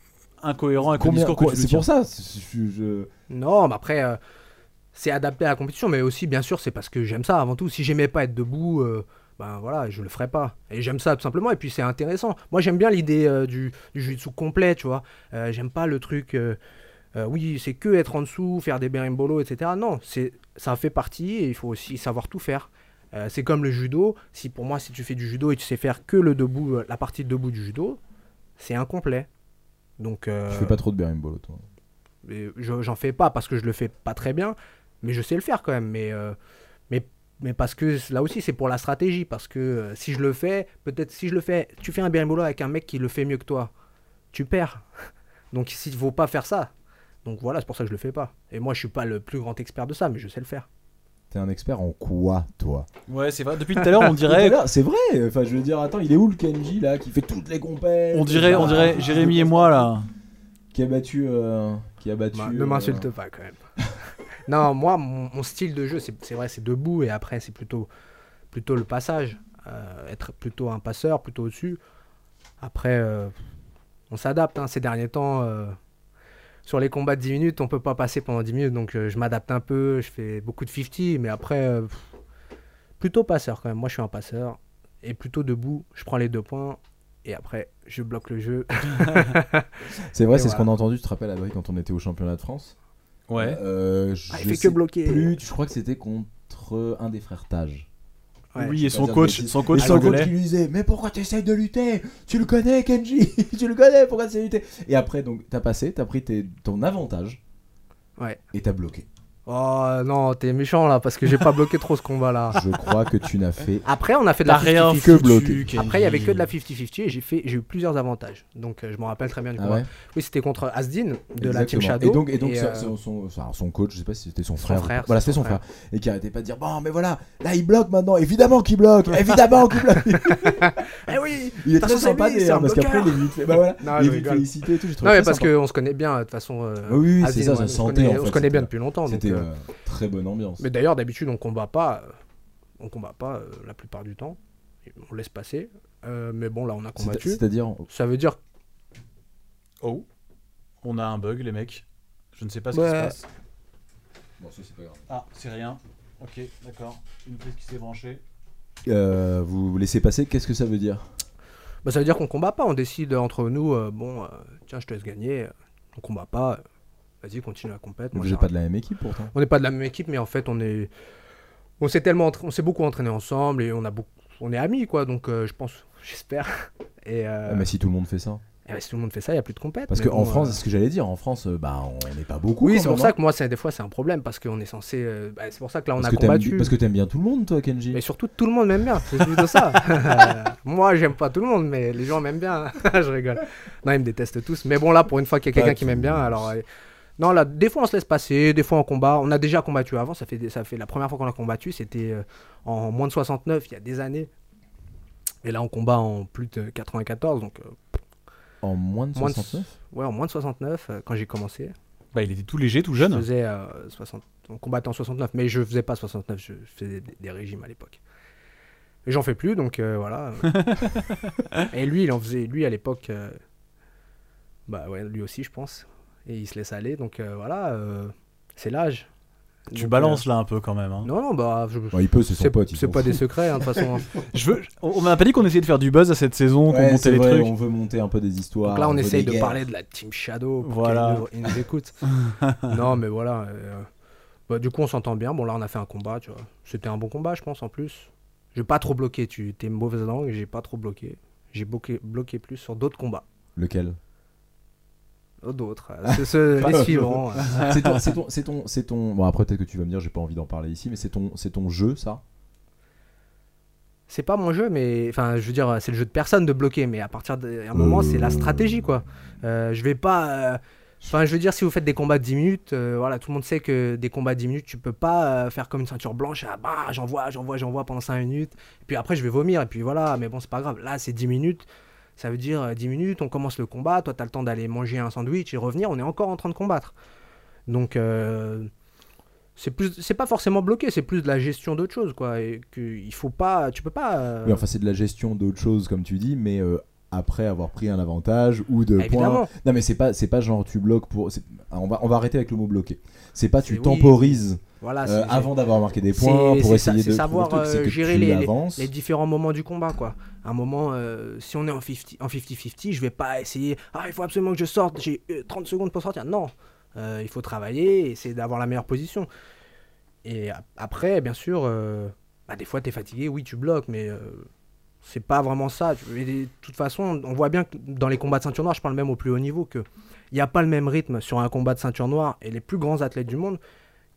Speaker 5: incohérent avec le
Speaker 4: Combien-
Speaker 5: discours que
Speaker 4: quoi,
Speaker 5: tu nous
Speaker 4: C'est
Speaker 5: tiens.
Speaker 4: pour ça. c'est- je- je-
Speaker 6: Non, mais après, euh, c'est adapté à la compétition, mais aussi, bien sûr, c'est parce que j'aime ça avant tout. Si j'aimais pas être debout, euh, ben voilà, je le ferais pas. Et j'aime ça tout simplement, et puis c'est intéressant. Moi, j'aime bien l'idée euh, du, du jiu-jitsu complet, tu vois. Euh, j'aime pas le truc, euh, euh, oui, c'est que être en dessous, faire des berimbolo, etc. Non, c'est ça fait partie, et il faut aussi savoir tout faire. Euh, c'est comme le judo. Si pour moi, si tu fais du judo et tu sais faire que le debout, euh, la partie debout du judo, c'est incomplet. Donc, euh,
Speaker 4: Tu fais pas trop de berimbolo, toi.
Speaker 6: mais je- j'en fais pas parce que je le fais pas très bien, mais je sais le faire quand même. Mais, euh, mais, mais parce que c- là aussi, c'est pour la stratégie. Parce que euh, si je le fais, peut-être si je le fais, tu fais un berimbolo avec un mec qui le fait mieux que toi, tu perds. Donc il vaut pas faire ça. Donc voilà, c'est pour ça que je le fais pas. Et moi, je suis pas le plus grand expert de ça, mais je sais le faire.
Speaker 4: T'es un expert en quoi, toi
Speaker 5: Ouais, c'est vrai. Depuis tout à l'heure, on
Speaker 4: Mais
Speaker 5: dirait,
Speaker 4: voilà, C'est vrai. Enfin, je veux dire, attends, il est où le Kenji là qui fait toutes les compètes Ah,
Speaker 5: on dirait, on dirait Jérémy et moi là.
Speaker 4: Qui a battu, euh, qui a battu.
Speaker 6: Bah, ne
Speaker 4: euh,
Speaker 6: m'insulte pas quand même. non, moi, mon, mon style de jeu, c'est c'est vrai, c'est debout et après, c'est plutôt, plutôt le passage. Euh, être plutôt un passeur, plutôt au-dessus. Après, euh, on s'adapte. hein. Ces derniers temps, euh, sur les combats de 10 minutes, on peut pas passer pendant 10 minutes. Donc, euh, je m'adapte un peu. Je fais beaucoup de 50, mais après, euh, pff, plutôt passeur quand même. Moi, je suis un passeur. Et plutôt debout, je prends les deux points. Et après, je bloque le jeu.
Speaker 4: euh, C'est vrai,
Speaker 6: Et
Speaker 4: c'est ce
Speaker 6: voilà.
Speaker 4: qu'on a entendu. Tu te rappelles, Abri, quand on était au championnat de France
Speaker 5: Ouais.
Speaker 4: Euh, je
Speaker 6: Ah, il fait
Speaker 4: sais
Speaker 6: que bloquer.
Speaker 4: Plus, je crois que c'était contre un des frères Tage.
Speaker 6: Ouais.
Speaker 5: oui, et
Speaker 4: je vais
Speaker 5: son
Speaker 4: dire
Speaker 5: coach,
Speaker 4: des bêtises.
Speaker 5: son
Speaker 4: Et
Speaker 5: coach
Speaker 4: son coach
Speaker 5: l'anglais.
Speaker 4: qui lui disait Mais pourquoi t'essayes de lutter Tu le connais, Kenji Tu le connais, pourquoi t'essayes de lutter Et après, donc, t'as passé, t'as pris tes- ton avantage.
Speaker 6: Ouais.
Speaker 4: Et t'as bloqué.
Speaker 6: Oh non, t'es méchant là, parce que j'ai pas bloqué trop ce combat là.
Speaker 4: Je crois que tu n'as fait
Speaker 6: Après, on a fait de
Speaker 5: T'as
Speaker 6: la
Speaker 5: rien
Speaker 6: 50-50.
Speaker 4: que bloqué.
Speaker 5: Kenji.
Speaker 6: Après, il y avait que de la 50-50 et j'ai fait, j'ai eu plusieurs avantages. Donc, euh, je m'en rappelle très bien du
Speaker 4: Ah
Speaker 6: combat.
Speaker 4: ouais
Speaker 6: Oui, c'était contre Asdin de la
Speaker 4: Exactement.
Speaker 6: Team Shadow.
Speaker 4: Et donc, et donc
Speaker 6: euh,
Speaker 4: son, son- son- alors, son coach, je sais pas si c'était son, frère. ou
Speaker 6: frère,
Speaker 4: pas. Voilà,
Speaker 6: c'est
Speaker 4: c'était
Speaker 6: son
Speaker 4: son frère. Et qui arrêtait pas de dire Bon, mais voilà, là il bloque maintenant, évidemment qu'il bloque, évidemment qu'il bloque.
Speaker 6: Eh oui
Speaker 4: Il est
Speaker 6: Parce
Speaker 4: très
Speaker 6: que c'est
Speaker 4: sympa
Speaker 6: lui,
Speaker 4: d'ailleurs,
Speaker 6: c'est un
Speaker 4: parce qu'après
Speaker 6: bloqueur.
Speaker 4: il est vite fait. Bah voilà,
Speaker 6: Non,
Speaker 4: il
Speaker 6: je
Speaker 4: est vite
Speaker 6: rigole.
Speaker 4: félicité et tout. j'ai trouvé
Speaker 6: Non, mais
Speaker 4: très
Speaker 6: parce
Speaker 4: sympa.
Speaker 6: qu'on se connaît bien, de toute façon. euh,
Speaker 4: Oui, oui, c'est
Speaker 6: Asdin,
Speaker 4: ça,
Speaker 6: ouais,
Speaker 4: ça
Speaker 6: on
Speaker 4: se
Speaker 6: se
Speaker 4: sentait,
Speaker 6: connaît-
Speaker 4: en
Speaker 6: On se
Speaker 4: fait,
Speaker 6: connaît bien
Speaker 4: c'était-
Speaker 6: depuis longtemps. donc,
Speaker 4: C'était
Speaker 6: euh,
Speaker 4: euh, très bonne ambiance.
Speaker 6: Mais d'ailleurs, d'habitude, on combat pas. euh, On combat pas euh, la plupart du temps. On laisse passer. Euh, mais bon, là, on a
Speaker 4: C'est-
Speaker 6: combattu.
Speaker 4: C'est-à-dire,
Speaker 6: Ça veut dire.
Speaker 5: Oh. On a un bug, les mecs. Je ne sais pas ce
Speaker 6: Ouais.
Speaker 5: qui se passe.
Speaker 4: Bon, ça, c'est pas grave.
Speaker 5: Ah, c'est rien. Ok, d'accord. Une prise qui s'est branchée.
Speaker 4: Euh, vous laissez passer, qu'est-ce que ça veut dire
Speaker 6: Bah, ça veut dire qu'on combat pas. On décide entre nous, euh, bon, euh, tiens, je te laisse gagner. euh, On combat pas. euh, Vas-y, continue la compète. moi, Euh,
Speaker 4: Vous n'êtes
Speaker 6: j'arrête.
Speaker 4: pas de la même équipe pourtant.
Speaker 6: on n'est pas de la même équipe, mais en fait, on est, on s'est tellement, entra- on s'est beaucoup entraîné ensemble et on a beaucoup, on est amis, quoi. Donc, euh, je pense, j'espère. Et, euh,
Speaker 4: Ah, Mais si tout le monde fait ça.
Speaker 6: eh ben, si tout le monde fait ça, il n'y a plus de compète.
Speaker 4: Parce
Speaker 6: mais
Speaker 4: qu'en
Speaker 6: bon,
Speaker 4: France,
Speaker 6: euh,
Speaker 4: c'est ce que j'allais dire, en France, euh, bah on n'est pas beaucoup.
Speaker 6: oui,
Speaker 4: quand
Speaker 6: c'est pour
Speaker 4: même,
Speaker 6: ça
Speaker 4: hein.
Speaker 6: que moi, c'est des fois, c'est un problème parce qu'on est censé, euh, bah, c'est pour ça que là, on
Speaker 4: Parce
Speaker 6: a
Speaker 4: que t'aimes-
Speaker 6: combattu.
Speaker 4: Parce que t'aimes bien tout le monde, toi, Kenji.
Speaker 6: Mais surtout, tout le monde m'aime bien. C'est plutôt ça. Euh, moi, j'aime pas tout le monde, mais les gens m'aiment bien. je rigole. Non, ils me détestent tous. Mais bon, là, pour une fois qu'il y a
Speaker 4: Pas
Speaker 6: quelqu'un qui
Speaker 4: tous.
Speaker 6: m'aime bien, alors. euh, Non, là, des fois on se laisse passer, des fois on combat. On a déjà combattu avant, ça fait, des- ça fait la première fois qu'on a combattu, c'était euh, en moins de 69, il y a des années. Et là, on combat en plus de 94, donc euh,
Speaker 4: En moins de
Speaker 6: Moins de-
Speaker 4: 69
Speaker 6: ouais, en moins de 69, euh, quand j'ai commencé.
Speaker 5: Bah, il était tout léger, tout
Speaker 6: Je
Speaker 5: jeune.
Speaker 6: faisais euh, 60... On combattait en 69, mais je faisais pas 69, je faisais des, des régimes à l'époque. Et j'en fais plus, donc euh, voilà. et lui, il en faisait, lui à l'époque, euh, bah ouais, lui aussi, je pense. Et il se laisse aller, donc euh, voilà, euh, c'est l'âge.
Speaker 5: Tu
Speaker 6: Donc,
Speaker 5: balances là un peu quand même. hein.
Speaker 6: euh, Non, non, bah. je-
Speaker 4: Bon, il peut, c'est son
Speaker 6: C'est
Speaker 4: pote. il
Speaker 6: c'est
Speaker 4: s'en
Speaker 6: pas des
Speaker 4: fout.
Speaker 6: secrets, hein, de toute façon.
Speaker 5: Je veux... On on m'a pas dit qu'on essayait de faire du buzz à cette saison, qu'on
Speaker 4: Ouais,
Speaker 5: montait
Speaker 4: c'est
Speaker 5: les
Speaker 4: vrai,
Speaker 5: trucs.
Speaker 4: On veut monter un peu des histoires.
Speaker 6: Donc là, on
Speaker 4: veut
Speaker 6: essaye
Speaker 4: des
Speaker 6: de
Speaker 4: guerres.
Speaker 6: parler de la Team Shadow pour
Speaker 5: Voilà.
Speaker 6: qu'ils nous- ils nous, écoutent. non, mais voilà. euh, bah, du coup, on s'entend bien. Bon, là, on a fait un combat, tu vois. C'était un bon combat, je pense, en plus. J'ai pas trop bloqué. Tu t'es mauvaise langue, j'ai pas trop bloqué. J'ai bloqué, bloqué plus sur d'autres combats.
Speaker 4: Lequel
Speaker 6: D'autres. euh, c'est ceux-
Speaker 4: Pas
Speaker 6: les
Speaker 4: eux.
Speaker 6: suivants. euh.
Speaker 4: C'est ton, c'est ton, c'est ton, c'est ton- Bon après peut-être que tu vas me dire, j'ai pas envie d'en parler ici, mais c'est ton, c'est ton jeu ça.
Speaker 6: C'est pas mon jeu, mais. Enfin, je veux dire, c'est le jeu de personne de bloquer, mais à partir d'un moment, c'est la stratégie, quoi. Euh, je vais pas. euh, Enfin, je veux dire, si vous faites des combats de 10 minutes, euh, voilà, tout le monde sait que des combats de 10 minutes, tu peux pas euh, faire comme une ceinture blanche, ah bah, j'envoie, j'envoie, j'envoie pendant 5 minutes, et puis après, je vais vomir, et puis voilà, mais bon, c'est pas grave. Là, c'est 10 minutes, ça veut dire euh, 10 minutes, on commence le combat, toi, t'as le temps d'aller manger un sandwich et revenir, on est encore en train de combattre. Donc, euh, c'est plus, c'est pas forcément bloqué, c'est plus de la gestion d'autre chose, quoi, et qu'il faut pas, tu peux pas. euh,
Speaker 4: Oui, enfin c'est de la gestion d'autre chose comme tu dis, mais euh, après avoir pris un avantage ou de points.
Speaker 6: évidemment.
Speaker 4: Non mais c'est pas, c'est pas genre tu bloques pour. c'est- ah, On va, on va arrêter avec le mot bloquer. C'est pas tu
Speaker 6: C'est oui.
Speaker 4: temporises
Speaker 6: Voilà,
Speaker 4: euh,
Speaker 6: c'est-
Speaker 4: avant d'avoir marqué des points
Speaker 6: c'est-
Speaker 4: pour
Speaker 6: c'est ça,
Speaker 4: essayer
Speaker 6: c'est
Speaker 4: de.
Speaker 6: savoir,
Speaker 4: trouver le truc, c'est
Speaker 6: euh,
Speaker 4: que
Speaker 6: gérer
Speaker 4: tu
Speaker 6: les- les-
Speaker 4: avances.
Speaker 6: les différents moments du combat quoi. Un moment, euh, si on est en 50-50, en 50-50, je vais pas essayer, ah il faut absolument que je sorte, j'ai euh, 30 secondes pour sortir. Non, Euh, il faut travailler, et essayer d'avoir la meilleure position. Et a- après, bien sûr, euh, bah, des fois t'es fatigué, oui tu bloques, mais euh, c'est pas vraiment ça. Tu- et De toute façon, on voit bien que dans les combats de ceinture noire, je parle même au plus haut niveau, que il n'y a pas le même rythme sur un combat de ceinture noire et les plus grands athlètes du monde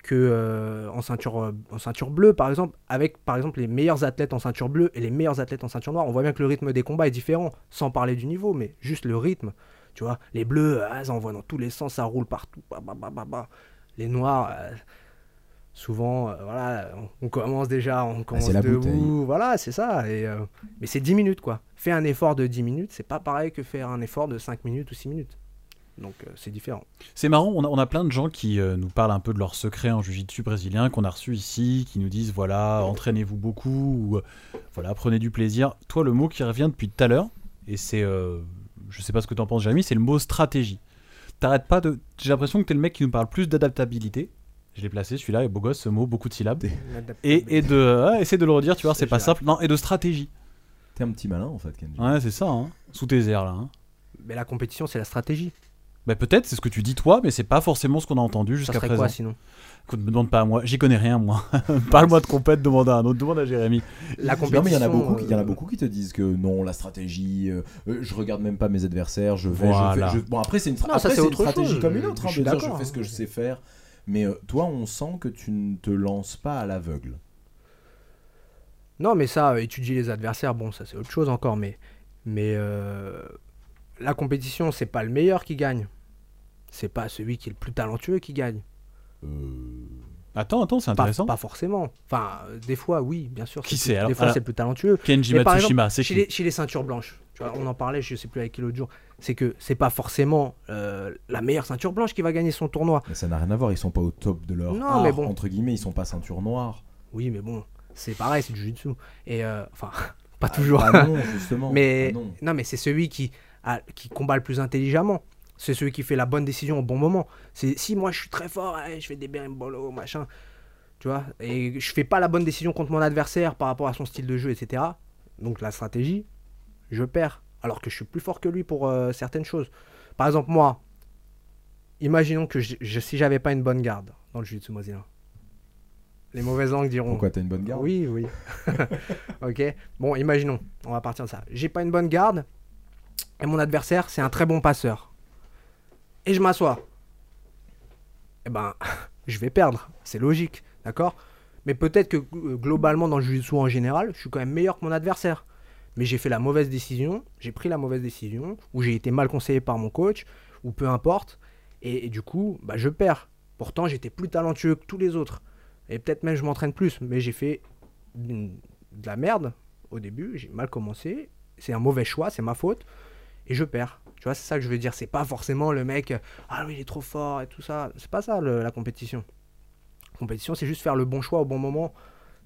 Speaker 6: que euh, en ceinture euh, en ceinture bleue par exemple avec par exemple les meilleurs athlètes en ceinture bleue et les meilleurs athlètes en ceinture noire on voit bien que le rythme des combats est différent sans parler du niveau mais juste le rythme tu vois les bleus ah, ça envoie dans tous les sens ça roule partout bah, bah, bah, bah, bah. les noirs euh, souvent euh, voilà on, on commence déjà on commence
Speaker 4: Ah, la
Speaker 6: debout
Speaker 4: bouteille.
Speaker 6: voilà c'est ça et euh, mais c'est 10 minutes quoi faire un effort de 10 minutes c'est pas pareil que faire un effort de 5 minutes ou 6 minutes donc euh, c'est différent
Speaker 5: C'est marrant, on a, on a plein de gens qui euh, nous parlent un peu de leurs secrets en jiu-jitsu brésilien qu'on a reçus ici, qui nous disent voilà, entraînez-vous beaucoup, ou euh, voilà, prenez du plaisir. Toi, le mot qui revient depuis tout à l'heure, et c'est, euh, je sais pas ce que t'en penses, Jérémy, c'est le mot stratégie. T'arrêtes pas de. J'ai l'impression que t'es le mec qui nous parle plus d'adaptabilité. Je l'ai placé celui-là, et beau gosse, ce mot, beaucoup de syllabes. Et, et de. ah, essaie de le redire, tu vois, c'est pas simple. Non, et de stratégie.
Speaker 4: T'es un petit malin en fait, Kenji.
Speaker 5: Ouais, c'est ça, hein. Sous tes airs, là. hein.
Speaker 6: Mais la compétition, c'est la stratégie.
Speaker 5: Bah, peut-être, c'est ce que tu dis toi, mais c'est pas forcément ce qu'on a entendu
Speaker 6: Ça
Speaker 5: jusqu'à
Speaker 6: serait
Speaker 5: présent.
Speaker 6: quoi sinon
Speaker 5: Écoute, me demande pas à moi, j'y connais rien moi. Parle-moi de compète, demande à un autre, demande à Jérémy.
Speaker 6: La
Speaker 4: Non mais il y en a
Speaker 6: compétition,
Speaker 4: beaucoup, qui- il y en a
Speaker 6: euh,
Speaker 4: beaucoup qui te disent que non, la stratégie, euh, euh, je regarde même pas mes adversaires, je vais,
Speaker 5: Voilà.
Speaker 4: je vais, je- Bon après c'est une, stra-
Speaker 6: Non, ça,
Speaker 4: après,
Speaker 6: c'est
Speaker 4: c'est une
Speaker 6: autre
Speaker 4: stratégie
Speaker 6: chose.
Speaker 4: comme une autre, hein,
Speaker 6: Je suis
Speaker 4: de dire je
Speaker 6: d'accord,
Speaker 4: fais
Speaker 6: hein.
Speaker 4: ce que je sais faire. Mais euh, toi, on sent que tu ne te lances pas à l'aveugle.
Speaker 6: Non, mais ça, euh, étudier les adversaires, bon, ça c'est autre chose encore, mais, mais euh, la compétition, c'est pas le meilleur qui gagne. C'est pas celui qui est le plus talentueux qui gagne.
Speaker 4: Euh,
Speaker 5: Attends, attends, c'est
Speaker 6: Pas,
Speaker 5: intéressant.
Speaker 6: pas forcément. Enfin, euh, des fois, oui, bien sûr.
Speaker 5: Qui
Speaker 6: plus-
Speaker 5: c'est, alors
Speaker 6: Des fois,
Speaker 4: Ah.
Speaker 5: Alors-
Speaker 6: c'est le plus talentueux.
Speaker 5: Kenji
Speaker 6: Mais par
Speaker 5: Matsushima, c'est
Speaker 6: chez
Speaker 5: qui
Speaker 6: les, chez les ceintures blanches, tu vois, on en parlait, je sais plus avec qui l'autre jour, c'est que c'est pas forcément euh, la meilleure ceinture blanche qui va gagner son tournoi.
Speaker 4: Mais ça n'a rien à voir, ils sont pas au top de leur
Speaker 6: Non,
Speaker 4: art,
Speaker 6: mais bon.
Speaker 4: entre guillemets, ils sont pas ceinture noire.
Speaker 6: Oui, mais bon, c'est pareil, c'est du jujitsu. Et euh, enfin, pas toujours.
Speaker 4: Ah non, justement.
Speaker 6: mais
Speaker 4: Ah
Speaker 6: non.
Speaker 4: non.
Speaker 6: mais c'est celui qui, a- qui combat le plus intelligemment. C'est celui qui fait la bonne décision au bon moment. C'est si moi je suis très fort, eh, je fais des berimbolo, machin. Tu vois, et je fais pas la bonne décision contre mon adversaire par rapport à son style de jeu, etc. Donc la stratégie, je perds. Alors que je suis plus fort que lui pour euh, certaines choses. Par exemple, moi, imaginons que je, je- si j'avais pas une bonne garde dans le jiu-jitsu mozilla, les mauvaises langues diront.
Speaker 4: Pourquoi t'as une bonne garde
Speaker 6: Oui, oui. ok. Bon, imaginons, on va partir de ça. J'ai pas une bonne garde et mon adversaire, c'est un très bon passeur. Et je m'assois. Eh ben, je vais perdre. C'est logique, d'accord Mais peut-être que euh, globalement, dans le jiu-jitsu en général, je suis quand même meilleur que mon adversaire. Mais j'ai fait la mauvaise décision, j'ai pris la mauvaise décision, ou j'ai été mal conseillé par mon coach, ou peu importe. Et, et du coup, bah, je perds. Pourtant, j'étais plus talentueux que tous les autres. Et peut-être même je m'entraîne plus, mais j'ai fait une- de la merde au début, j'ai mal commencé, c'est un mauvais choix, c'est ma faute, et je perds. Tu vois, c'est ça que je veux dire, c'est pas forcément le mec, ah oui, il est trop fort et tout ça, c'est pas ça le- la compétition. La compétition, c'est juste faire le bon choix au bon moment.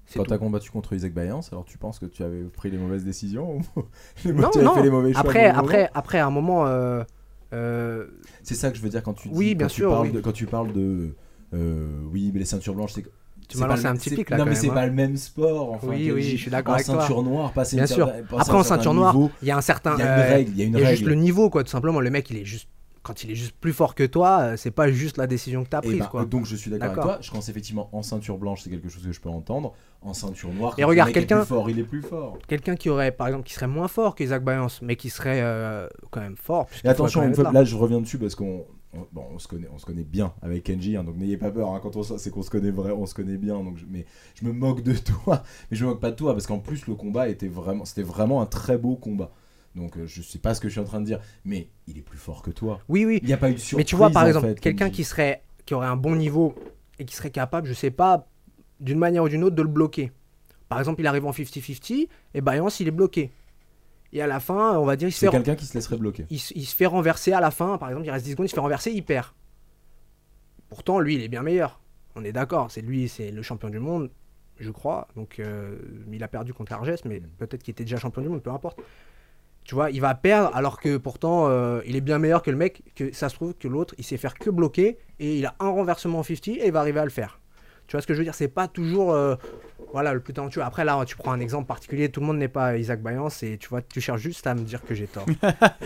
Speaker 6: C'est
Speaker 4: Quand
Speaker 6: tout.
Speaker 4: t'as combattu contre Isaac Bayance, alors tu penses que tu avais pris les mauvaises décisions ou tu
Speaker 6: Non,
Speaker 4: avais
Speaker 6: non.
Speaker 4: fait les mauvais choix
Speaker 6: Après,
Speaker 4: au bon moment
Speaker 6: après, après, à un moment, euh, euh,
Speaker 4: C'est ça que je veux dire quand tu dis,
Speaker 6: Oui, bien
Speaker 4: quand tu
Speaker 6: sûr,
Speaker 4: parles
Speaker 6: oui.
Speaker 4: de, quand tu parles de euh, oui, mais les ceintures blanches, c'est.
Speaker 6: Tu
Speaker 4: c'est
Speaker 6: m'as
Speaker 4: pas
Speaker 6: lancé
Speaker 4: le-
Speaker 6: un petit
Speaker 4: c'est-
Speaker 6: pic, là,
Speaker 4: Non,
Speaker 6: quand
Speaker 4: mais
Speaker 6: même,
Speaker 4: c'est
Speaker 6: hein.
Speaker 4: pas le même sport. Enfin,
Speaker 6: Oui,
Speaker 4: je
Speaker 6: oui,
Speaker 4: dis,
Speaker 6: je suis d'accord
Speaker 4: En
Speaker 6: avec toi.
Speaker 4: ceinture noire, passer
Speaker 6: Bien
Speaker 4: une
Speaker 6: sûr.
Speaker 4: certaine- passer
Speaker 6: Après,
Speaker 4: un
Speaker 6: en
Speaker 4: certain
Speaker 6: ceinture noire,
Speaker 4: niveau,
Speaker 6: il y a un certain.
Speaker 4: il y a
Speaker 6: euh,
Speaker 4: une règle. Il y a une
Speaker 6: Il y a juste le
Speaker 4: règle.
Speaker 6: niveau, quoi, tout simplement. Le mec, il est juste. Quand il est juste plus fort que toi, euh, c'est pas juste la décision que t'as
Speaker 4: Et
Speaker 6: prise,
Speaker 4: bah,
Speaker 6: quoi.
Speaker 4: donc je suis d'accord avec
Speaker 6: D'accord.
Speaker 4: toi. Je pense effectivement en ceinture blanche c'est quelque chose que je peux entendre. En ceinture noire,
Speaker 6: Et
Speaker 4: quand le
Speaker 6: regarde,
Speaker 4: mec est
Speaker 6: quelqu'un-
Speaker 4: plus fort, il est plus fort.
Speaker 6: Quelqu'un qui aurait, par exemple, qui serait moins fort qu'Isaac Bayance, mais qui serait euh, quand même fort. puisqu'il
Speaker 4: Et attention,
Speaker 6: pourrait
Speaker 4: une
Speaker 6: quand
Speaker 4: fois-
Speaker 6: même
Speaker 4: là je reviens dessus parce qu'on on- bon, on se connaît, on se connaît bien avec Kenji, hein, donc n'ayez pas peur. hein, quand on sort, c'est qu'on se connaît vrai, on se connaît bien. Donc je- mais je me moque de toi, mais je me moque pas de toi parce qu'en plus le combat était vraiment, c'était vraiment un très beau combat. Donc euh, je sais pas ce que je suis en train de dire, mais il est plus fort que toi.
Speaker 6: Oui, oui.
Speaker 4: Il n'y a pas eu de surprise.
Speaker 6: Mais tu vois, par
Speaker 4: en
Speaker 6: exemple,
Speaker 4: fait,
Speaker 6: quelqu'un
Speaker 4: Kenji.
Speaker 6: qui serait, qui aurait un bon niveau et qui serait capable, je sais pas, d'une manière ou d'une autre, de le bloquer. Par exemple, il arrive en 50-50 et Bayance, il est bloqué. Et à la fin, on va dire, il se
Speaker 4: c'est
Speaker 6: fait,
Speaker 4: quelqu'un qui se laisserait bloquer.
Speaker 6: il, se- il se fait renverser à la fin. Par exemple, il reste 10 secondes, il se fait renverser, il perd. Pourtant, lui, il est bien meilleur. On est d'accord, c'est lui, c'est le champion du monde, je crois. Donc, euh, il a perdu contre Arges, mais
Speaker 5: Mm.
Speaker 6: peut-être qu'il était déjà champion du monde, peu importe. Tu vois, il va perdre alors que pourtant, euh, il est bien meilleur que le mec. Que ça se trouve que l'autre, il sait faire que bloquer et il a un renversement en 50 et il va arriver à le faire. Tu vois ce que je veux dire C'est pas toujours euh, voilà, le plus talentueux. Après, là, tu prends un exemple particulier. Tout le monde n'est pas Isaac Bayance et tu vois, tu cherches juste à me dire que j'ai tort.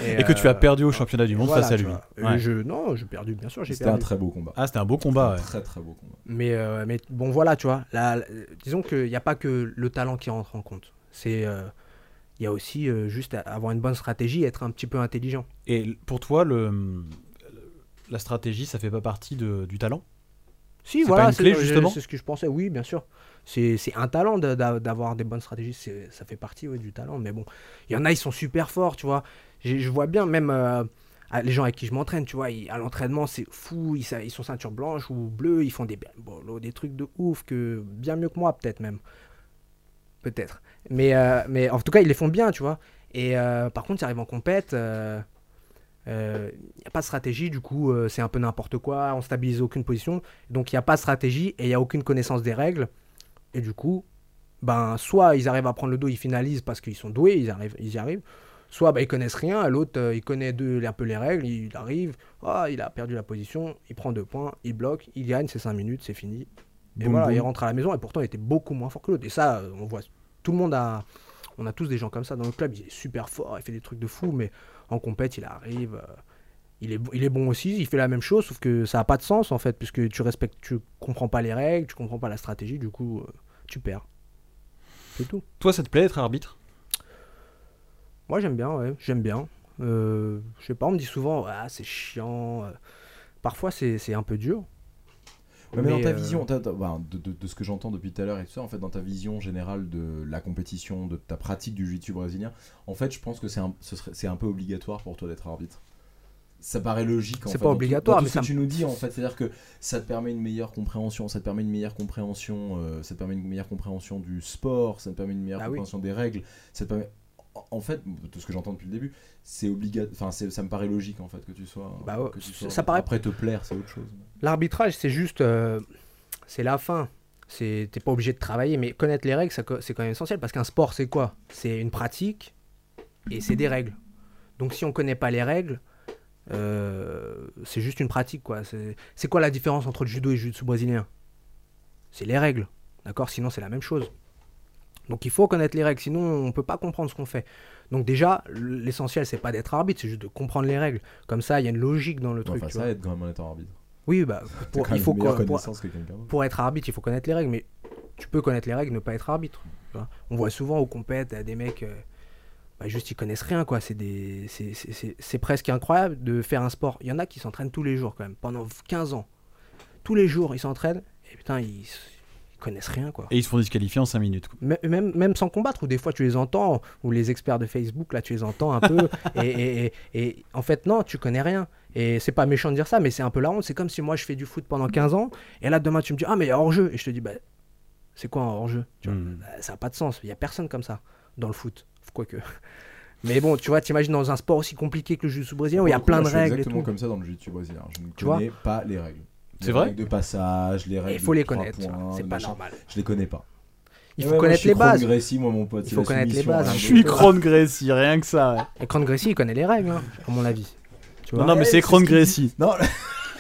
Speaker 5: Et que tu as
Speaker 6: euh,
Speaker 5: perdu au championnat du monde
Speaker 6: voilà,
Speaker 5: face à
Speaker 6: tu
Speaker 5: lui.
Speaker 6: vois. Et
Speaker 5: Ouais.
Speaker 6: je- non, j'ai perdu, bien sûr, j'ai
Speaker 4: C'était un
Speaker 6: perdu.
Speaker 4: très beau combat.
Speaker 5: Ah, c'était un beau combat.
Speaker 4: Un
Speaker 5: ouais.
Speaker 4: Très très beau combat.
Speaker 6: Mais, euh, mais bon, voilà, tu vois. la- la- disons qu'il n'y a pas que le talent qui rentre en compte. C'est, euh, il y a aussi euh, juste à- avoir une bonne stratégie, être un petit peu intelligent.
Speaker 5: Et l- pour toi, le, la stratégie, ça fait pas partie de- du talent
Speaker 6: Si,
Speaker 5: C'est
Speaker 6: voilà,
Speaker 5: pas une
Speaker 6: c'est,
Speaker 5: clé,
Speaker 6: je-
Speaker 5: justement
Speaker 6: c'est ce que je pensais. Oui, bien sûr. C'est, c'est un talent de- d'a- d'avoir des bonnes stratégies. c'est- ça fait partie ouais, du talent. Mais bon, il y en a, ils sont super forts, tu vois. J'ai- je vois bien, même euh, à- les gens avec qui je m'entraîne, tu vois, ils- à l'entraînement, c'est fou. Ils, sa- ils sont ceinture blanche ou bleue. Ils font des belles bolos, des trucs de ouf, que bien mieux que moi, peut-être même. Peut-être. Mais, euh, mais en tout cas, ils les font bien, tu vois. Et euh, par contre, ils arrivent en compète. euh, euh, il n'y a pas de stratégie, du coup, euh, c'est un peu n'importe quoi, on stabilise aucune position, donc il n'y a pas de stratégie et il n'y a aucune connaissance des règles. Et du coup, ben, soit ils arrivent à prendre le dos, ils finalisent parce qu'ils sont doués, ils, arrivent, ils y arrivent, soit ben, ils connaissent rien, l'autre euh, il connaît deux, un peu les règles, il arrive, ah, il a perdu la position, il prend deux points, il bloque, il gagne, c'est cinq minutes, c'est fini. Et
Speaker 4: Boum,
Speaker 6: voilà,
Speaker 4: boum.
Speaker 6: il rentre à la maison et pourtant il était beaucoup moins fort que l'autre. Et ça, euh, on voit, tout le monde a. On a tous des gens comme ça dans le club, il est super fort, il fait des trucs de fou, mais en compète, il arrive. euh, il est, bon- il est bon aussi, il fait la même chose, sauf que ça n'a pas de sens en fait, puisque tu respectes, tu comprends pas les règles, tu comprends pas la stratégie, du coup, euh, tu perds. C'est tout.
Speaker 5: Toi, ça te plaît être arbitre
Speaker 6: Moi j'aime bien, ouais, j'aime bien. Euh, je sais pas, on me dit souvent, ah c'est chiant. euh. Parfois c'est c'est un peu dur.
Speaker 4: Ouais, mais, dans
Speaker 6: Mais,
Speaker 4: ta
Speaker 6: euh,
Speaker 4: vision, t'as- t'as- bah, de, de- de ce que j'entends depuis tout à l'heure et tout ça, en fait, dans ta vision générale de la compétition, de ta pratique du jiu-jitsu brésilien, en fait, je pense que c'est un, ce serait- c'est un peu obligatoire pour toi d'être arbitre. Ça paraît logique. en
Speaker 6: C'est
Speaker 4: fait,
Speaker 6: pas
Speaker 4: dans tout-
Speaker 6: obligatoire,
Speaker 4: dans
Speaker 6: mais
Speaker 4: tout
Speaker 6: ça
Speaker 4: ce que
Speaker 6: me-
Speaker 4: tu nous dis, en fait, c'est-à-dire que ça te permet une meilleure compréhension, ça te permet une meilleure compréhension, euh, ça te permet une meilleure compréhension du sport, ça te permet une meilleure
Speaker 6: Bah oui.
Speaker 4: compréhension des règles, ça te permet. en- En fait, de ce que j'entends depuis le début, c'est obligatoire. Enfin, c'est- ça me paraît logique en fait que tu sois.
Speaker 6: Bah ouais,
Speaker 4: que tu
Speaker 6: ça-
Speaker 4: sois-
Speaker 6: ça paraît-
Speaker 4: Après te plaire, c'est autre chose.
Speaker 6: L'arbitrage c'est juste, euh, c'est la fin. C'est- T'es pas obligé de travailler, mais connaître les règles ça co- c'est quand même essentiel, parce qu'un sport c'est quoi C'est une pratique et c'est des règles. Donc si on connaît pas les règles, euh, c'est juste une pratique quoi. C'est c'est quoi la différence entre le judo et le jiu-jitsu brésilien C'est les règles, d'accord Sinon c'est la même chose. Donc il faut connaître les règles, sinon on peut pas comprendre ce qu'on fait. Donc déjà l- l'essentiel c'est pas d'être arbitre, c'est juste de comprendre les règles. Comme ça il y a une logique dans le
Speaker 4: Ouais,
Speaker 6: truc.
Speaker 4: enfin,
Speaker 6: tu
Speaker 4: ça
Speaker 6: vois.
Speaker 4: aide quand même en étant arbitre.
Speaker 6: Oui bah pour-
Speaker 4: T'as quand
Speaker 6: il
Speaker 4: même
Speaker 6: faut
Speaker 4: une meilleure
Speaker 6: qu'on- pour-
Speaker 4: connaissance que quelqu'un d'autre.
Speaker 6: pour être arbitre, il faut connaître les règles, mais tu peux connaître les règles, ne pas être arbitre. tu vois. On voit souvent aux compètes euh, des mecs, euh, bah, juste ils connaissent rien, quoi. C'est des, c'est- c'est- c'est- c'est presque incroyable de faire un sport. Il y en a qui s'entraînent tous les jours, quand même, pendant 15 ans. Tous les jours, ils s'entraînent, et putain, ils, ils connaissent rien, quoi.
Speaker 5: Et ils se font disqualifier en 5 minutes. quoi.
Speaker 6: M- Même, même sans combattre, ou des fois tu les entends, ou les experts de Facebook, là tu les entends un peu, et, et- et- et en fait non, tu connais rien. Et c'est pas méchant de dire ça, mais c'est un peu la honte. C'est comme si moi je fais du foot pendant 15 ans, et là demain tu me dis Ah, mais il y a hors-jeu. Et je te dis Bah, c'est quoi un hors-jeu Tu vois,
Speaker 5: Mm.
Speaker 6: bah, Ça n'a pas de sens, il n'y a personne comme ça dans le foot, quoique. Mais bon, tu vois, t'imagines dans un sport aussi compliqué que le jiu-jitsu brésilien où il y a
Speaker 4: Pour le coup,
Speaker 6: plein de
Speaker 4: moi, je suis
Speaker 6: règles et
Speaker 4: Exactement
Speaker 6: tout.
Speaker 4: comme ça dans le jiu-jitsu brésilien. Je ne
Speaker 6: Tu
Speaker 4: connais pas les règles.
Speaker 5: C'est
Speaker 4: Les
Speaker 5: vrai
Speaker 4: règles de passage, les règles.
Speaker 6: Il faut
Speaker 4: de
Speaker 6: les
Speaker 4: trois
Speaker 6: connaître, tu vois,
Speaker 4: points,
Speaker 6: c'est
Speaker 4: de
Speaker 6: pas
Speaker 4: machin.
Speaker 6: normal.
Speaker 4: Je les connais pas.
Speaker 6: Il
Speaker 4: Et
Speaker 6: faut
Speaker 4: ouais, moi,
Speaker 6: connaître
Speaker 4: je suis
Speaker 6: les bases.
Speaker 4: Chrome Gracie, moi, mon pote.
Speaker 6: Il
Speaker 4: c'est
Speaker 6: faut
Speaker 4: la
Speaker 6: connaître les
Speaker 4: soumission,
Speaker 6: bases.
Speaker 4: hein.
Speaker 5: Je
Speaker 6: Je
Speaker 5: suis
Speaker 6: suis
Speaker 5: Cron Gracie, rien que ça.
Speaker 6: Et Cron Gracie, il connaît les règles, hein, à mon avis. Tu vois
Speaker 5: Non, non, mais
Speaker 4: Ouais,
Speaker 5: c'est
Speaker 4: c'est
Speaker 5: Cron
Speaker 4: ce qu'il
Speaker 5: Gracie.
Speaker 4: Non,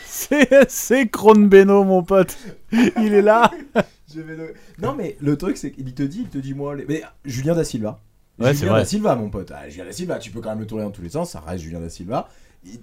Speaker 5: C'est- C'est Cronbeno, mon pote. Il est là.
Speaker 4: Je vais le- Non, mais le truc, c'est qu'il te dit, il te dit, moi, les- mais Julien Da Silva.
Speaker 5: Ouais, c'est
Speaker 4: Julien
Speaker 5: vrai.
Speaker 4: Da Silva, mon pote. Ah, Julien Da Silva, tu peux quand même le tourner dans tous les sens, ça reste Julien Da Silva. Il,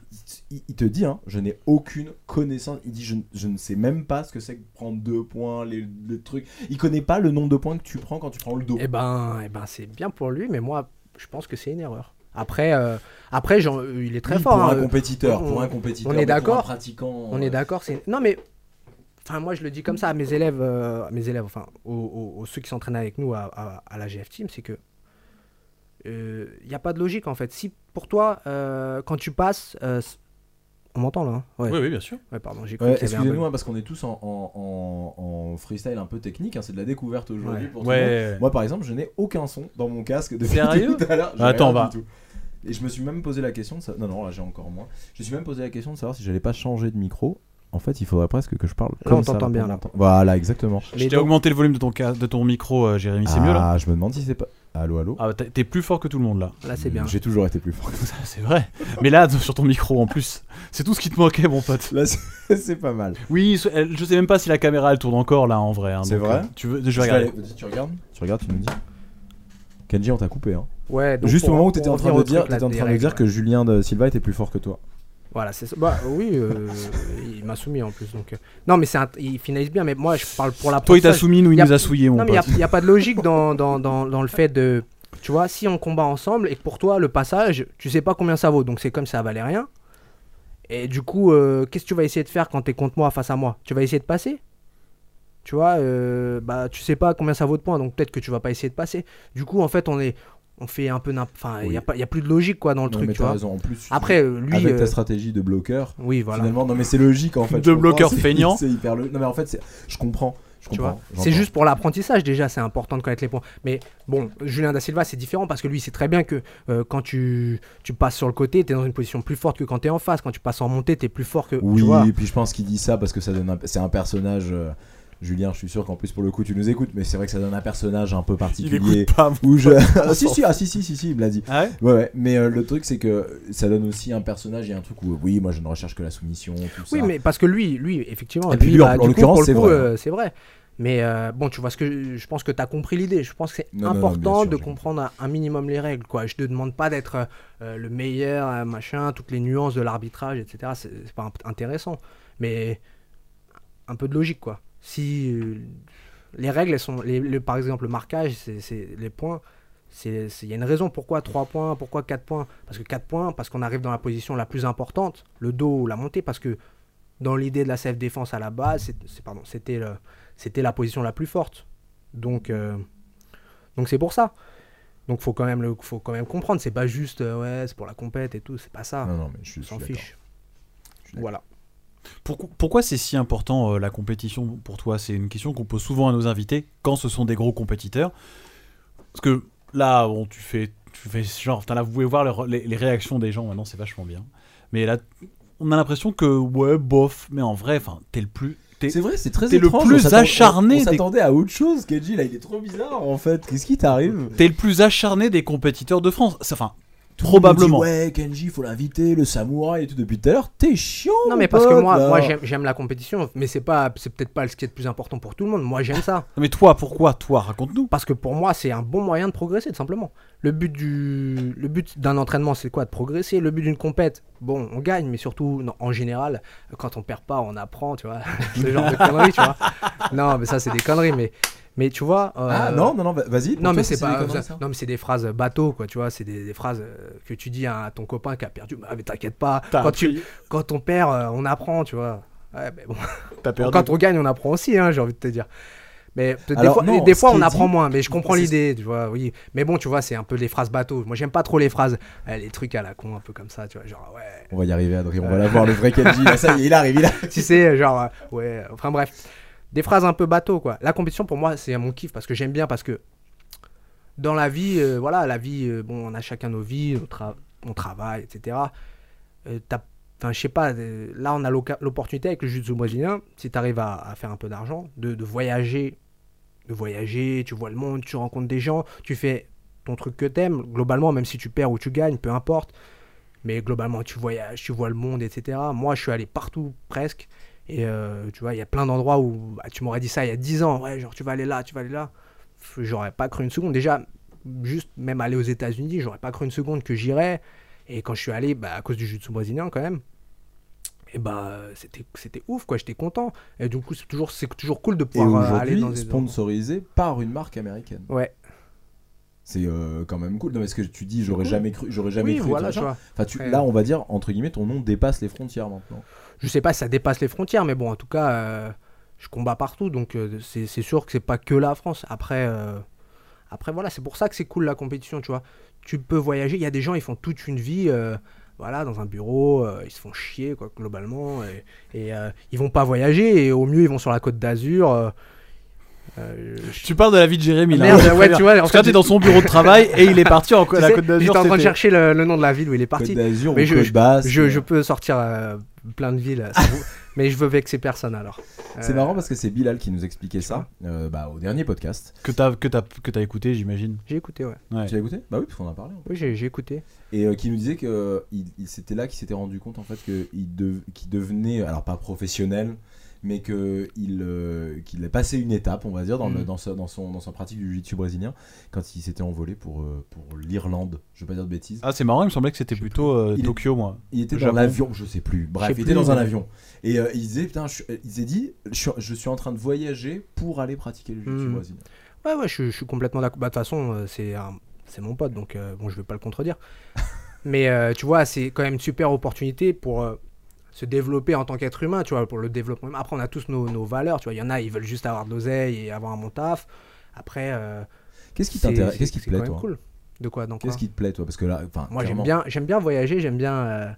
Speaker 4: il- il te dit, hein, je n'ai aucune connaissance. Il dit, je, ne- je ne sais même pas ce que c'est que prendre deux points, les, le truc. Il connaît pas le nombre de points que tu prends quand tu prends le dos.
Speaker 6: Eh ben, eh ben c'est bien pour lui, mais moi, je pense que c'est une erreur. Après, euh, après j'en- il est très
Speaker 4: Oui,
Speaker 6: fort.
Speaker 4: Pour
Speaker 6: hein,
Speaker 4: un
Speaker 6: euh,
Speaker 4: compétiteur,
Speaker 6: on-
Speaker 4: pour un compétiteur.
Speaker 6: on est
Speaker 4: mais pour un
Speaker 6: d'accord.
Speaker 4: pratiquant. euh,
Speaker 6: On est d'accord, c'est. Non, mais. Enfin, moi, je le dis comme ça à mes élèves, euh, à mes élèves, enfin, aux, aux- aux ceux qui s'entraînent avec nous à, à- à la GF Team, c'est que. Il n'y a pas de logique, en fait. Si pour toi, euh, quand tu passes. euh, c- on m'entend là hein ouais.
Speaker 5: Oui, oui, bien sûr.
Speaker 6: Ouais, pardon, j'ai cru
Speaker 4: Ouais,
Speaker 6: qu'il y avait un
Speaker 4: Excusez-nous,
Speaker 6: bug.
Speaker 4: hein, parce qu'on est tous en, en- en- en freestyle un peu technique. hein, c'est de la découverte aujourd'hui
Speaker 6: Ouais.
Speaker 4: pour tout le monde.
Speaker 5: Ouais.
Speaker 4: Moi, par exemple, je n'ai aucun son dans mon casque depuis
Speaker 5: Sérieux
Speaker 4: tout à l'heure. J'ai
Speaker 5: Attends,
Speaker 4: rien
Speaker 5: va.
Speaker 4: du tout. Et je me suis même posé la question de sa- Non, non, là j'ai encore moins. Je me suis même posé la question de savoir si j'allais pas changer de micro. En fait, il faudrait presque que je parle
Speaker 6: Là,
Speaker 4: comme
Speaker 6: on
Speaker 4: ça,
Speaker 6: t'entend
Speaker 4: pour
Speaker 6: bien, là.
Speaker 4: l'entendre. Voilà, exactement.
Speaker 5: Je t'ai augmenté le volume de ton, ca- de ton micro, euh, Jérémy.
Speaker 4: ah,
Speaker 5: C'est mieux là.
Speaker 4: je me demande si c'est pas. Allô, allô
Speaker 5: Ah, t'es t'es plus fort que tout le monde là.
Speaker 6: Là, c'est bien.
Speaker 4: J'ai toujours été plus fort.
Speaker 5: Ça, C'est vrai. Mais là, sur ton micro en plus, c'est tout ce qui te manquait, mon pote.
Speaker 4: Là, c'est c'est pas mal.
Speaker 5: Oui, so- elle- je sais même pas si la caméra elle tourne encore là en vrai. hein,
Speaker 4: C'est
Speaker 5: donc,
Speaker 4: vrai
Speaker 5: euh, Tu veux Je
Speaker 4: Tu
Speaker 5: vais regarder.
Speaker 4: vas aller- Tu regardes Tu regardes, tu nous dis Kenji, on t'a coupé. Hein.
Speaker 6: Ouais, donc
Speaker 4: Juste au
Speaker 6: pour-
Speaker 4: moment où
Speaker 6: pour
Speaker 4: t'étais en train
Speaker 6: revenir
Speaker 4: de
Speaker 6: au
Speaker 4: dire,
Speaker 6: truc, là,
Speaker 4: t'étais en
Speaker 6: des
Speaker 4: train de
Speaker 6: règles,
Speaker 4: dire que
Speaker 6: ouais.
Speaker 4: Julien de Silva était plus fort que toi.
Speaker 6: Voilà, c'est ça. Bah oui, euh, il m'a soumis en plus. Donc, euh. Non, mais c'est un- il finalise bien, mais moi, je parle pour la
Speaker 5: Toi, il t'a soumis, nous, il
Speaker 6: Y a-
Speaker 5: nous a souillé, mon
Speaker 6: Non, mais
Speaker 5: pote.
Speaker 6: il n'y a, pas de logique dans, dans, dans, dans le fait de. Tu vois, si on combat ensemble et que pour toi, le passage, tu sais pas combien ça vaut, donc c'est comme ça valait rien. Et du coup, euh, qu'est-ce que tu vas essayer de faire quand t'es contre moi, face à moi Tu vas essayer de passer Tu vois, euh, bah tu sais pas combien ça vaut de points, donc peut-être que tu vas pas essayer de passer. Du coup, en fait, on est. On fait un peu n'importe. Enfin, il
Speaker 4: Oui.
Speaker 6: n'y a, pas- y a plus de logique, quoi, dans le
Speaker 4: Non,
Speaker 6: truc,
Speaker 4: mais
Speaker 6: tu
Speaker 4: t'as
Speaker 6: vois.
Speaker 4: raison. En plus, tu-
Speaker 6: Après, euh, lui.
Speaker 4: avec
Speaker 6: euh,
Speaker 4: ta stratégie de bloqueur,
Speaker 6: oui, voilà.
Speaker 4: Finalement, non mais c'est logique en fait.
Speaker 5: De
Speaker 4: je comprends,
Speaker 5: bloqueur
Speaker 4: c'est-
Speaker 5: feignant.
Speaker 4: C'est hyper logique. Non mais en fait, c'est- je comprends. Je
Speaker 6: Tu
Speaker 4: comprends,
Speaker 6: vois,
Speaker 4: j'entends.
Speaker 6: c'est juste pour l'apprentissage déjà, c'est important de connaître les points. Mais bon, Julien Da Silva, c'est différent parce que lui, il sait très bien que euh, quand tu, tu passes sur le côté, tu es dans une position plus forte que quand tu es en face. Quand tu passes en montée, tu es plus fort que.
Speaker 4: Oui,
Speaker 6: Tu vois,
Speaker 4: et puis je pense qu'il dit ça parce que ça donne. Un... C'est un personnage. euh, Julien, je suis sûr qu'en plus pour le coup tu nous écoutes, mais c'est vrai que ça donne un personnage un peu
Speaker 5: Il
Speaker 4: particulier.
Speaker 5: écoute pas, mon
Speaker 4: Où je...
Speaker 5: pote.
Speaker 4: ah, si, si, ah, si, si, si, si, il me l'a dit.
Speaker 5: Ah ouais
Speaker 4: Ouais, ouais, mais euh, le truc c'est que ça donne aussi un personnage et un truc où, oui, moi je ne recherche que la soumission, tout ça.
Speaker 6: Oui, mais parce que lui, lui effectivement,
Speaker 4: Et puis
Speaker 6: lui,
Speaker 4: lui, en-
Speaker 6: bah,
Speaker 4: en
Speaker 6: du coup,
Speaker 4: l'occurrence,
Speaker 6: pour le
Speaker 4: c'est
Speaker 6: coup,
Speaker 4: vrai. hein.
Speaker 6: euh, c'est vrai. Mais euh, bon, tu vois ce que je pense que tu as compris l'idée. Je pense que c'est
Speaker 4: Non, non, non, bien
Speaker 6: important
Speaker 4: sûr,
Speaker 6: de
Speaker 4: j'ai
Speaker 6: comprendre un, un minimum les règles. Quoi. Je te demande pas d'être euh, euh, le meilleur, euh, machin, toutes les nuances de l'arbitrage, etc. C'est c'est pas int- intéressant. Mais un peu de logique, quoi. Si euh, les règles, elles sont, les- le- par exemple, le marquage, c'est c'est- les points. c'est- c'est- Il y a une raison pourquoi 3 points, pourquoi 4 points. Parce que 4 points, parce qu'on arrive dans la position la plus importante, le dos ou la montée, parce que dans l'idée de la self-défense à la base, c'est- c'est- pardon, c'était le- c'était la position la plus forte. Donc euh, donc c'est pour ça. Donc faut quand même le faut quand même comprendre, c'est pas juste euh, ouais, c'est pour la compète et tout, c'est pas ça.
Speaker 4: Non, non, mais je suis.
Speaker 6: on
Speaker 4: je
Speaker 6: s'en
Speaker 4: suis d'accord.
Speaker 6: fiche.
Speaker 4: Je suis d'accord.
Speaker 6: Voilà.
Speaker 5: Pourquoi, pourquoi c'est si important euh, la compétition pour toi C'est une question qu'on pose souvent à nos invités quand ce sont des gros compétiteurs. Parce que là, bon, tu fais, tu fais ce genre, putain, là, vous pouvez voir leur- les, les réactions des gens maintenant, c'est vachement bien. Mais là, on a l'impression que ouais, bof, mais en vrai, enfin, t'es le plus. t'es-
Speaker 4: C'est vrai, c'est très
Speaker 5: T'es le
Speaker 4: étrange, on
Speaker 5: plus
Speaker 4: s'attend-
Speaker 5: acharné
Speaker 4: On, on
Speaker 5: des-
Speaker 4: s'attendait à autre chose, Kenji, là il est trop bizarre en fait. Qu'est-ce qui t'arrive
Speaker 5: T'es le plus acharné des compétiteurs de France. C'est- Enfin,
Speaker 4: On
Speaker 5: probablement.
Speaker 4: dit, ouais, Kenji, faut l'inviter, le samouraï et tout depuis tout à l'heure. T'es chiant.
Speaker 6: Non
Speaker 4: mon
Speaker 6: mais parce que
Speaker 4: pote,
Speaker 6: moi
Speaker 4: là.
Speaker 6: moi j'aime- j'aime la compétition, mais c'est pas c'est peut-être pas ce qui est le plus important pour tout le monde. Moi j'aime ça.
Speaker 5: Mais toi, pourquoi Toi, raconte-nous.
Speaker 6: Parce que pour moi, c'est un bon moyen de progresser, tout simplement. Le but du, le but d'un entraînement, c'est quoi De progresser. Le but d'une compète, bon, on gagne, mais surtout, non, en général, quand on perd pas, on apprend, tu vois. Ce genre de conneries, tu vois. Non, mais ça, c'est des conneries, mais, mais tu vois. euh,
Speaker 4: Ah non non non, va- vas-y. pour
Speaker 6: Non
Speaker 4: toi,
Speaker 6: mais
Speaker 4: ça,
Speaker 6: c'est pas
Speaker 4: des conneries,
Speaker 6: ça- non mais c'est des phrases bateau quoi tu vois c'est des, des phrases euh, que tu dis à ton copain qui a perdu bah mais t'inquiète pas
Speaker 5: T'as
Speaker 6: quand tu
Speaker 5: appris.
Speaker 6: quand on perd euh, on apprend tu vois ouais mais bon
Speaker 5: T'as perdu.
Speaker 6: quand on gagne, on apprend aussi, hein, j'ai envie de te dire. Mais peut- des
Speaker 4: Alors,
Speaker 6: fois,
Speaker 4: non,
Speaker 6: des
Speaker 4: ce
Speaker 6: fois
Speaker 4: qui
Speaker 6: on
Speaker 4: est
Speaker 6: apprend
Speaker 4: dit-
Speaker 6: moins, mais je comprends
Speaker 4: c'est-
Speaker 6: l'idée, tu vois, oui. Mais bon, tu vois, c'est un peu les phrases bateau. Moi, j'aime pas trop les phrases, euh, les trucs à la con, un peu comme ça, tu vois, genre, ouais.
Speaker 4: On va y arriver, Adrien. On va la voir le vrai Kenji. Là, ça y est, il arrive, il arrive.
Speaker 6: tu sais, genre, euh, ouais, enfin bref. Des phrases un peu bateau, quoi. La compétition, pour moi, c'est mon kiff, parce que j'aime bien, parce que dans la vie, euh, voilà, la vie, euh, bon, on a chacun nos vies, on, tra- on travaille, etc. Euh, t'as- Enfin, je sais pas, euh, là on a l'oca- l'opportunité avec le jiu-jitsu brésilien, si tu arrives à, à faire un peu d'argent, de, de voyager, de voyager, tu vois le monde, tu rencontres des gens, tu fais ton truc que t'aimes, globalement, même si tu perds ou tu gagnes, peu importe. Mais globalement, tu voyages, tu vois le monde, etc. Moi, je suis allé partout presque. Et euh, tu vois, il y a plein d'endroits où bah, tu m'aurais dit ça il y a 10 ans. Ouais, genre, tu vas aller là, tu vas aller là. Pff, J'aurais pas cru une seconde. Déjà, juste même aller aux États-Unis, j'aurais pas cru une seconde que j'irais. Et quand je suis allé, bah, à cause du jutsu brésilien quand même, et bah, euh, c'était, c'était ouf, quoi. J'étais content. Et du coup, c'est toujours, c'est toujours cool de
Speaker 4: Et
Speaker 6: pouvoir euh, aller
Speaker 4: aujourd'hui,
Speaker 6: dans des.
Speaker 4: sponsorisé par une marque américaine.
Speaker 6: Ouais,
Speaker 4: C'est euh, quand même cool. Non, mais ce que tu dis, j'aurais
Speaker 6: cool.
Speaker 4: jamais cru, j'aurais jamais
Speaker 6: oui,
Speaker 4: cru.
Speaker 6: voilà,
Speaker 4: etc.
Speaker 6: tu vois.
Speaker 4: Enfin, tu-
Speaker 6: Après,
Speaker 4: là, on va dire entre guillemets, ton nom dépasse les frontières maintenant.
Speaker 6: je sais pas si ça dépasse les frontières, mais bon, en tout cas, euh, je combats partout, donc euh, c'est c'est sûr que c'est pas que la France. Après, euh, après voilà, c'est pour ça que c'est cool la compétition, tu vois. Tu peux voyager, il y a des gens, ils font toute une vie, euh, voilà, dans un bureau, euh, ils se font chier, quoi, globalement, et, et, euh, ils vont pas voyager, et au mieux, ils vont sur la côte d'Azur. euh, euh, je-
Speaker 5: Tu parles de la vie de Jérémy là.
Speaker 6: Ah, Merde,
Speaker 5: hein,
Speaker 6: ouais,
Speaker 5: très
Speaker 6: tu
Speaker 5: bien.
Speaker 6: vois, en
Speaker 5: Parce que là,
Speaker 6: fait,
Speaker 5: t'es dans son bureau de travail et il est parti en
Speaker 6: tu
Speaker 5: la
Speaker 6: sais,
Speaker 5: Côte d'Azur.
Speaker 6: J'étais en train de
Speaker 5: c'était-
Speaker 6: chercher le, le nom de la ville où il est parti.
Speaker 4: Côte d'Azur
Speaker 6: Mais
Speaker 4: ou
Speaker 6: je-
Speaker 4: Côte Basse.
Speaker 6: Je, je peux sortir euh, plein de villes, ça vous- mais je veux vexer personne alors.
Speaker 4: C'est
Speaker 6: Euh,
Speaker 4: marrant parce que c'est Bilal qui nous expliquait ça euh, bah, au dernier podcast.
Speaker 5: Que t'as que t'as que t'as écouté, j'imagine.
Speaker 6: Euh, J'ai écouté, ouais.
Speaker 5: Ouais.
Speaker 4: Tu l'as écouté Bah oui, parce qu'on en a parlé.
Speaker 6: Oui, j'ai j'ai écouté.
Speaker 4: et euh, qui nous disait que euh, il, il- c'était là qu'il s'était rendu compte en fait que il de- qu'il devenait alors pas professionnel mais que il euh, qu'il a passé une étape on va dire dans le-
Speaker 6: Mm.
Speaker 4: dans sa dans son dans sa pratique du jiu-jitsu brésilien quand il s'était envolé pour euh, pour l'Irlande je veux pas dire de bêtises
Speaker 5: Ah, c'est marrant, il me semblait que c'était plutôt euh,
Speaker 4: Il est-
Speaker 5: Tokyo, moi.
Speaker 4: il était
Speaker 5: Au
Speaker 4: dans
Speaker 5: Japon.
Speaker 4: l'avion je sais plus bref
Speaker 6: Je
Speaker 4: il
Speaker 6: sais
Speaker 4: était
Speaker 6: plus,
Speaker 4: dans un
Speaker 6: mais-
Speaker 4: avion et euh, il disait putain je, suis- il s'est dit je, suis- je suis en train de voyager pour aller pratiquer le jiu-jitsu
Speaker 6: Mm.
Speaker 4: brésilien
Speaker 6: Ouais, ouais, je, je suis complètement d'accord. Bah, De toute façon, euh, c'est un- c'est mon pote, donc euh, bon, je vais pas le contredire. Mais euh, tu vois, c'est quand même une super opportunité pour euh, se développer en tant qu'être humain, tu vois, pour le développement. humain. Après, on a tous nos, nos valeurs, tu vois. Il y en a, ils veulent juste avoir de l'oseille et avoir un bon taf. Après, euh,
Speaker 4: qu'est-ce qui
Speaker 6: c'est-
Speaker 4: t'intéresse
Speaker 6: c'est-
Speaker 4: qu'est-ce qui te
Speaker 6: c'est quand
Speaker 4: plaît
Speaker 6: même
Speaker 4: toi
Speaker 6: cool. De quoi, donc
Speaker 4: qu'est-ce qui te plaît toi parce que là enfin
Speaker 6: Moi, j'aime
Speaker 4: clairement,
Speaker 6: bien, j'aime bien voyager, j'aime bien, euh,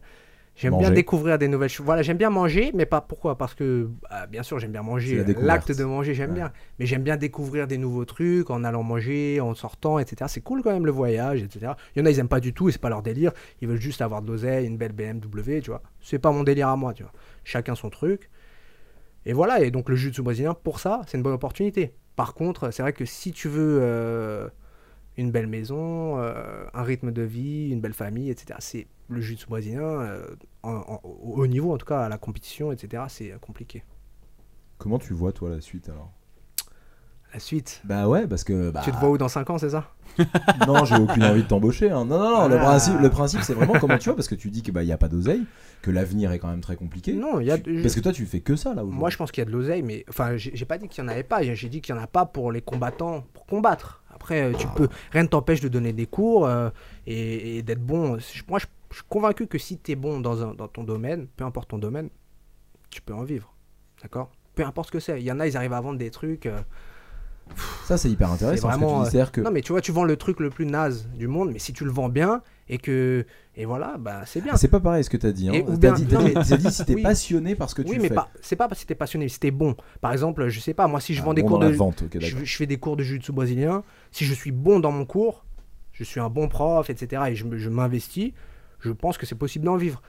Speaker 6: j'aime bien
Speaker 4: Manger.
Speaker 6: découvrir des nouvelles choses. Voilà, j'aime bien manger, mais pas pourquoi Parce que, bah, bien sûr, j'aime bien
Speaker 4: C'est la
Speaker 6: manger,
Speaker 4: découverte.
Speaker 6: l'acte de manger, j'aime
Speaker 4: Ouais.
Speaker 6: bien. Mais j'aime bien découvrir des nouveaux trucs en allant manger, en sortant, etc. C'est cool quand même le voyage, etc. Il y en a, ils aiment pas du tout, et c'est pas leur délire. Ils veulent juste avoir de l'oseille, une belle BMW, tu vois. C'est pas mon délire à moi, tu vois. Chacun son truc. Et voilà, et donc le jiu-jitsu brésilien, pour ça, c'est une bonne opportunité. Par contre, c'est vrai que si tu veux euh, une belle maison, euh, un rythme de vie, une belle famille, etc., c'est le jiu-jitsu brésilien, euh, en- en- au haut niveau en tout cas, à la compétition, etc., c'est euh, compliqué.
Speaker 4: comment tu vois toi la suite alors
Speaker 6: La suite,
Speaker 4: bah ouais parce que bah,
Speaker 6: tu te vois où dans 5 ans, c'est ça
Speaker 4: Non, j'ai aucune envie de t'embaucher. hein. Non, non, non. Le
Speaker 6: Ah.
Speaker 4: principe, le principe, c'est vraiment comment tu vois, parce que tu dis que bah il y a pas d'oseille, que l'avenir est quand même très compliqué.
Speaker 6: Non, il y a.
Speaker 4: Tu- Parce que toi, tu fais que ça là aujourd'hui.
Speaker 6: Moi, je pense qu'il y a de l'oseille, mais enfin, j'ai j'ai pas dit qu'il y en avait pas. J'ai j'ai dit qu'il y en a pas pour les combattants, pour combattre. Après, euh, tu
Speaker 4: Ah.
Speaker 6: peux, rien ne t'empêche de donner des cours euh, et, et d'être bon. Je- Moi, je, je suis convaincu que si tu es bon dans, un, dans ton domaine, peu importe ton domaine, tu peux en vivre. D'accord Peu importe ce que c'est. Il y en a, ils arrivent à vendre des trucs. euh,
Speaker 4: Ça, c'est hyper
Speaker 6: C'est
Speaker 4: intéressant. ce que tu
Speaker 6: vraiment,
Speaker 4: dis.
Speaker 6: euh,
Speaker 4: C'est-à-dire que
Speaker 6: Non, mais tu vois, tu vends le truc le plus naze du monde, mais si tu le vends bien et que. Et voilà, bah, c'est bien.
Speaker 4: Ah, c'est pas pareil ce que t'as dit. Hein.
Speaker 6: Et ou
Speaker 4: T'as
Speaker 6: bien-
Speaker 4: dit, t'as
Speaker 6: non,
Speaker 4: dit-
Speaker 6: mais-
Speaker 4: t'as dit si t'es
Speaker 6: Oui.
Speaker 4: passionné par ce que tu
Speaker 6: Oui,
Speaker 4: fais.
Speaker 6: mais pas, c'est pas parce que t'es passionné, si t'es bon. Par exemple, je sais pas, moi, si je
Speaker 4: Ah,
Speaker 6: vends des
Speaker 4: bon,
Speaker 6: cours
Speaker 4: dans
Speaker 6: de.
Speaker 4: la vente, ok, d'accord.
Speaker 6: je, je fais des cours de jiu-jitsu brésilien. Si je suis bon dans mon cours, je suis un bon prof, etc. Et je, me- je m'investis, je pense que c'est possible d'en vivre.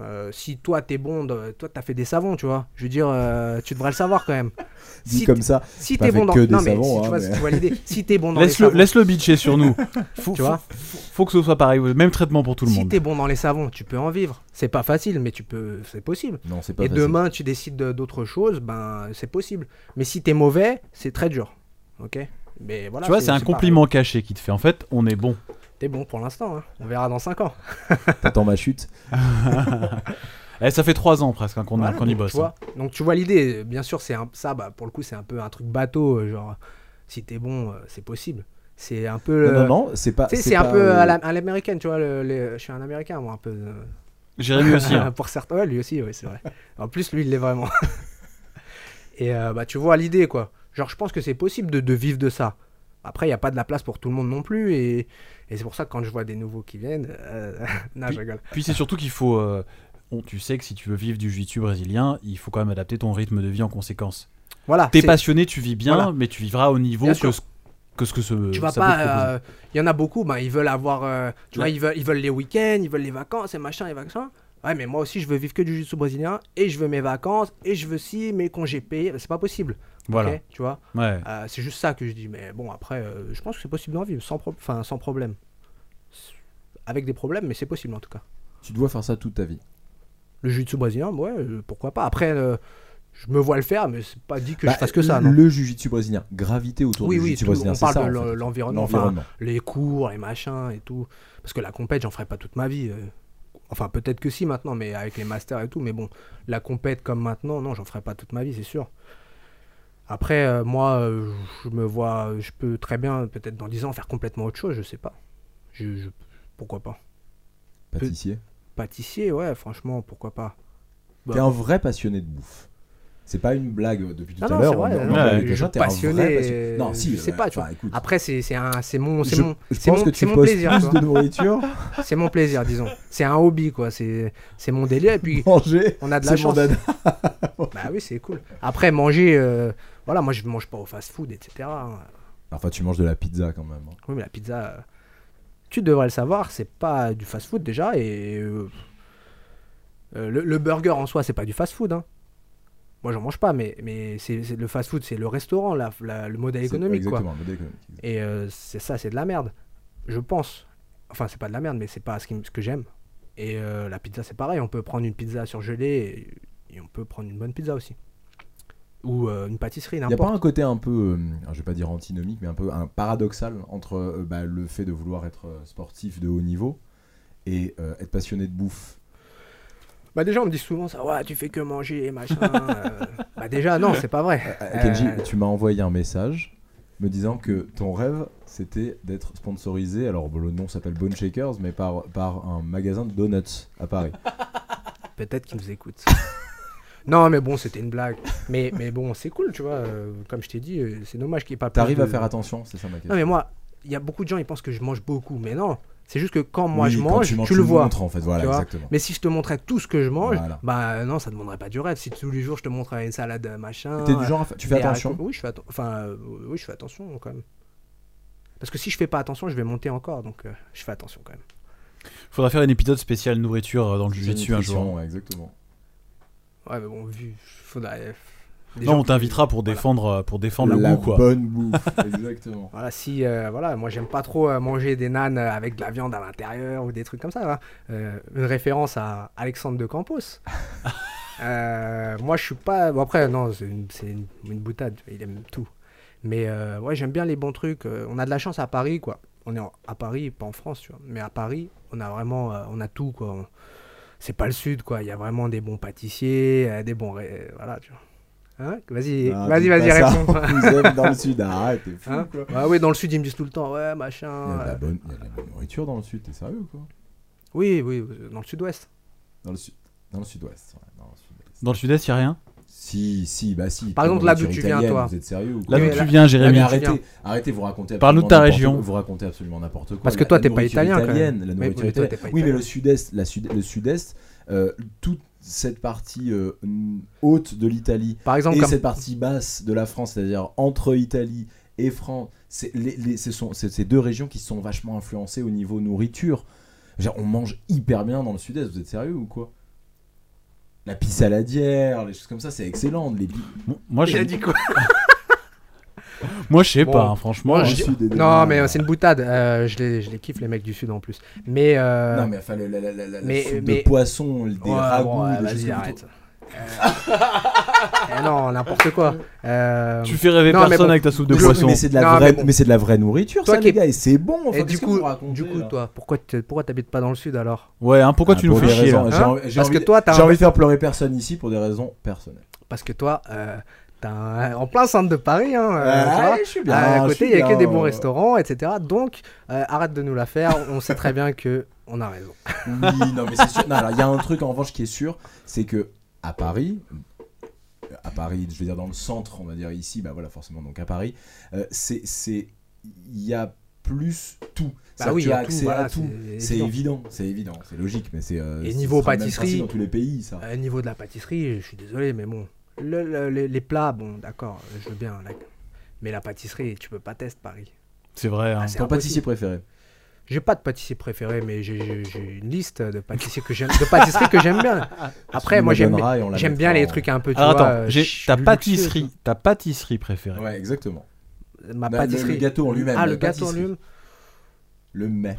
Speaker 6: Euh, si toi t'es bon, de- toi t'as fait des savons, tu vois. Je veux dire, euh, tu devrais le savoir quand même.
Speaker 4: Dit
Speaker 6: si
Speaker 4: comme ça.
Speaker 6: si
Speaker 4: pas
Speaker 6: t'es
Speaker 4: fait
Speaker 6: bon dans,
Speaker 4: que des
Speaker 6: non mais
Speaker 4: savons,
Speaker 6: si
Speaker 4: hein,
Speaker 6: tu vois,
Speaker 4: mais-
Speaker 6: tu vois l'idée. Si t'es bon dans les
Speaker 5: Laisse-le
Speaker 6: savons,
Speaker 5: laisse le bitcher sur nous. Faut,
Speaker 6: tu vois.
Speaker 5: faut- faut que ce soit pareil, même traitement pour tout le
Speaker 6: Si
Speaker 5: monde.
Speaker 6: t'es bon dans les savons, tu peux en vivre. C'est pas facile, mais tu peux, c'est possible.
Speaker 4: Non, c'est pas.
Speaker 6: et
Speaker 4: facile.
Speaker 6: demain tu décides de- d'autre chose, ben c'est possible. Mais si t'es mauvais, c'est très dur. Ok. Mais voilà.
Speaker 5: tu vois, c'est un
Speaker 6: pareil.
Speaker 5: compliment caché qui te fait. En fait, on est bon.
Speaker 6: T'es bon pour l'instant. hein. On verra dans 5 ans.
Speaker 4: T'attends ma chute.
Speaker 5: Eh, ça fait trois ans presque hein, qu'on
Speaker 6: Voilà,
Speaker 5: qu'on y
Speaker 6: donc,
Speaker 5: bosse. hein.
Speaker 6: Tu vois, donc tu vois l'idée. Bien sûr, c'est un- ça. Bah, pour le coup, c'est un peu un truc bateau. euh, Genre, si t'es bon, euh, c'est possible. C'est un peu.
Speaker 4: Non,
Speaker 6: le-
Speaker 4: non, non, c'est pas.
Speaker 6: euh, Tu sais, c'est un
Speaker 4: pas,
Speaker 6: peu
Speaker 4: euh,
Speaker 6: à la- à l'américaine, tu vois. le- le- Je suis un américain, moi, un peu. euh,
Speaker 5: Jérémy aussi. hein.
Speaker 6: pour certains, ouais, lui aussi, ouais, c'est vrai. En plus, lui, il l'est vraiment. Et euh, bah, tu vois l'idée, quoi. Genre, je pense que c'est possible de, de vivre de ça. Après, il n'y a pas de la place pour tout le monde non plus. Et, et c'est pour ça que quand je vois des nouveaux qui viennent. euh, non, je rigole.
Speaker 5: Puis c'est surtout qu'il faut. euh, on- tu sais que si tu veux vivre du jiu-jitsu brésilien, il faut quand même adapter ton rythme de vie en conséquence.
Speaker 6: Voilà.
Speaker 5: T'es
Speaker 6: c'est-
Speaker 5: passionné, tu vis bien,
Speaker 6: Voilà.
Speaker 5: mais tu vivras au niveau
Speaker 6: Bien
Speaker 5: que
Speaker 6: sûr.
Speaker 5: ce, que ce que ce.
Speaker 6: Tu vas
Speaker 5: ça peut te
Speaker 6: pas.
Speaker 5: proposer.
Speaker 6: euh, Il y en a beaucoup, ben, ils veulent avoir. euh, tu vois,
Speaker 5: Ouais.
Speaker 6: ils veulent, ils veulent les week-ends, ils veulent les vacances et machin, et vacances. Ouais, mais moi aussi, je veux vivre que du jiu-jitsu brésilien, et je veux mes vacances, et je veux si mes congés payés. Ben, C'est pas possible.
Speaker 5: Voilà.
Speaker 6: ok, tu vois
Speaker 5: Ouais.
Speaker 6: Euh, c'est juste ça que je dis. Mais bon, après, euh, je pense que c'est possible d'en vivre sans, pro- enfin, sans problème. avec des problèmes, mais c'est possible en tout cas.
Speaker 4: Tu dois faire ça toute ta vie.
Speaker 6: Le jiu-jitsu brésilien, ouais, euh, pourquoi pas. Après, euh, je me vois le faire, mais c'est pas dit que
Speaker 4: Bah,
Speaker 6: je fasse que ça, non
Speaker 4: Le jiu-jitsu brésilien. Gravité autour
Speaker 6: Oui,
Speaker 4: du
Speaker 6: oui,
Speaker 4: jiu-jitsu
Speaker 6: tout-
Speaker 4: brésilien.
Speaker 6: on
Speaker 4: c'est
Speaker 6: parle
Speaker 4: ça,
Speaker 6: de
Speaker 4: en
Speaker 6: l'en-
Speaker 4: fait.
Speaker 6: l'environnement, enfin,
Speaker 4: L'environnement.
Speaker 6: les cours, les machins et tout. Parce que la compète, j'en ferai pas toute ma vie. euh. Enfin, peut-être que si maintenant, mais avec les masters et tout. Mais bon, la compète comme maintenant, non, j'en ferai pas toute ma vie, c'est sûr. Après, euh, moi, euh, je me vois, je peux très bien, peut-être dans 10 ans, faire complètement autre chose, je sais pas. Je, je- pourquoi pas
Speaker 4: Pâtissier.
Speaker 6: Pâtissier, ouais, franchement, pourquoi pas. Bah,
Speaker 4: T'es un vrai passionné de bouffe. C'est pas une blague depuis tout
Speaker 6: Non,
Speaker 4: à
Speaker 6: non,
Speaker 4: l'heure.
Speaker 6: c'est vrai,
Speaker 4: on- on
Speaker 6: non,
Speaker 4: parle avec
Speaker 6: mais
Speaker 4: des
Speaker 6: je
Speaker 4: gens, t'es un vrai
Speaker 6: passionné,
Speaker 4: passionné. Non, si.
Speaker 6: je sais
Speaker 4: euh,
Speaker 6: pas, tu
Speaker 4: enfin, écoute,
Speaker 6: Après, c'est c'est un- c'est mon, c'est
Speaker 4: je,
Speaker 6: mon,
Speaker 4: je
Speaker 6: c'est
Speaker 4: pense
Speaker 6: mon-
Speaker 4: que tu
Speaker 6: c'est mon
Speaker 4: postes
Speaker 6: plaisir,
Speaker 4: plus
Speaker 6: toi.
Speaker 4: de nourriture,
Speaker 6: c'est mon plaisir, disons. C'est un hobby, quoi. C'est c'est mon délire. Et puis,
Speaker 4: manger.
Speaker 6: on a de la
Speaker 4: c'est mon
Speaker 6: chance.
Speaker 4: dada.
Speaker 6: Bah oui, c'est cool. Après, manger, euh, voilà, moi je mange pas au fast-food, etc. hein.
Speaker 4: Enfin, tu manges de la pizza quand même. hein.
Speaker 6: Oui, mais la pizza, euh, tu devrais le savoir, c'est pas du fast-food déjà. Et euh, euh, le, le burger en soi, c'est pas du fast-food. hein. Moi, j'en mange pas, mais, mais c'est c'est- le fast-food, c'est le restaurant, la- la- le modèle
Speaker 4: C'est-
Speaker 6: économique, quoi.
Speaker 4: Exactement, modèle économique.
Speaker 6: Et euh, c'est ça, c'est de la merde. Je pense. Enfin, c'est pas de la merde, mais c'est pas ce, qui m- ce que j'aime. Et euh, la pizza, c'est pareil. On peut prendre une pizza surgelée et, et on peut prendre une bonne pizza aussi. Ou euh, une pâtisserie,
Speaker 4: Il n'y a pas
Speaker 6: n'importe.
Speaker 4: un côté un peu, euh, alors, je vais pas dire antinomique, mais un peu un paradoxal entre euh, bah, le fait de vouloir être euh, sportif de haut niveau et euh, être passionné de bouffe.
Speaker 6: Bah déjà, on me dit souvent ça. Ouais, tu fais que manger et machin. euh. Bah déjà, non, c'est pas vrai.
Speaker 4: Euh, Kenji,
Speaker 6: Euh,
Speaker 4: tu m'as envoyé un message me disant que ton rêve c'était d'être sponsorisé, alors le nom s'appelle Bone Shakers, mais par, par un magasin de donuts à Paris.
Speaker 6: Ah, Peut-être qu'ils nous écoutent. non, mais bon, c'était une blague. Mais, mais bon, c'est cool, tu vois. euh, comme je t'ai dit, euh, c'est dommage qu'il n'y ait pas plus
Speaker 4: T'arrives
Speaker 6: de-
Speaker 4: à faire attention, c'est ça ma question.
Speaker 6: Non, mais moi, il y a beaucoup de gens, ils pensent que je mange beaucoup. Mais non, c'est juste que quand Ah, moi
Speaker 4: Oui,
Speaker 6: je
Speaker 4: quand
Speaker 6: mange,
Speaker 4: tu, manges,
Speaker 6: tu le vois.
Speaker 4: montres, en fait, voilà,
Speaker 6: tu vois.
Speaker 4: exactement.
Speaker 6: Mais si je te montrais tout ce que je mange,
Speaker 4: Voilà.
Speaker 6: bah non, ça ne demanderait pas du rêve. Si tous les jours je te montrais une salade euh, machin.
Speaker 4: T'es du genre, à fa- tu fais
Speaker 6: des
Speaker 4: attention.
Speaker 6: haricots- Oui, je fais atten- enfin, euh, oui, je fais attention quand même. Parce que si je fais pas attention, je vais monter encore, donc euh, je fais attention quand même.
Speaker 5: Faudra faire un épisode spécial nourriture euh, dans le
Speaker 4: dessus
Speaker 5: jujitsu un jour.
Speaker 4: exactement.
Speaker 6: Ouais, mais bon, vu, faudrait. euh, des
Speaker 5: Non,
Speaker 6: gens
Speaker 5: on
Speaker 6: qui-
Speaker 5: t'invitera pour
Speaker 6: voilà.
Speaker 5: défendre, euh, pour défendre le
Speaker 4: La
Speaker 5: goût, quoi.
Speaker 4: bonne bouffe, exactement.
Speaker 6: Voilà, si, euh, voilà, moi j'aime pas trop euh, manger des nanes euh, avec de la viande à l'intérieur ou des trucs comme ça. hein. Euh, une référence à Alexandre de Campos. Euh, moi je suis pas. Bon, après, non, c'est une, c'est une- une boutade, il aime tout. Mais euh, ouais, j'aime bien les bons trucs. Euh, on a de la chance à Paris, quoi. On est en- à Paris, pas en France, tu vois. Mais à Paris, on a vraiment. euh, on a tout, quoi. On- C'est pas le sud, quoi. Il y a vraiment des bons pâtissiers, euh, des bons. ré- Voilà, tu vois. Hein vas-y,
Speaker 4: Ah,
Speaker 6: vas-y,
Speaker 4: dites
Speaker 6: vas-y,
Speaker 4: pas ça.
Speaker 6: réponds.
Speaker 4: On vous aime dans le sud, arrête, t'es fou
Speaker 6: Hein
Speaker 4: quoi.
Speaker 6: Ah oui, dans le sud, ils me disent tout le temps, ouais,
Speaker 4: Il y, a de
Speaker 6: machin.
Speaker 4: la
Speaker 6: euh,
Speaker 4: bonne, il y a de la bonne nourriture dans le sud, t'es sérieux quoi
Speaker 6: Oui, oui, euh, dans le sud-ouest.
Speaker 4: Dans le sud, dans le sud-ouest. ouais, dans le sud-ouest.
Speaker 5: Dans le sud-est, y a rien.
Speaker 4: Si, si, bah si.
Speaker 6: Par
Speaker 4: t'as
Speaker 6: exemple,
Speaker 4: la
Speaker 6: là d'où
Speaker 4: nourriture
Speaker 6: tu viens,
Speaker 4: italienne,
Speaker 6: toi.
Speaker 4: Vous êtes sérieux ou quoi
Speaker 5: Là
Speaker 6: Oui,
Speaker 5: d'où
Speaker 6: mais
Speaker 5: tu
Speaker 6: là-
Speaker 5: viens,
Speaker 4: Ah, mais
Speaker 5: Jérémy.
Speaker 6: tu
Speaker 4: arrêtez,
Speaker 6: viens.
Speaker 4: arrêtez, vous racontez.
Speaker 5: Parle-nous de
Speaker 4: absolument
Speaker 5: ta
Speaker 4: n'importe
Speaker 5: région.
Speaker 4: quoi, Vous racontez absolument n'importe quoi.
Speaker 6: Parce que
Speaker 4: La-
Speaker 6: toi,
Speaker 4: la
Speaker 6: t'es pas
Speaker 4: nourriture
Speaker 6: italien, quand même.
Speaker 4: italienne, La
Speaker 6: Oui,
Speaker 4: nourriture
Speaker 6: mais toi,
Speaker 4: italienne.
Speaker 6: t'es pas
Speaker 4: Oui, mais
Speaker 6: italien.
Speaker 4: le sud-est, la sud, le sud-est, euh, toute cette partie euh, haute de l'Italie
Speaker 6: Par exemple,
Speaker 4: et
Speaker 6: comme...
Speaker 4: cette partie basse de la France, c'est-à-dire entre Italie et France, c'est les, les- ce sont- c'est ces deux régions qui sont vachement influencées au niveau nourriture. Je veux dire, on mange hyper bien dans le sud-est, vous êtes sérieux ou quoi La pisse saladière, les choses comme ça, c'est excellent. Les pi-
Speaker 5: Bon, Moi,
Speaker 6: Il
Speaker 5: je,
Speaker 6: a dit quoi
Speaker 5: moi, je sais
Speaker 6: Bon.
Speaker 5: pas, hein, franchement.
Speaker 6: Moi,
Speaker 4: le
Speaker 5: euh,
Speaker 6: je dis-
Speaker 4: sud est
Speaker 6: Non, mais euh,
Speaker 4: devenu-
Speaker 6: c'est une boutade. euh, je, les, je les kiffe, les mecs du sud en plus. Mais. euh,
Speaker 4: Non, mais enfin, la, la, la, la- la
Speaker 6: mais-
Speaker 4: soupe
Speaker 6: mais-
Speaker 4: de poisson, des
Speaker 6: ouais,
Speaker 4: ragoûts,
Speaker 6: bon, ouais,
Speaker 4: des choses
Speaker 6: vas-y,
Speaker 4: comme ça.
Speaker 6: arrête. Euh, eh non, n'importe quoi. Euh,
Speaker 5: Tu fais rêver
Speaker 6: Non, mais
Speaker 5: personne
Speaker 6: bon.
Speaker 5: avec ta soupe de
Speaker 4: Mais-
Speaker 5: poisson.
Speaker 4: Mais c'est de, la
Speaker 6: Non,
Speaker 4: vraie-
Speaker 6: mais bon.
Speaker 4: mais c'est de la vraie nourriture,
Speaker 6: Toi
Speaker 4: ça,
Speaker 6: qui
Speaker 4: les
Speaker 6: es-
Speaker 4: gars, et c'est bon. enfin,
Speaker 6: Et du
Speaker 4: qu'est-ce que
Speaker 6: coup,
Speaker 4: vous racontez,
Speaker 6: du coup,
Speaker 4: là
Speaker 6: toi, pourquoi t- pourquoi t'habites pas dans le sud alors
Speaker 5: Ouais, hein, pourquoi
Speaker 4: Ah,
Speaker 5: tu nous
Speaker 4: pour
Speaker 5: fais
Speaker 4: des
Speaker 5: chier là
Speaker 4: raisons-
Speaker 6: là
Speaker 4: j'ai
Speaker 6: Hein
Speaker 4: envie- j'ai
Speaker 6: Parce que
Speaker 4: envie-
Speaker 6: toi, t'as
Speaker 4: j'ai
Speaker 6: un-
Speaker 4: envie de faire pleurer personne ici pour des raisons personnelles.
Speaker 6: Parce que toi, euh, t'as un- en plein centre de Paris, hein. euh, tu vois.
Speaker 4: Ouais, je suis bien.
Speaker 6: à
Speaker 4: je
Speaker 6: côté, il
Speaker 4: suis
Speaker 6: y a que
Speaker 4: bien.
Speaker 6: des bons restaurants, etc. Donc, euh, arrête de nous la faire. On sait très bien que on a raison.
Speaker 4: Oui, non, mais c'est sûr. Non, alors, il y a un truc en revanche qui est sûr, c'est que à Paris, euh, à Paris, je veux dire dans le centre, on va dire ici, bah voilà, forcément, donc à Paris, euh, c'est, c'est, il y a plus tout. C'est-à-dire
Speaker 6: Bah oui,
Speaker 4: que tu as
Speaker 6: il y a tout,
Speaker 4: accès
Speaker 6: voilà,
Speaker 4: à tout.
Speaker 6: c'est
Speaker 4: C'est
Speaker 6: évident.
Speaker 4: évident, c'est évident, c'est logique, mais c'est. euh,
Speaker 6: Et
Speaker 4: ce
Speaker 6: niveau
Speaker 4: sera le même
Speaker 6: pâtisserie- euh,
Speaker 4: principe dans tous les pays, ça.
Speaker 6: Bah, Au niveau de la pâtisserie, je suis désolé, mais bon. Le- le- les, les plats, bon, d'accord, je veux bien. la- Mais la pâtisserie, tu peux pas tester Paris.
Speaker 5: C'est vrai. hein.
Speaker 6: Ah, c'est
Speaker 4: Ton
Speaker 6: impossible.
Speaker 4: pâtissier préféré.
Speaker 6: J'ai pas de pâtissier préféré, mais j'ai- j'ai j'ai une liste de pâtisseries que j'aime, de pâtisseries que j'aime bien. Après,
Speaker 4: Tu
Speaker 6: moi,
Speaker 4: nous
Speaker 6: j'aime
Speaker 4: donneras et on la
Speaker 6: j'aime
Speaker 4: mettra
Speaker 6: bien les
Speaker 4: en-
Speaker 6: trucs un peu. Tu
Speaker 5: Alors
Speaker 6: vois,
Speaker 5: attends,
Speaker 6: euh,
Speaker 5: j'ai
Speaker 6: ch-
Speaker 5: ta
Speaker 6: luxueux,
Speaker 5: pâtisserie, ta pâtisserie préférée.
Speaker 4: Ouais, exactement.
Speaker 6: Ma
Speaker 4: Bah, le-
Speaker 6: pâtisserie.
Speaker 4: le gâteau en lui-même,
Speaker 6: Ah,
Speaker 4: la
Speaker 6: le gâteau en
Speaker 4: pâtisserie.
Speaker 6: lui-même.
Speaker 4: Le mai.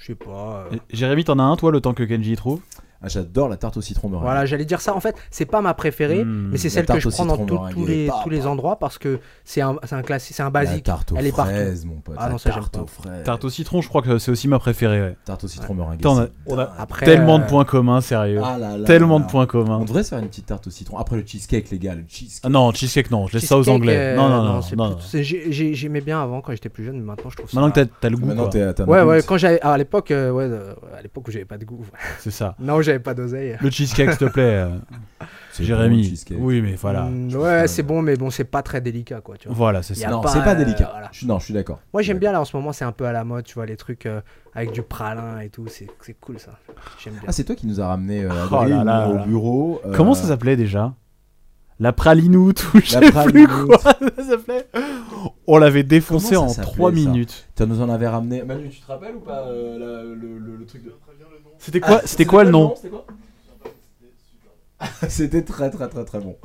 Speaker 6: je sais pas. euh,
Speaker 5: Et- Jérémy, t'en as un, toi, le temps que Kenji y trouve
Speaker 4: Ah, j'adore la tarte au citron meringue.
Speaker 6: Voilà, j'allais dire ça. En fait, c'est pas ma préférée,
Speaker 5: Mmh,
Speaker 6: mais c'est
Speaker 4: Hmm, la
Speaker 6: celle que
Speaker 4: tarte
Speaker 6: je
Speaker 4: au
Speaker 6: prends dans
Speaker 4: citron
Speaker 6: tout-
Speaker 4: meringue,
Speaker 6: tous
Speaker 4: elle est
Speaker 6: les,
Speaker 4: pas
Speaker 6: tous les endroits parce que c'est un, c'est un classique, c'est un
Speaker 4: La
Speaker 6: basique.
Speaker 4: tarte aux
Speaker 6: Elle est partout.
Speaker 4: fraises, mon pote.
Speaker 6: Ah
Speaker 4: la
Speaker 6: non, ça, j'aime
Speaker 4: tarte
Speaker 6: pas.
Speaker 4: aux fraises.
Speaker 5: Tarte au citron, je crois que c'est aussi ma préférée. ouais.
Speaker 4: Tarte au citron meringue.
Speaker 5: Putain, on a-
Speaker 4: c'est
Speaker 5: on a
Speaker 4: dingue.
Speaker 6: Après,
Speaker 5: Tellement de
Speaker 6: euh,
Speaker 5: points communs, sérieux.
Speaker 4: Ah là là
Speaker 5: Tellement
Speaker 4: là.
Speaker 5: de points communs.
Speaker 4: On devrait se faire une petite tarte au citron. Après le cheesecake, les gars, le cheesecake.
Speaker 5: Ah non, cheesecake, non, je laisse ça aux
Speaker 6: cheesecake,
Speaker 5: Anglais.
Speaker 6: euh,
Speaker 5: Non, non, non.
Speaker 6: c'est
Speaker 5: non,
Speaker 6: plus-
Speaker 5: non.
Speaker 6: c'est- j'ai- j'ai- J'aimais bien avant quand j'étais plus jeune, mais maintenant je trouve ça.
Speaker 5: Maintenant que t'as- bah, t'as le goût,
Speaker 4: Maintenant,
Speaker 5: Ah, quoi.
Speaker 4: t'es t'es un
Speaker 6: Ouais,
Speaker 4: adulte.
Speaker 6: ouais, quand j'avais. ah, à l'époque, euh, ouais, euh, à l'époque où j'avais pas de goût.
Speaker 5: c'est ça.
Speaker 6: Non, j'avais pas d'oseille.
Speaker 5: Le cheesecake, s'il te plaît, euh,
Speaker 4: C'est bon, le
Speaker 5: Jérémy.
Speaker 4: cheesecake.
Speaker 5: Oui, mais voilà.
Speaker 6: Mm,
Speaker 4: Je
Speaker 6: ouais,
Speaker 4: préfère-
Speaker 6: c'est bon, mais bon, c'est pas très délicat, quoi. Tu vois.
Speaker 5: Voilà, c'est
Speaker 6: Y a
Speaker 5: ça.
Speaker 4: Non,
Speaker 6: pas,
Speaker 4: c'est pas
Speaker 6: euh,
Speaker 4: délicat.
Speaker 6: voilà.
Speaker 4: Je suis- non, je suis d'accord.
Speaker 6: Moi, j'aime bien là en ce moment, c'est un peu à la mode, tu vois, les trucs euh, avec du pralin et tout. C'est c'est cool ça. J'aime bien.
Speaker 4: Ah, c'est toi qui nous as ramené euh,
Speaker 5: Oh
Speaker 4: Adrien,
Speaker 5: là là
Speaker 4: au
Speaker 5: là.
Speaker 4: bureau. euh,
Speaker 5: Comment ça s'appelait déjà La pralinoute ou je
Speaker 4: La
Speaker 5: sais plus
Speaker 4: pralinoute.
Speaker 5: quoi ça s'appelait. On l'avait défoncé
Speaker 4: Comment
Speaker 5: en
Speaker 4: ça s'appelait,
Speaker 5: 3
Speaker 4: ça
Speaker 5: minutes.
Speaker 4: Tu nous en avais ramené. Manu, tu te rappelles ou pas euh, la- le, le- le truc de.
Speaker 5: C'était quoi,
Speaker 4: Ah,
Speaker 5: c'était quoi le nom
Speaker 4: C'était quoi C'était très très très très bon.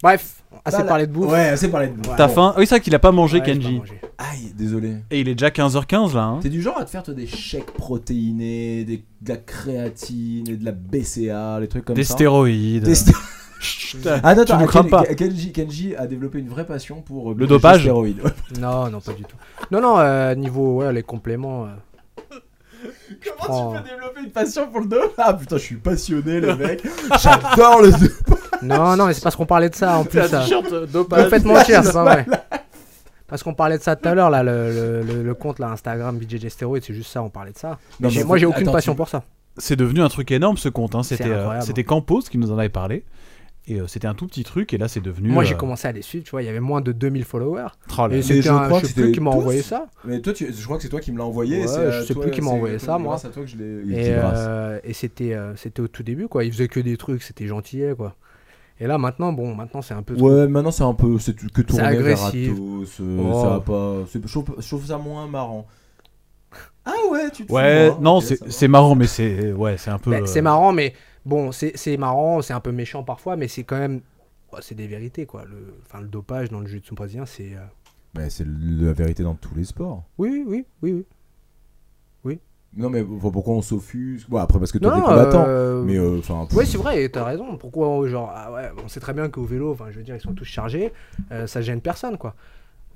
Speaker 6: Bref, assez
Speaker 5: Ah,
Speaker 4: Bah, là-
Speaker 6: parlé de bouffe.
Speaker 4: Ouais, c'est parlé de bouffe.
Speaker 5: T'as
Speaker 4: Bon.
Speaker 5: faim Ah Oui, c'est vrai qu'il a pas mangé
Speaker 6: Ouais, j'ai pas
Speaker 5: Kenji.
Speaker 6: mangé.
Speaker 4: Aïe, désolé.
Speaker 5: Et il est déjà 15h15 là. hein.
Speaker 4: T'es du genre à te faire toi, des chèques protéinés, des- de la créatine et de la BCA, les trucs comme
Speaker 5: Des
Speaker 4: ça.
Speaker 5: stéroïdes.
Speaker 4: Des sté-
Speaker 5: Chut, t'as-
Speaker 4: Ah, non,
Speaker 5: Tu
Speaker 4: attends,
Speaker 5: nous
Speaker 4: ah,
Speaker 5: crains
Speaker 4: Ken-
Speaker 5: pas.
Speaker 4: Ken- Kenji, Kenji a développé une vraie passion pour euh,
Speaker 5: Le
Speaker 4: les
Speaker 5: dopage
Speaker 4: stéroïdes.
Speaker 6: Non, non, pas du tout. Non, non, euh, niveau ouais, les compléments. euh, je prends-
Speaker 4: développer une passion pour le dopage Ah putain, je suis passionné, les mecs. J'adore le dopage.
Speaker 6: Non, non, mais c'est parce qu'on parlait de ça en plus. ça.
Speaker 5: dopage.
Speaker 6: Me faites mentir, c'est pas vrai. Parce qu'on parlait de ça tout à l'heure, là, le, le- le- le compte là, Instagram, BJJ Steroid, c'est juste ça, on parlait de ça.
Speaker 4: Non,
Speaker 6: Mais j'ai-
Speaker 4: mais
Speaker 6: moi, j'ai
Speaker 4: attends,
Speaker 6: aucune
Speaker 4: tu-
Speaker 6: passion pour ça.
Speaker 5: c'est devenu un truc énorme ce compte. hein.
Speaker 6: C'est
Speaker 5: C'était, euh,
Speaker 6: incroyable.
Speaker 5: c'était Campos qui nous en avait parlé. Et euh, c'était un tout petit truc. Et là, c'est devenu.
Speaker 6: Moi,
Speaker 5: euh,
Speaker 6: j'ai commencé à les suivre, tu vois, il y avait moins de 2000 followers.
Speaker 5: oh là
Speaker 6: Et
Speaker 5: là.
Speaker 6: c'était
Speaker 4: Ah, je
Speaker 6: un,
Speaker 4: crois
Speaker 6: je
Speaker 4: que
Speaker 6: sais plus qui
Speaker 4: c'était
Speaker 6: m'a
Speaker 4: tous.
Speaker 6: envoyé ça.
Speaker 4: Mais toi, tu- je crois que c'est toi qui me l'as envoyé.
Speaker 6: Ouais,
Speaker 4: c'est, euh,
Speaker 6: je sais
Speaker 4: toi-
Speaker 6: plus qui m'a
Speaker 4: c'est-
Speaker 6: envoyé ça, moi.
Speaker 4: grâce à toi que je l'ai.
Speaker 6: Et,
Speaker 4: grâce.
Speaker 6: euh, et c'était euh, c'était au tout début, quoi. Ils faisaient que des trucs, c'était gentillet, quoi. Et là, maintenant, bon, maintenant, c'est un peu. trop-
Speaker 4: Ouais, maintenant c'est un peu c'est que tourner vers
Speaker 6: agressif.
Speaker 4: Atos, euh,
Speaker 6: Oh.
Speaker 4: ça va pas, c'est- je trouve, je trouve ça moins marrant. Ah ouais, tu te
Speaker 5: Ouais,
Speaker 4: fous, hein,
Speaker 5: non,
Speaker 4: ok, ça
Speaker 5: c'est,
Speaker 4: va.
Speaker 5: c'est marrant, mais c'est. Ouais, c'est un peu.
Speaker 6: Mais
Speaker 5: euh,
Speaker 6: Ben, C'est marrant, mais bon, c'est c'est marrant, c'est un peu méchant parfois, mais c'est quand même. oh, c'est des vérités, quoi. Le, enfin, le dopage dans le jiu-jitsu brésilien, c'est. euh,
Speaker 4: Mais c'est la vérité dans tous les sports.
Speaker 6: Oui, oui, oui, oui.
Speaker 4: Non mais pour- pourquoi on s'offuse Bon après parce que toi t'es combattant.
Speaker 6: euh,
Speaker 4: Mais euh, enfin pff,
Speaker 6: Ouais, c'est vrai, et t'as raison. Pourquoi, euh, genre, ah ouais, on sait très bien qu'au vélo, enfin, je veux dire, ils sont tous chargés, euh, ça gêne personne, quoi.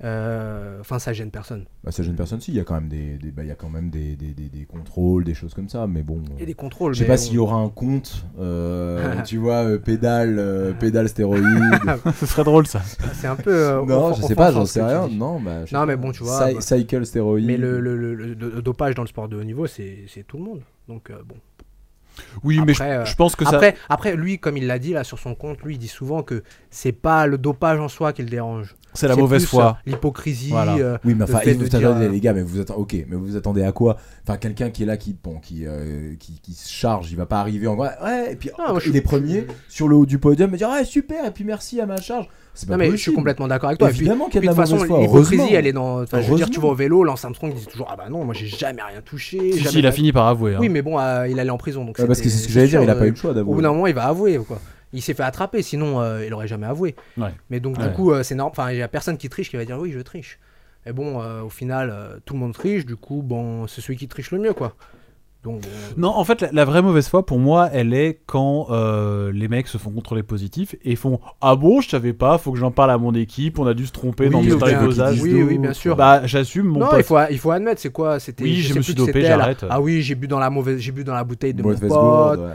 Speaker 6: Euh, Enfin, ça gêne personne.
Speaker 4: bah, ça gêne personne si il y a quand même des, des- bah, il y a quand même des, des, des- des contrôles, des choses comme ça. Mais bon.
Speaker 6: Il y
Speaker 4: euh,
Speaker 6: a des contrôles.
Speaker 4: Je sais
Speaker 6: mais
Speaker 4: pas
Speaker 6: bon.
Speaker 4: s'il y aura un compte, euh, tu vois, euh, pédale, euh, pédale stéroïde.
Speaker 5: ce serait drôle ça.
Speaker 6: C'est un peu. euh,
Speaker 4: non,
Speaker 6: offen-
Speaker 4: je sais pas,
Speaker 6: offensant,
Speaker 4: j'en
Speaker 6: ce
Speaker 4: sais
Speaker 6: que tu
Speaker 4: rien.
Speaker 6: dis.
Speaker 4: Non, bah, je sais
Speaker 6: Non,
Speaker 4: pas.
Speaker 6: mais bon, tu vois,
Speaker 4: Cy-
Speaker 6: bah.
Speaker 4: cycle stéroïde.
Speaker 6: Mais le, le- le- le- le dopage dans le sport de haut niveau, c'est c'est tout le monde. Donc, euh, bon.
Speaker 5: Oui, mais je,
Speaker 6: Après, euh,
Speaker 5: je pense que ça.
Speaker 6: Après, après, lui, comme il l'a dit là sur son compte, lui, il dit souvent que c'est pas le dopage en soi qui le dérange.
Speaker 5: c'est la
Speaker 6: C'est
Speaker 5: mauvaise
Speaker 6: plus,
Speaker 5: foi.
Speaker 6: euh, L'hypocrisie.
Speaker 5: Voilà.
Speaker 6: euh,
Speaker 4: Oui, mais
Speaker 6: le
Speaker 4: enfin,
Speaker 6: fait
Speaker 4: et vous
Speaker 6: de dire,
Speaker 4: attendez,
Speaker 6: euh,
Speaker 4: les gars, mais vous attendez, ok, mais vous attendez à quoi Enfin, quelqu'un qui est là, qui, bon, qui, euh, qui, qui se charge, il va pas arriver en vrai. Ouais, et puis
Speaker 6: Ah, moi, je
Speaker 4: il
Speaker 6: suis-
Speaker 4: est premier sur le haut du podium, et dire, ouais, super, et puis merci à ma charge. C'est pas
Speaker 6: Non, mais je
Speaker 4: possible.
Speaker 6: suis complètement d'accord avec toi. Et puis-
Speaker 4: Évidemment qu'il y
Speaker 6: Puis,
Speaker 4: a
Speaker 6: de
Speaker 4: de
Speaker 6: toute
Speaker 4: la
Speaker 6: façon,
Speaker 4: mauvaise foi.
Speaker 6: l'hypocrisie,
Speaker 4: heureusement.
Speaker 6: elle est dans. enfin, je veux dire, tu
Speaker 4: Heureusement.
Speaker 6: vas au vélo, Lance Armstrong dit toujours Ah bah non, moi j'ai jamais rien touché.
Speaker 5: Si,
Speaker 6: jamais
Speaker 5: si, il a
Speaker 6: rien-
Speaker 5: fini par avouer. hein.
Speaker 6: Oui, mais bon, euh, il allait en prison. Donc
Speaker 4: Ouais, parce que
Speaker 6: c'était-
Speaker 4: c'est ce que j'allais dire,
Speaker 6: sûr,
Speaker 4: il a pas
Speaker 6: euh,
Speaker 4: eu le choix
Speaker 6: Au bout
Speaker 4: d'avouer.
Speaker 6: d'un moment, il va avouer. Quoi. Il s'est fait attraper, sinon euh, il aurait jamais avoué.
Speaker 5: Ouais.
Speaker 6: Mais donc,
Speaker 5: Ouais.
Speaker 6: du coup, euh, c'est normal. Enfin, il y a personne qui triche qui va dire Oui, je triche. Mais bon, euh, au final, euh, tout le monde triche. Du coup, bon, c'est celui qui triche le mieux, quoi. Donc, bon,
Speaker 5: Non, en fait, la, la vraie mauvaise foi pour moi, elle est quand euh, les mecs se font contrôler positif et font Ah bon, je savais pas, faut que j'en parle à mon équipe, on a dû se tromper dans
Speaker 6: Oui,
Speaker 5: le
Speaker 6: ou bien-
Speaker 5: tarif dosage.
Speaker 6: oui, oui, bien sûr.
Speaker 5: Bah, j'assume mon
Speaker 6: non,
Speaker 5: pote.
Speaker 6: il faut, il faut admettre, c'est quoi C'était.
Speaker 5: Oui, je
Speaker 6: sais
Speaker 5: me
Speaker 6: plus
Speaker 5: suis
Speaker 6: que
Speaker 5: dopé,
Speaker 6: c'était, là.
Speaker 5: j'arrête.
Speaker 6: Ah oui, j'ai bu dans la mauvaise, j'ai bu dans la bouteille de mon
Speaker 4: Mauvaise
Speaker 6: pote.
Speaker 4: gourde, ouais.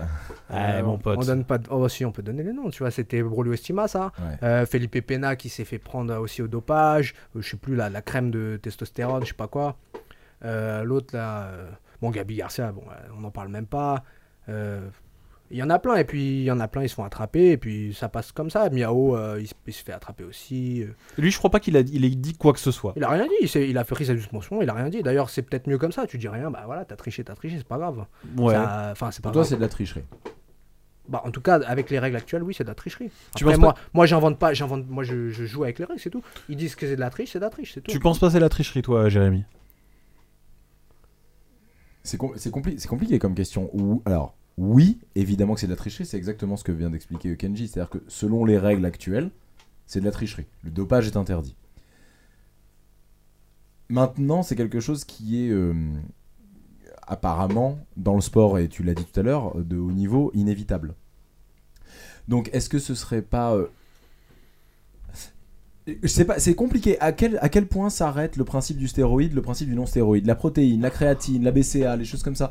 Speaker 5: Ouais, Euh, Eh, mon
Speaker 6: Euh, on-
Speaker 5: pote.
Speaker 6: On donne pas de... Oh, si, on peut donner les noms, tu vois. C'était Brolio Estima, ça.
Speaker 4: Ouais.
Speaker 6: Euh, Felipe Pena qui s'est fait prendre euh, aussi au dopage. Euh, je sais plus, la, la crème de testostérone, je sais pas quoi. Euh, L'autre, là. euh, Bon, Gabi Garcia, bon, euh, on n'en parle même pas. Euh, Il y en a plein, et puis il y en a plein, ils se font attraper, et puis ça passe comme ça. Miao, euh, il, se- il se fait attraper aussi. Euh,
Speaker 5: Lui, je crois pas qu'il a, il ait dit quoi que ce soit.
Speaker 6: Il a rien dit, il, s'est- il a fait pris sa suspension, il a rien dit. D'ailleurs, c'est peut-être mieux comme ça, tu dis rien, bah voilà, t'as triché, t'as triché, c'est pas grave.
Speaker 5: Ouais.
Speaker 6: Ça- Enfin, c'est pas
Speaker 4: Pour toi,
Speaker 6: grave.
Speaker 4: c'est de la tricherie.
Speaker 6: Bah, en tout cas, avec les règles actuelles, oui, c'est de la tricherie.
Speaker 5: Tu
Speaker 6: Après,
Speaker 5: penses
Speaker 6: moi, moi j'invente pas, j'invente, moi je, je joue avec les règles, c'est tout. Ils disent que c'est de la triche, c'est de la triche, c'est tout.
Speaker 5: Tu penses pas c'est la tricherie, toi, Jérémy
Speaker 4: C'est com- c'est compli- c'est compliqué comme question. Ou, alors, oui, évidemment que c'est de la tricherie, c'est exactement ce que vient d'expliquer Kenji. C'est-à-dire que selon les règles actuelles, c'est de la tricherie. Le dopage est interdit. Maintenant, c'est quelque chose qui est euh, apparemment, dans le sport, et tu l'as dit tout à l'heure, de haut niveau, inévitable. Donc, est-ce que ce serait pas. euh, Je sais pas, c'est compliqué. À quel, à quel point s'arrête le principe du stéroïde, le principe du non-stéroïde La protéine, la créatine, la BCA, les choses comme ça.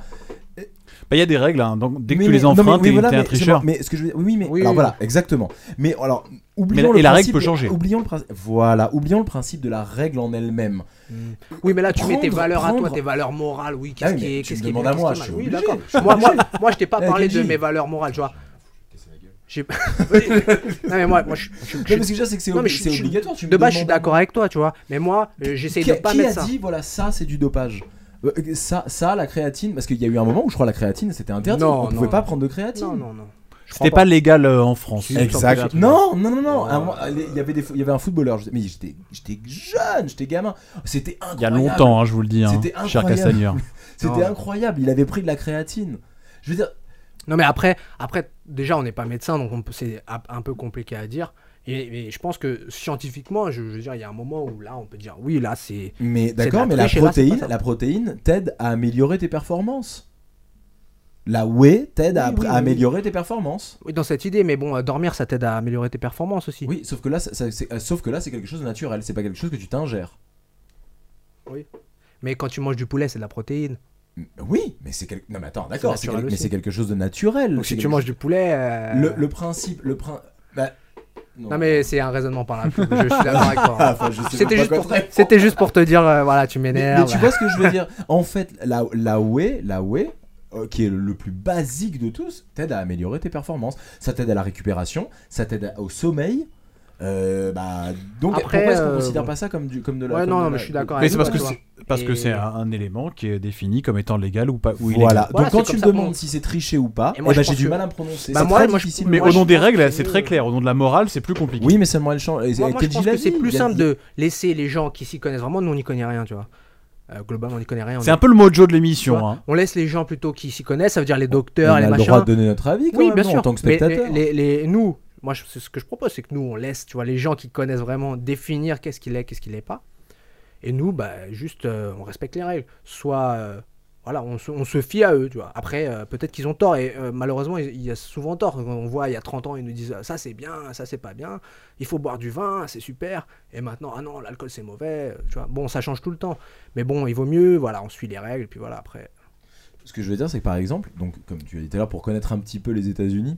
Speaker 5: Bah, il y a des règles, hein, donc dès que
Speaker 4: Mais-
Speaker 5: tu
Speaker 4: mais-
Speaker 5: les
Speaker 4: non, mais-
Speaker 5: enfreins,
Speaker 4: oui,
Speaker 5: t'es
Speaker 4: voilà,
Speaker 5: t'es un
Speaker 4: mais c'est
Speaker 5: tricheur.
Speaker 4: bon, Mais ce que je veux dire- oui, mais
Speaker 6: Oui,
Speaker 4: alors
Speaker 6: oui.
Speaker 4: voilà, exactement. Mais alors, oublions
Speaker 5: Mais-
Speaker 4: le
Speaker 5: et la règle
Speaker 4: principe-
Speaker 5: peut changer.
Speaker 4: Oublions le principe. Voilà, oublions le principe de la règle en elle-même.
Speaker 6: Hmm. Oui, mais là, tu mets tes
Speaker 4: Prendre-
Speaker 6: valeurs à toi,
Speaker 4: prendre-
Speaker 6: tes valeurs morales. Oui,
Speaker 4: Ah
Speaker 6: qu'est-ce
Speaker 4: oui,
Speaker 6: qui
Speaker 4: mais
Speaker 6: est.
Speaker 4: tu
Speaker 6: qu'est-ce
Speaker 4: me
Speaker 6: qui est
Speaker 4: demandes
Speaker 6: bien,
Speaker 4: à moi,
Speaker 6: qu'est-ce qui est
Speaker 4: je suis
Speaker 6: mal. Oui,
Speaker 4: obligé,
Speaker 6: d'accord.
Speaker 4: je suis
Speaker 6: Moi, moi,
Speaker 4: obligé.
Speaker 6: moi, je t'ai pas
Speaker 4: Eh,
Speaker 6: parlé de
Speaker 4: Kenji.
Speaker 6: mes valeurs morales, tu vois. J'ai. non, mais moi, moi je, je- je-
Speaker 4: Non, mais ce que je veux dire, c'est que c'est
Speaker 6: Non, mais
Speaker 4: obli-
Speaker 6: je-
Speaker 4: c'est
Speaker 6: je-
Speaker 4: obligatoire. tu me
Speaker 6: de base, je suis
Speaker 4: demandes-
Speaker 6: d'accord avec toi, tu vois. Mais moi, euh, j'essaie de
Speaker 4: Qui,
Speaker 6: pas
Speaker 4: qui a
Speaker 6: mettre ça.
Speaker 4: dit, voilà, ça c'est du dopage Euh, ça, ça, la créatine, parce qu'il y a eu un moment où je crois la créatine c'était interdit,
Speaker 6: Non,
Speaker 4: on
Speaker 6: non,
Speaker 4: pouvait pas
Speaker 6: non.
Speaker 4: prendre de créatine.
Speaker 6: Non, non, non. Je
Speaker 5: C'était
Speaker 6: crois
Speaker 5: pas légal euh, en France.
Speaker 6: Exact.
Speaker 5: Tout simplement.
Speaker 4: Non, non, non, non.
Speaker 6: Oh.
Speaker 4: À un moment, allez, Il y avait des, il y avait un footballeur, je- mais j'étais, j'étais jeune, j'étais gamin. C'était
Speaker 5: Il y a
Speaker 4: incroyable.
Speaker 5: longtemps, hein, je vous le dis, hein,
Speaker 4: C'était
Speaker 5: cher
Speaker 4: incroyable.
Speaker 5: Castagneur.
Speaker 4: C'était
Speaker 6: Non.
Speaker 4: incroyable. Il avait pris de la créatine. Je veux dire,
Speaker 6: Non mais après, après déjà on n'est pas médecin, donc on peut- c'est un un peu compliqué à dire. Et, et je pense que scientifiquement, je, je veux dire, il y a un moment où là on peut dire oui, là c'est...
Speaker 4: mais
Speaker 6: de la
Speaker 4: d'accord, mais la hein.
Speaker 6: triche, et là, c'est pas
Speaker 4: protéine,
Speaker 6: ça.
Speaker 4: la protéine t'aide à améliorer tes performances. La whey t'aide à,
Speaker 6: Oui, oui,
Speaker 4: à
Speaker 6: oui.
Speaker 4: améliorer tes performances.
Speaker 6: Oui, dans cette idée, mais bon, euh, dormir ça t'aide à améliorer tes performances aussi.
Speaker 4: Oui, sauf que là, ça- ça- c'est- euh, sauf que là, c'est quelque chose de naturel. C'est pas quelque chose que tu t'ingères.
Speaker 6: Mais quand tu manges du poulet, c'est de la protéine.
Speaker 4: M- Oui, mais c'est quel- non, mais attends, d'accord,
Speaker 6: C'est
Speaker 4: c'est
Speaker 6: naturel
Speaker 4: quel- mais
Speaker 6: aussi.
Speaker 4: c'est quelque chose de naturel.
Speaker 6: Donc
Speaker 4: C'est
Speaker 6: si tu
Speaker 4: quelque-
Speaker 6: manges du poulet... euh,
Speaker 4: le, le principe, le prin... bah, non.
Speaker 6: Non mais c'est un raisonnement par là, je suis d'accord avec toi.
Speaker 4: Ah, enfin, je sais
Speaker 6: C'était
Speaker 4: pas
Speaker 6: juste,
Speaker 4: quoi
Speaker 6: pour...
Speaker 4: te répondre.
Speaker 6: c'était juste pour te dire, euh, voilà, tu
Speaker 4: Mais,
Speaker 6: m'énerves.
Speaker 4: mais tu vois ce que je veux dire En fait, la, la whey, la whey, euh, qui est le, le plus basique de tous, t'aide à améliorer tes performances. Ça t'aide à la récupération, ça t'aide à- au sommeil. Euh, bah, donc
Speaker 6: Après,
Speaker 4: pourquoi est-ce qu'on
Speaker 6: euh,
Speaker 4: considère
Speaker 6: bon.
Speaker 4: pas ça comme, du, comme de la
Speaker 6: Ouais,
Speaker 4: comme
Speaker 6: non,
Speaker 4: de
Speaker 6: non,
Speaker 4: la-
Speaker 6: mais je suis d'accord
Speaker 5: Mais
Speaker 6: avec
Speaker 5: c'est
Speaker 6: toi,
Speaker 5: parce que
Speaker 6: tu vois.
Speaker 5: c'est parce que
Speaker 6: Et-
Speaker 5: c'est un, un élément qui est défini comme étant légal ou pas. Ou illégal.
Speaker 4: Voilà.
Speaker 6: Voilà,
Speaker 4: donc quand
Speaker 6: c'est
Speaker 4: tu me
Speaker 6: comme ça
Speaker 4: demandes
Speaker 6: qu'on-
Speaker 4: si c'est triché ou pas,
Speaker 6: Et moi,
Speaker 4: eh ben,
Speaker 6: je
Speaker 4: j'ai
Speaker 6: pense
Speaker 4: du
Speaker 6: que-
Speaker 4: mal à me prononcer.
Speaker 6: Bah,
Speaker 4: c'est
Speaker 6: moi,
Speaker 4: très
Speaker 6: moi, je-
Speaker 4: difficile.
Speaker 5: Mais
Speaker 6: Moi,
Speaker 5: au
Speaker 6: je
Speaker 5: nom des
Speaker 6: pense que
Speaker 5: règles,
Speaker 6: c'est
Speaker 5: c'est très
Speaker 6: mieux.
Speaker 5: clair. Au nom de la morale, c'est plus compliqué.
Speaker 4: Oui, mais seulement elle change.
Speaker 6: Moi, moi, je
Speaker 4: Kenji
Speaker 6: pense
Speaker 4: l'a
Speaker 6: que c'est
Speaker 4: dit,
Speaker 6: plus
Speaker 4: il a
Speaker 6: simple
Speaker 4: dit-
Speaker 6: de laisser les gens qui s'y connaissent vraiment, nous on n'y connaît rien, tu vois. Euh, globalement on n'y connaît rien. on
Speaker 5: C'est
Speaker 6: est-
Speaker 5: un peu le mojo de
Speaker 6: tu vois.
Speaker 5: l'émission. hein.
Speaker 6: On laisse les gens plutôt qui s'y connaissent, ça veut dire les
Speaker 4: On
Speaker 6: docteurs,
Speaker 4: a
Speaker 6: les
Speaker 4: le
Speaker 6: machins.
Speaker 4: droit de donner notre avis quand
Speaker 6: euh, oui,
Speaker 4: même,
Speaker 6: bien
Speaker 4: non,
Speaker 6: sûr.
Speaker 4: en tant que
Speaker 6: Mais euh,
Speaker 4: spectateur.
Speaker 6: les, les- les- nous, moi, je- c'est ce que je propose, c'est que nous, on laisse, tu vois, les gens qui connaissent vraiment définir qu'est-ce qu'il est, qu'est-ce qu'il n'est pas. Et nous, bah, juste, euh, on respecte les règles. Soit, euh, voilà, on se, on se fie à eux, tu vois. Après, euh, peut-être qu'ils ont tort, et euh, malheureusement, il il y a souvent tort. Quand On voit, il y a 30 ans, ils nous disent, ah, ça c'est bien, ça c'est pas bien, il faut boire du vin, c'est super. Et maintenant, ah non, l'alcool c'est mauvais, euh, tu vois. Bon, ça change tout le temps. Mais bon, il vaut mieux, voilà, on suit les règles, et puis voilà, après.
Speaker 4: Ce que je veux dire, c'est que par exemple, donc comme tu as dit tout à l'heure, pour connaître un petit peu les États-Unis,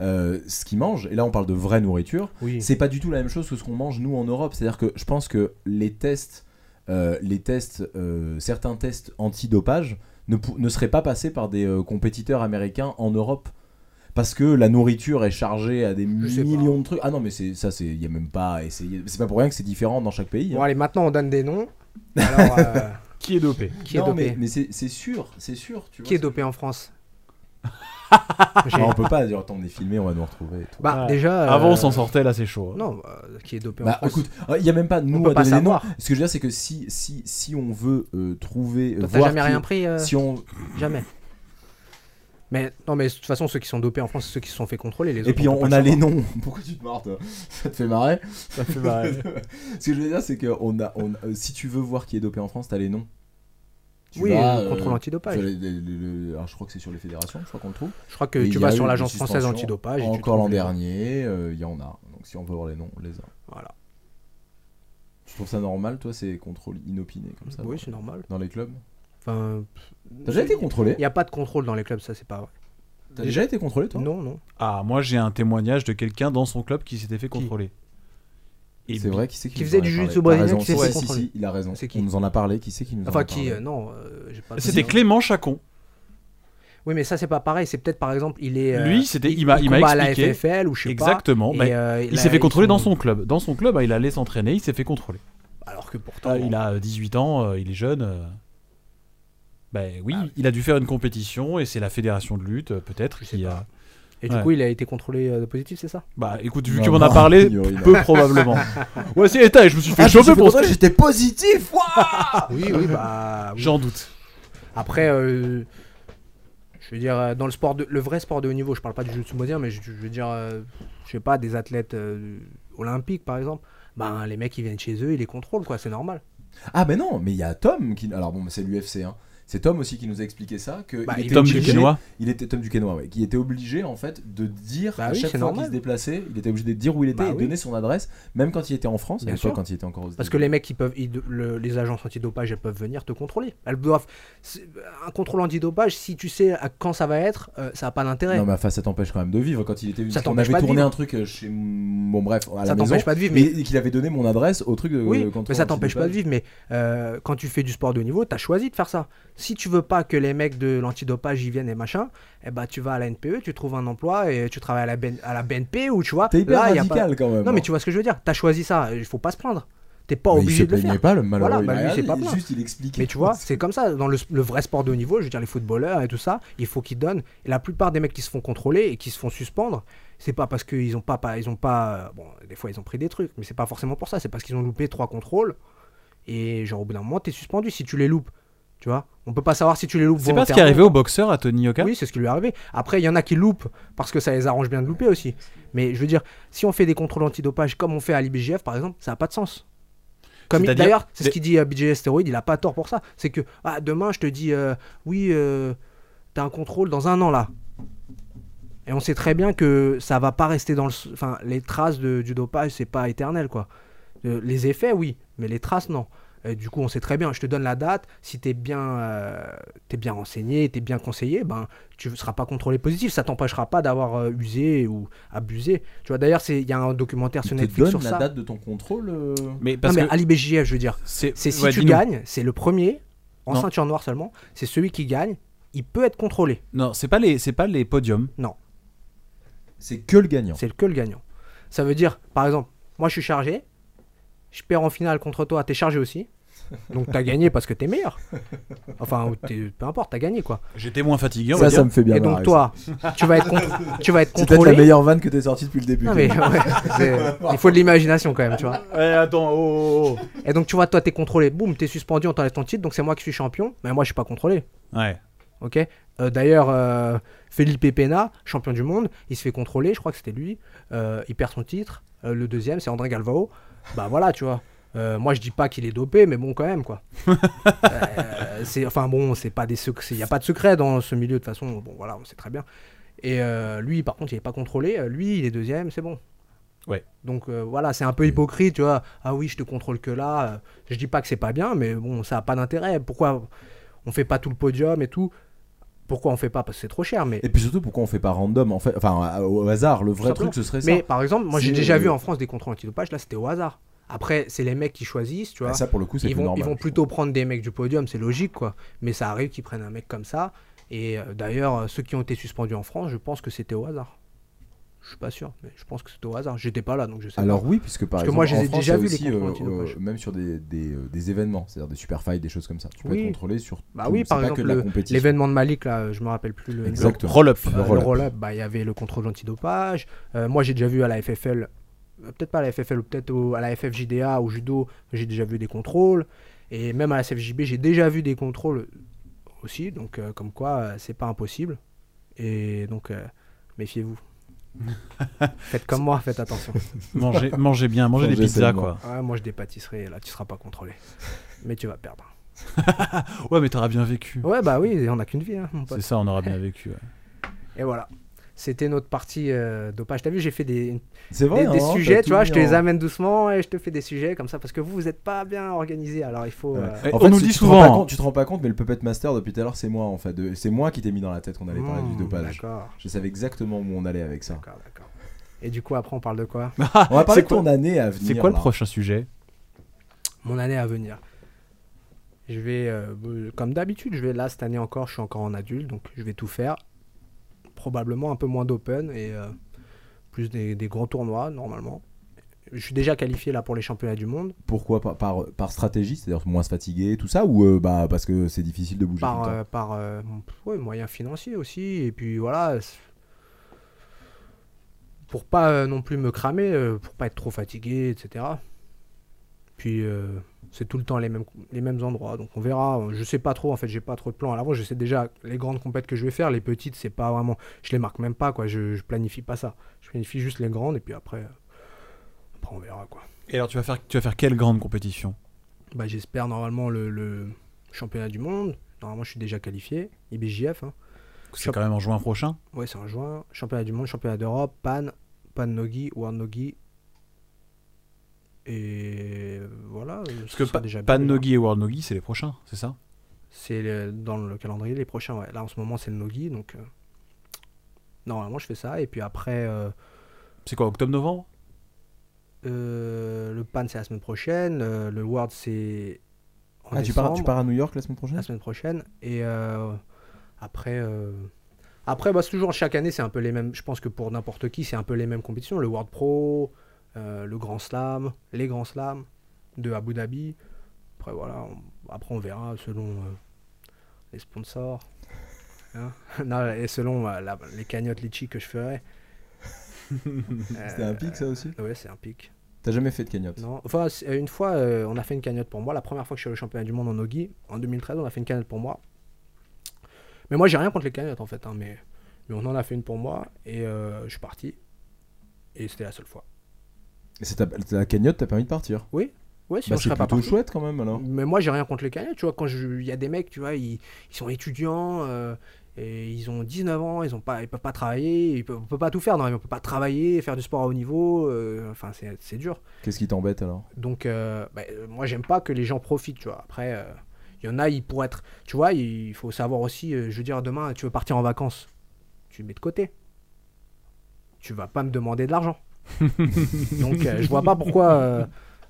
Speaker 4: euh, ce qu'ils mangent, et là on parle de vraie nourriture,
Speaker 6: Oui.
Speaker 4: c'est pas du tout la même chose que ce qu'on mange nous en Europe. C'est-à-dire que je pense que les tests, euh, les tests, euh, certains tests antidopage ne, pou- ne seraient pas passés par des euh, compétiteurs américains en Europe. Parce que la nourriture est chargée à des
Speaker 6: sais pas.
Speaker 4: millions de trucs. Ah non, mais c'est ça, c'est il y a même pas à essayer. C'est pas pour rien que c'est différent dans chaque pays. hein.
Speaker 6: Bon, allez, maintenant, on donne des noms. Alors, euh,
Speaker 5: Qui est dopé
Speaker 6: qui est
Speaker 4: non,
Speaker 6: dopé
Speaker 4: mais, mais c'est c'est sûr, c'est sûr. Tu vois,
Speaker 6: Qui est
Speaker 4: c'est-
Speaker 6: dopé en France J'ai-
Speaker 4: Non, on peut pas dire attends, on est filmé, on va nous retrouver. et tout.
Speaker 6: Bah
Speaker 5: Ouais.
Speaker 6: déjà. euh,
Speaker 5: Avant, on s'en sortait. Là, c'est chaud. hein.
Speaker 6: Non, euh, qui est dopé en
Speaker 4: Bah
Speaker 6: France
Speaker 4: écoute, il n'y a même pas
Speaker 6: on
Speaker 4: nous
Speaker 6: peut
Speaker 4: à
Speaker 6: pas
Speaker 4: donner les noms.
Speaker 6: savoir.
Speaker 4: Ce que je veux dire, c'est que si, si, si on veut euh, trouver. euh,
Speaker 6: Toi, T'as
Speaker 4: voir
Speaker 6: jamais
Speaker 4: qui-
Speaker 6: rien pris euh,
Speaker 4: Si on...
Speaker 6: Jamais. Mais non, mais de toute façon, ceux qui sont dopés en France, c'est ceux qui se sont fait contrôler. Les autres,
Speaker 4: Et puis on,
Speaker 6: peut pas
Speaker 4: on a
Speaker 6: le
Speaker 4: les
Speaker 6: savoir.
Speaker 4: noms. Pourquoi tu te marres toi Ça te fait marrer
Speaker 5: Ça fait marrer.
Speaker 4: Ce que je veux dire, c'est que on a, on- euh, si tu veux voir qui est dopé en France, t'as les noms. Tu
Speaker 6: Oui,
Speaker 4: vas,
Speaker 6: le
Speaker 4: euh,
Speaker 6: contrôle
Speaker 4: sur
Speaker 6: antidopage.
Speaker 4: les- les- les- les- alors je crois que c'est sur les fédérations, je crois qu'on le trouve.
Speaker 6: Je crois que
Speaker 4: Et il y
Speaker 6: tu
Speaker 4: a
Speaker 6: vas
Speaker 4: eu
Speaker 6: sur
Speaker 4: des
Speaker 6: l'agence française
Speaker 4: suspensions
Speaker 6: antidopage. et tu
Speaker 4: Encore
Speaker 6: trouves
Speaker 4: l'an
Speaker 6: les noms.
Speaker 4: dernier, euh, il y en a. Donc si on veut voir les noms, on les a.
Speaker 6: Voilà.
Speaker 4: Tu trouves ça normal, toi, ces contrôles inopinés comme ça
Speaker 6: Oui,
Speaker 4: dans-
Speaker 6: c'est normal.
Speaker 4: Dans les clubs
Speaker 6: Enfin,
Speaker 4: T'as déjà été contrôlé
Speaker 6: il n'y a pas de contrôle dans les clubs, ça c'est pas vrai.
Speaker 4: T'as déjà été contrôlé, toi
Speaker 6: Non, non.
Speaker 5: Ah, moi, j'ai un témoignage de quelqu'un dans son club qui s'était fait contrôler. Et
Speaker 4: C'est vrai, qui c'est qui
Speaker 6: Qui
Speaker 4: nous
Speaker 6: faisait
Speaker 4: en a
Speaker 6: du
Speaker 4: parlé
Speaker 6: jiu-jitsu
Speaker 4: T'as
Speaker 6: brésilien,
Speaker 4: raison,
Speaker 6: qui s'est
Speaker 4: si,
Speaker 6: fait
Speaker 4: si,
Speaker 6: contrôler.
Speaker 4: si, il a raison.
Speaker 6: C'est qui
Speaker 4: On nous en a parlé, qui c'est qui nous en
Speaker 6: Enfin,
Speaker 4: a parlé
Speaker 6: qui euh, Non, euh, j'ai pas.
Speaker 5: C'était Clément Chacon.
Speaker 6: Oui, mais ça c'est pas pareil. C'est peut-être par exemple, il est. euh,
Speaker 5: Lui, c'était- il
Speaker 6: il
Speaker 5: m'a- il m'a
Speaker 6: combat à la
Speaker 5: expliqué.
Speaker 6: FFL ou je sais pas.
Speaker 5: Exactement.
Speaker 6: Et,
Speaker 5: mais
Speaker 6: euh,
Speaker 5: il
Speaker 6: a-
Speaker 5: s'est fait
Speaker 6: ils
Speaker 5: contrôler dans
Speaker 6: sont-
Speaker 5: son club. Dans son club, ah, il allait s'entraîner, il s'est fait contrôler.
Speaker 6: Alors que pourtant. hein.
Speaker 5: Ah, il a euh, 18 ans, euh, il est jeune. euh. Ben oui,
Speaker 6: Ah oui.
Speaker 5: il a dû faire une compétition et c'est la fédération de lutte, euh, peut-être,
Speaker 6: Je sais
Speaker 5: qui
Speaker 6: pas.
Speaker 5: a.
Speaker 6: Et du
Speaker 5: Ouais.
Speaker 6: coup, il a été contrôlé euh, de positif, c'est ça
Speaker 5: Bah écoute, vu
Speaker 4: Non,
Speaker 5: que tu m'en as
Speaker 4: non,
Speaker 5: parlé,
Speaker 4: Yuri, non.
Speaker 5: peu probablement. ouais, c'est état et je me suis fait
Speaker 4: Ah, je me suis
Speaker 5: choper
Speaker 4: fait
Speaker 5: pour ça.
Speaker 4: contrôler, j'étais positif waouh
Speaker 6: Ah Oui, oui, bah. oui.
Speaker 5: J'en doute.
Speaker 6: Après, euh, je veux dire, euh, dans le sport, de, le vrai sport de haut niveau, je parle pas du jiu-jitsu moderne, mais je, je veux dire, euh, je sais pas, des athlètes euh, olympiques par exemple, ben les mecs ils viennent chez eux, ils les contrôlent, quoi, c'est normal.
Speaker 4: Ah, mais non, mais il y a Tom qui. Alors bon, mais c'est l'UFC, hein. C'est Tom aussi qui nous a expliqué ça, que
Speaker 6: Bah,
Speaker 4: il
Speaker 6: il-
Speaker 4: était
Speaker 5: Tom
Speaker 4: obligé-
Speaker 5: Duquesnois.
Speaker 4: Il était Tom Duquesnois, ouais, qui était obligé en fait de dire
Speaker 6: Bah
Speaker 4: à
Speaker 6: oui,
Speaker 4: chaque fois
Speaker 6: c'est
Speaker 4: qu'il
Speaker 6: normal.
Speaker 4: se déplaçait, il était obligé de dire où il était
Speaker 6: Bah
Speaker 4: et
Speaker 6: oui.
Speaker 4: donner son adresse, même quand il était en France,
Speaker 6: Bien
Speaker 4: et pas
Speaker 6: sûr.
Speaker 4: quand il était encore aux
Speaker 6: Parce que les mecs, ils peuvent, ils- le- les agences antidopage, elles peuvent venir te contrôler. Elles doivent. c'est- Un contrôle antidopage, si tu sais à quand ça va être, euh, ça n'a pas d'intérêt.
Speaker 4: Non, mais enfin, ça t'empêche quand même de vivre. Quand il était,
Speaker 6: Ça
Speaker 4: on
Speaker 6: t'empêche
Speaker 4: avait
Speaker 6: pas de
Speaker 4: tourné
Speaker 6: vivre.
Speaker 4: un truc euh, chez, bon bref, à la
Speaker 6: ça
Speaker 4: maison,
Speaker 6: t'empêche pas de vivre,
Speaker 4: mais...
Speaker 6: mais
Speaker 4: et qu'il avait donné mon adresse au truc de
Speaker 6: Oui,
Speaker 4: contrôle
Speaker 6: mais ça t'empêche pas de
Speaker 4: antidopage.
Speaker 6: vivre. Mais euh, quand tu fais du sport de haut niveau, t'as choisi de faire ça. Si tu veux pas que les mecs de l'antidopage y viennent et machin, eh ben tu vas à la NPE, tu trouves un emploi et tu travailles à la, BN à la BNP ou tu vois.
Speaker 4: T'es hyper
Speaker 6: là, y a pas-
Speaker 4: radical quand même.
Speaker 6: Non, mais tu vois ce que je veux dire. T'as choisi ça. Il faut pas se plaindre. T'es pas
Speaker 4: Mais
Speaker 6: obligé de le
Speaker 4: Il se plaignait
Speaker 6: faire.
Speaker 4: pas, le malheureux.
Speaker 6: Voilà,
Speaker 4: il
Speaker 6: bah,
Speaker 4: a
Speaker 6: lui,
Speaker 4: rien
Speaker 6: c'est
Speaker 4: dit,
Speaker 6: pas
Speaker 4: il-
Speaker 6: plein.
Speaker 4: Juste, il expliquait.
Speaker 6: Mais tu vois, c'est comme ça. Dans le, le vrai sport de haut niveau, je veux dire, les footballeurs et tout ça, il faut qu'ils donnent. Et la plupart des mecs qui se font contrôler et qui se font suspendre, c'est pas parce qu'ils ont pas, pas- ils ont pas. euh, Bon, des fois, ils ont pris des trucs, mais c'est pas forcément pour ça. C'est parce qu'ils ont loupé trois contrôles. Et genre, au bout d'un moment, t'es suspendu si tu les loupes. Tu vois On peut pas savoir si tu les loupes.
Speaker 5: C'est pas ce qui est
Speaker 6: volontairement.
Speaker 5: arrivé au boxeur à Tony Yoka
Speaker 6: Oui, c'est ce qui lui est arrivé. Après, il y en a qui loupent parce que ça les arrange bien de louper aussi. Mais je veux dire, si on fait des contrôles antidopage comme on fait à l'IBGF, par exemple, ça n'a pas de sens. Comme il-
Speaker 5: C'est-à-dire-
Speaker 6: D'ailleurs, c'est ce
Speaker 5: des-
Speaker 6: qu'il dit euh, à BJ Stéroïde, il a pas tort pour ça. C'est que ah, demain, je te dis, euh, oui, euh, t'as un contrôle dans un an là. Et on sait très bien que ça va pas rester dans le. s- Enfin, les traces de- du dopage, c'est pas éternel quoi. Euh, les effets, oui, mais les traces, non. Et du coup, on sait très bien, je te donne la date, si t'es bien, euh, t'es bien renseigné, t'es bien conseillé, ben, tu ne seras pas contrôlé positif, ça t'empêchera pas d'avoir euh, usé ou abusé. Tu vois, d'ailleurs, c'est- il y a un documentaire sur
Speaker 4: Tu te
Speaker 6: Netflix
Speaker 4: donnes la
Speaker 6: sur ça.
Speaker 4: date de ton contrôle. euh,
Speaker 5: Mais
Speaker 6: non,
Speaker 5: parce
Speaker 6: mais
Speaker 5: que
Speaker 6: à l'IBJF, je veux dire. C'est si
Speaker 5: ouais,
Speaker 6: tu
Speaker 5: dis-nous.
Speaker 6: gagnes, c'est le premier, en
Speaker 5: Non.
Speaker 6: ceinture noire seulement, c'est celui qui gagne, il peut être contrôlé,
Speaker 5: Non, c'est pas les, c'est pas les podiums.
Speaker 4: C'est que le gagnant.
Speaker 6: c'est que le gagnant. Ça veut dire, par exemple, moi je suis chargé, je perds en finale contre toi, t'es chargé aussi, donc t'as gagné parce que t'es meilleur. Enfin, ou t'es- peu importe, t'as gagné quoi.
Speaker 5: J'étais moins fatigué. on va
Speaker 4: Ça,
Speaker 5: dire.
Speaker 4: ça me fait bien
Speaker 6: Et donc
Speaker 4: marrer,
Speaker 6: toi, tu vas être, contr- tu vas être
Speaker 4: ça. C'est peut-être la
Speaker 6: contrôlé.
Speaker 4: meilleure vanne que t'es sortie depuis le début.
Speaker 6: Non, mais ouais, c'est- il faut de l'imagination quand même, tu vois.
Speaker 5: Eh, attends, oh, oh,
Speaker 6: Et donc tu vois, toi t'es contrôlé, boum, t'es suspendu, on t'enlève ton titre, donc c'est moi qui suis champion, mais moi je suis pas contrôlé,
Speaker 5: oh. Ouais.
Speaker 6: ok Euh, D'ailleurs, euh, Felipe Pena, champion du monde, il se fait contrôler, je crois que c'était lui, euh, il perd son titre, Euh, le deuxième c'est André Galvao, bah voilà, tu vois. Euh, moi je dis pas qu'il est dopé, mais bon quand même quoi. Euh, c'est, enfin bon, c'est pas des secrets, il y a pas de secret dans ce milieu de toute façon, bon voilà, on sait très bien. Et euh, lui par contre il est pas contrôlé, Euh, lui il est deuxième, c'est bon.
Speaker 5: Ouais.
Speaker 6: Donc euh, voilà, c'est un peu hypocrite, tu vois. Ah oui, je te contrôle que là. Euh, Je dis pas que c'est pas bien, mais bon, ça a pas d'intérêt. Pourquoi on fait pas tout le podium et tout Pourquoi on fait pas Parce que c'est trop cher. Mais,
Speaker 4: Et puis surtout, pourquoi on fait pas random en fait Enfin, au au hasard, le vrai
Speaker 6: simplement.
Speaker 4: truc, ce serait ça.
Speaker 6: mais par exemple, moi j'ai
Speaker 4: C'est-
Speaker 6: déjà vu en France des contrôles antidopage. Là, c'était au hasard. Après, c'est les mecs qui choisissent, tu
Speaker 4: Et
Speaker 6: vois.
Speaker 4: Bah, Ça, pour le coup, c'est
Speaker 6: ils,
Speaker 4: plus
Speaker 6: vont,
Speaker 4: normal.
Speaker 6: ils vont plutôt prendre des mecs du podium, c'est logique, quoi. Mais ça arrive qu'ils prennent un mec comme ça. Et euh, d'ailleurs, euh, ceux qui ont été suspendus en France, je pense que c'était au hasard. Je suis pas sûr, mais je pense que c'était au hasard. J'étais pas là, donc je sais
Speaker 4: Alors
Speaker 6: pas.
Speaker 4: oui, puisque par
Speaker 6: Parce que
Speaker 4: exemple,
Speaker 6: moi, je
Speaker 4: en
Speaker 6: les ai
Speaker 4: France,
Speaker 6: déjà
Speaker 4: il y a
Speaker 6: vus, les
Speaker 4: aussi,
Speaker 6: contrôles
Speaker 4: euh,
Speaker 6: antidopage.
Speaker 4: euh, même sur des, des, euh, des événements, c'est-à-dire des super fights, des choses comme ça. Tu peux
Speaker 6: Oui.
Speaker 4: être contrôlé sur.
Speaker 6: Bah
Speaker 4: tout,
Speaker 6: oui,
Speaker 4: c'est
Speaker 6: par
Speaker 4: pas
Speaker 6: exemple,
Speaker 4: que de la
Speaker 6: le-
Speaker 4: compétition.
Speaker 6: L'événement de Malik, là, je me rappelle plus le, nom.
Speaker 4: Exactement.
Speaker 5: Roll-up.
Speaker 4: Le
Speaker 6: Euh,
Speaker 4: roll-up.
Speaker 6: le roll-up, bah, il y avait le contrôle antidopage. Euh, moi, j'ai déjà vu à la FFL, euh, peut-être pas à la FFL, ou peut-être au- à la FFJDA, au judo, j'ai déjà vu des contrôles. Et même à la CFJB, j'ai déjà vu des contrôles aussi. Donc, euh, comme quoi, euh, c'est pas impossible. Et donc, euh, méfiez-vous. faites comme moi, faites attention.
Speaker 5: Mangez, mangez bien, mangez des
Speaker 4: Mangez
Speaker 5: pizzas,
Speaker 4: sainement.
Speaker 5: quoi.
Speaker 6: Ouais, mange des pâtisseries, et là, tu seras pas contrôlé. Mais tu vas perdre.
Speaker 5: Ouais, mais t'auras bien vécu.
Speaker 6: Ouais, bah oui, on a qu'une vie, hein, mon pote.
Speaker 5: C'est ça, on aura bien vécu. ouais.
Speaker 6: Et voilà. C'était notre partie euh, dopage. T'as vu, j'ai fait des,
Speaker 4: C'est vrai.
Speaker 6: des, des
Speaker 4: hein, t'as
Speaker 6: sujets,
Speaker 4: tout
Speaker 6: tu vois,
Speaker 4: mis
Speaker 6: je te les
Speaker 4: en-
Speaker 6: amène doucement et je te fais des sujets comme ça parce que vous, vous n'êtes pas bien organisé. Alors il faut.
Speaker 4: Ouais.
Speaker 6: euh,
Speaker 5: Eh,
Speaker 4: En
Speaker 5: on
Speaker 4: fait,
Speaker 5: nous
Speaker 4: tu-
Speaker 5: dit
Speaker 4: tu te rends pas
Speaker 5: souvent, hein.
Speaker 4: compte- tu te rends pas compte, mais le Puppet Master, depuis tout à l'heure, c'est moi, en fait. de- C'est moi qui t'ai mis dans la tête qu'on allait parler du
Speaker 6: hmm,
Speaker 4: dopage.
Speaker 6: D'accord,
Speaker 4: Je savais exactement où on allait avec ça.
Speaker 6: d'accord, d'accord. Et du coup, après, on parle de quoi
Speaker 4: On va parler
Speaker 5: Ah, C'est
Speaker 4: de
Speaker 5: quoi-
Speaker 4: ton année à venir.
Speaker 5: C'est quoi le
Speaker 4: là.
Speaker 5: prochain sujet
Speaker 6: Mon année à venir. Je vais, euh, euh, comme d'habitude, je vais là cette année encore, je suis encore en adulte, donc je vais tout faire. Probablement un peu moins d'open et euh, plus des, des grands tournois normalement. Je suis déjà qualifié là pour les championnats du monde.
Speaker 4: Pourquoi par, par, par stratégie, c'est-à-dire moins se fatiguer, tout ça, ou euh, bah, parce que c'est difficile de bouger tout
Speaker 6: par,
Speaker 4: le temps
Speaker 6: euh, par euh, ouais, moyens financiers aussi. Et puis voilà, c'est- pour pas euh, non plus me cramer, euh, pour pas être trop fatigué, etc. Puis euh, c'est tout le temps les mêmes, les mêmes endroits, donc on verra. Je sais pas trop, en fait, j'ai pas trop de plans à l'avance. Je sais déjà les grandes compètes que je vais faire, les petites, c'est pas vraiment. Je les marque même pas, quoi. Je, je planifie pas ça. Je planifie juste les grandes et puis après, euh, après on verra, quoi.
Speaker 5: Et alors, tu vas faire, tu vas faire quelle grande compétition
Speaker 6: Bah, j'espère normalement le, le championnat du monde, Normalement, je suis déjà qualifié. IBJF. Hein.
Speaker 5: C'est quand même en juin prochain.
Speaker 6: Ouais, c'est en juin. Championnat du monde, championnat d'Europe, Pan, Pan Nogi, World Nogi. Et voilà. euh,
Speaker 5: Parce que pa-
Speaker 6: hein.
Speaker 5: Pan Nogi et World Nogi, c'est les prochains, c'est ça
Speaker 6: C'est le- dans le calendrier les prochains. Ouais. Là, en ce moment, c'est le Nogi. Donc, euh, normalement, je fais ça. Et puis après, euh,
Speaker 5: C'est quoi, octobre-novembre
Speaker 6: euh, le Pan, c'est la semaine prochaine. euh, le World, c'est. en
Speaker 4: Ah, tu pars, tu
Speaker 6: décembre.
Speaker 4: pars à New York la semaine prochaine
Speaker 6: la semaine prochaine. Et euh, après, euh, après bah, c'est toujours chaque année, c'est un peu les mêmes. Je pense que pour n'importe qui, c'est un peu les mêmes compétitions. Le World Pro, euh, le Grand Slam, les Grands Slams de Abu Dhabi. Après, voilà, on, après on verra selon euh, les sponsors. Hein Non, et selon euh, la- les cagnottes litchi que je ferai. Euh,
Speaker 4: C'était un pic ça aussi
Speaker 6: Ouais, c'est un pic.
Speaker 4: T'as jamais fait de cagnotte
Speaker 6: Non. Enfin, c'est- une fois, euh, on a fait une cagnotte pour moi. La première fois que je suis allé au championnat du monde en Ogi, en 2013, on a fait une cagnotte pour moi. Mais moi, j'ai rien contre les cagnottes en fait. hein, mais, mais on en a fait une pour moi et euh, je suis parti. Et c'était la seule fois.
Speaker 4: Et c'est ta- la cagnotte t'a permis de partir
Speaker 6: Ouais, sinon
Speaker 4: Bah,
Speaker 6: je
Speaker 4: c'est
Speaker 6: serais pas
Speaker 4: plutôt
Speaker 6: parti.
Speaker 4: chouette hein. quand même alors.
Speaker 6: Mais moi, j'ai rien contre les cagnottes. Tu vois, quand je- il y a des mecs, tu vois, ils, ils sont étudiants. euh, et ils ont 19 ans, ils ont pas, ils peuvent pas travailler, ils peuvent, on peut pas tout faire, non, on peut pas travailler, faire du sport à haut niveau, euh, enfin c'est c'est dur.
Speaker 4: Qu'est-ce qui t'embête alors
Speaker 6: Donc, euh, bah, euh, moi, j'aime pas que les gens profitent, tu vois. Après, euh, il y en a, ils pourraient être. Tu vois, il faut savoir aussi, euh, je veux dire, demain, tu veux partir en vacances, tu le mets de côté. Tu vas pas me demander de l'argent. Donc, euh, je vois pas pourquoi euh,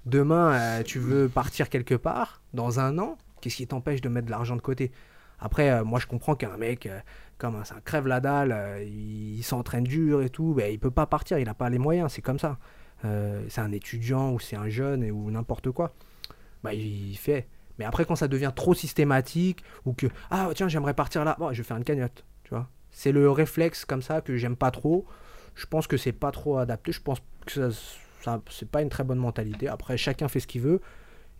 Speaker 6: demain, euh, tu veux partir quelque part, dans un an, qu'est-ce qui t'empêche de mettre de l'argent de côté Après, euh, moi, je comprends qu'un mec. euh, comme un, c'est un crève la dalle, euh, il, il s'entraîne dur et tout, bah, il peut pas partir, il n'a pas les moyens, c'est comme ça. Euh, c'est un étudiant ou c'est un jeune et- ou n'importe quoi, bah, il, il fait. Mais après, quand ça devient trop systématique ou que ah tiens j'aimerais partir là, bon, je vais faire une cagnotte, tu vois. C'est le réflexe comme ça que j'aime pas trop. Je pense que c'est pas trop adapté. Je pense que ça, ça- c'est pas une très bonne mentalité. Après, chacun fait ce qu'il veut.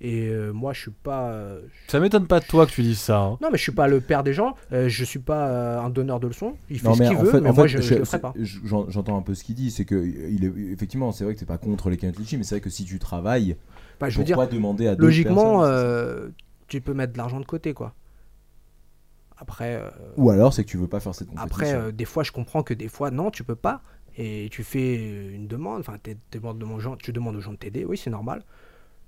Speaker 6: Et euh, moi, je suis pas. euh,
Speaker 5: Ça m'étonne pas de toi que tu dises ça. hein.
Speaker 6: non, mais je suis pas le père des gens, euh, je suis pas euh, un donneur de leçons, il fait
Speaker 4: Non,
Speaker 6: ce qu'il
Speaker 4: en
Speaker 6: veut,
Speaker 4: fait-
Speaker 6: mais
Speaker 4: en
Speaker 6: moi
Speaker 4: fait,
Speaker 6: je, je
Speaker 4: je-
Speaker 6: le ferai pas.
Speaker 4: je- j'en- J'entends un peu ce qu'il dit, c'est que il est, effectivement, c'est vrai que t'es pas contre les cagnottes litchi, mais c'est vrai que si tu travailles,
Speaker 6: Bah, je veux dire,
Speaker 4: pourquoi demander à d'autres
Speaker 6: logiquement,
Speaker 4: personnes
Speaker 6: euh, tu peux mettre de l'argent de côté, quoi. Après, euh,
Speaker 4: Ou alors c'est que tu veux pas faire cette compétition.
Speaker 6: après euh, des fois, je comprends que des fois, non, tu peux pas, et tu fais euh, une demande, enfin, t'es- t'es demande aux gens- tu demandes aux gens de t'aider, oui, c'est normal.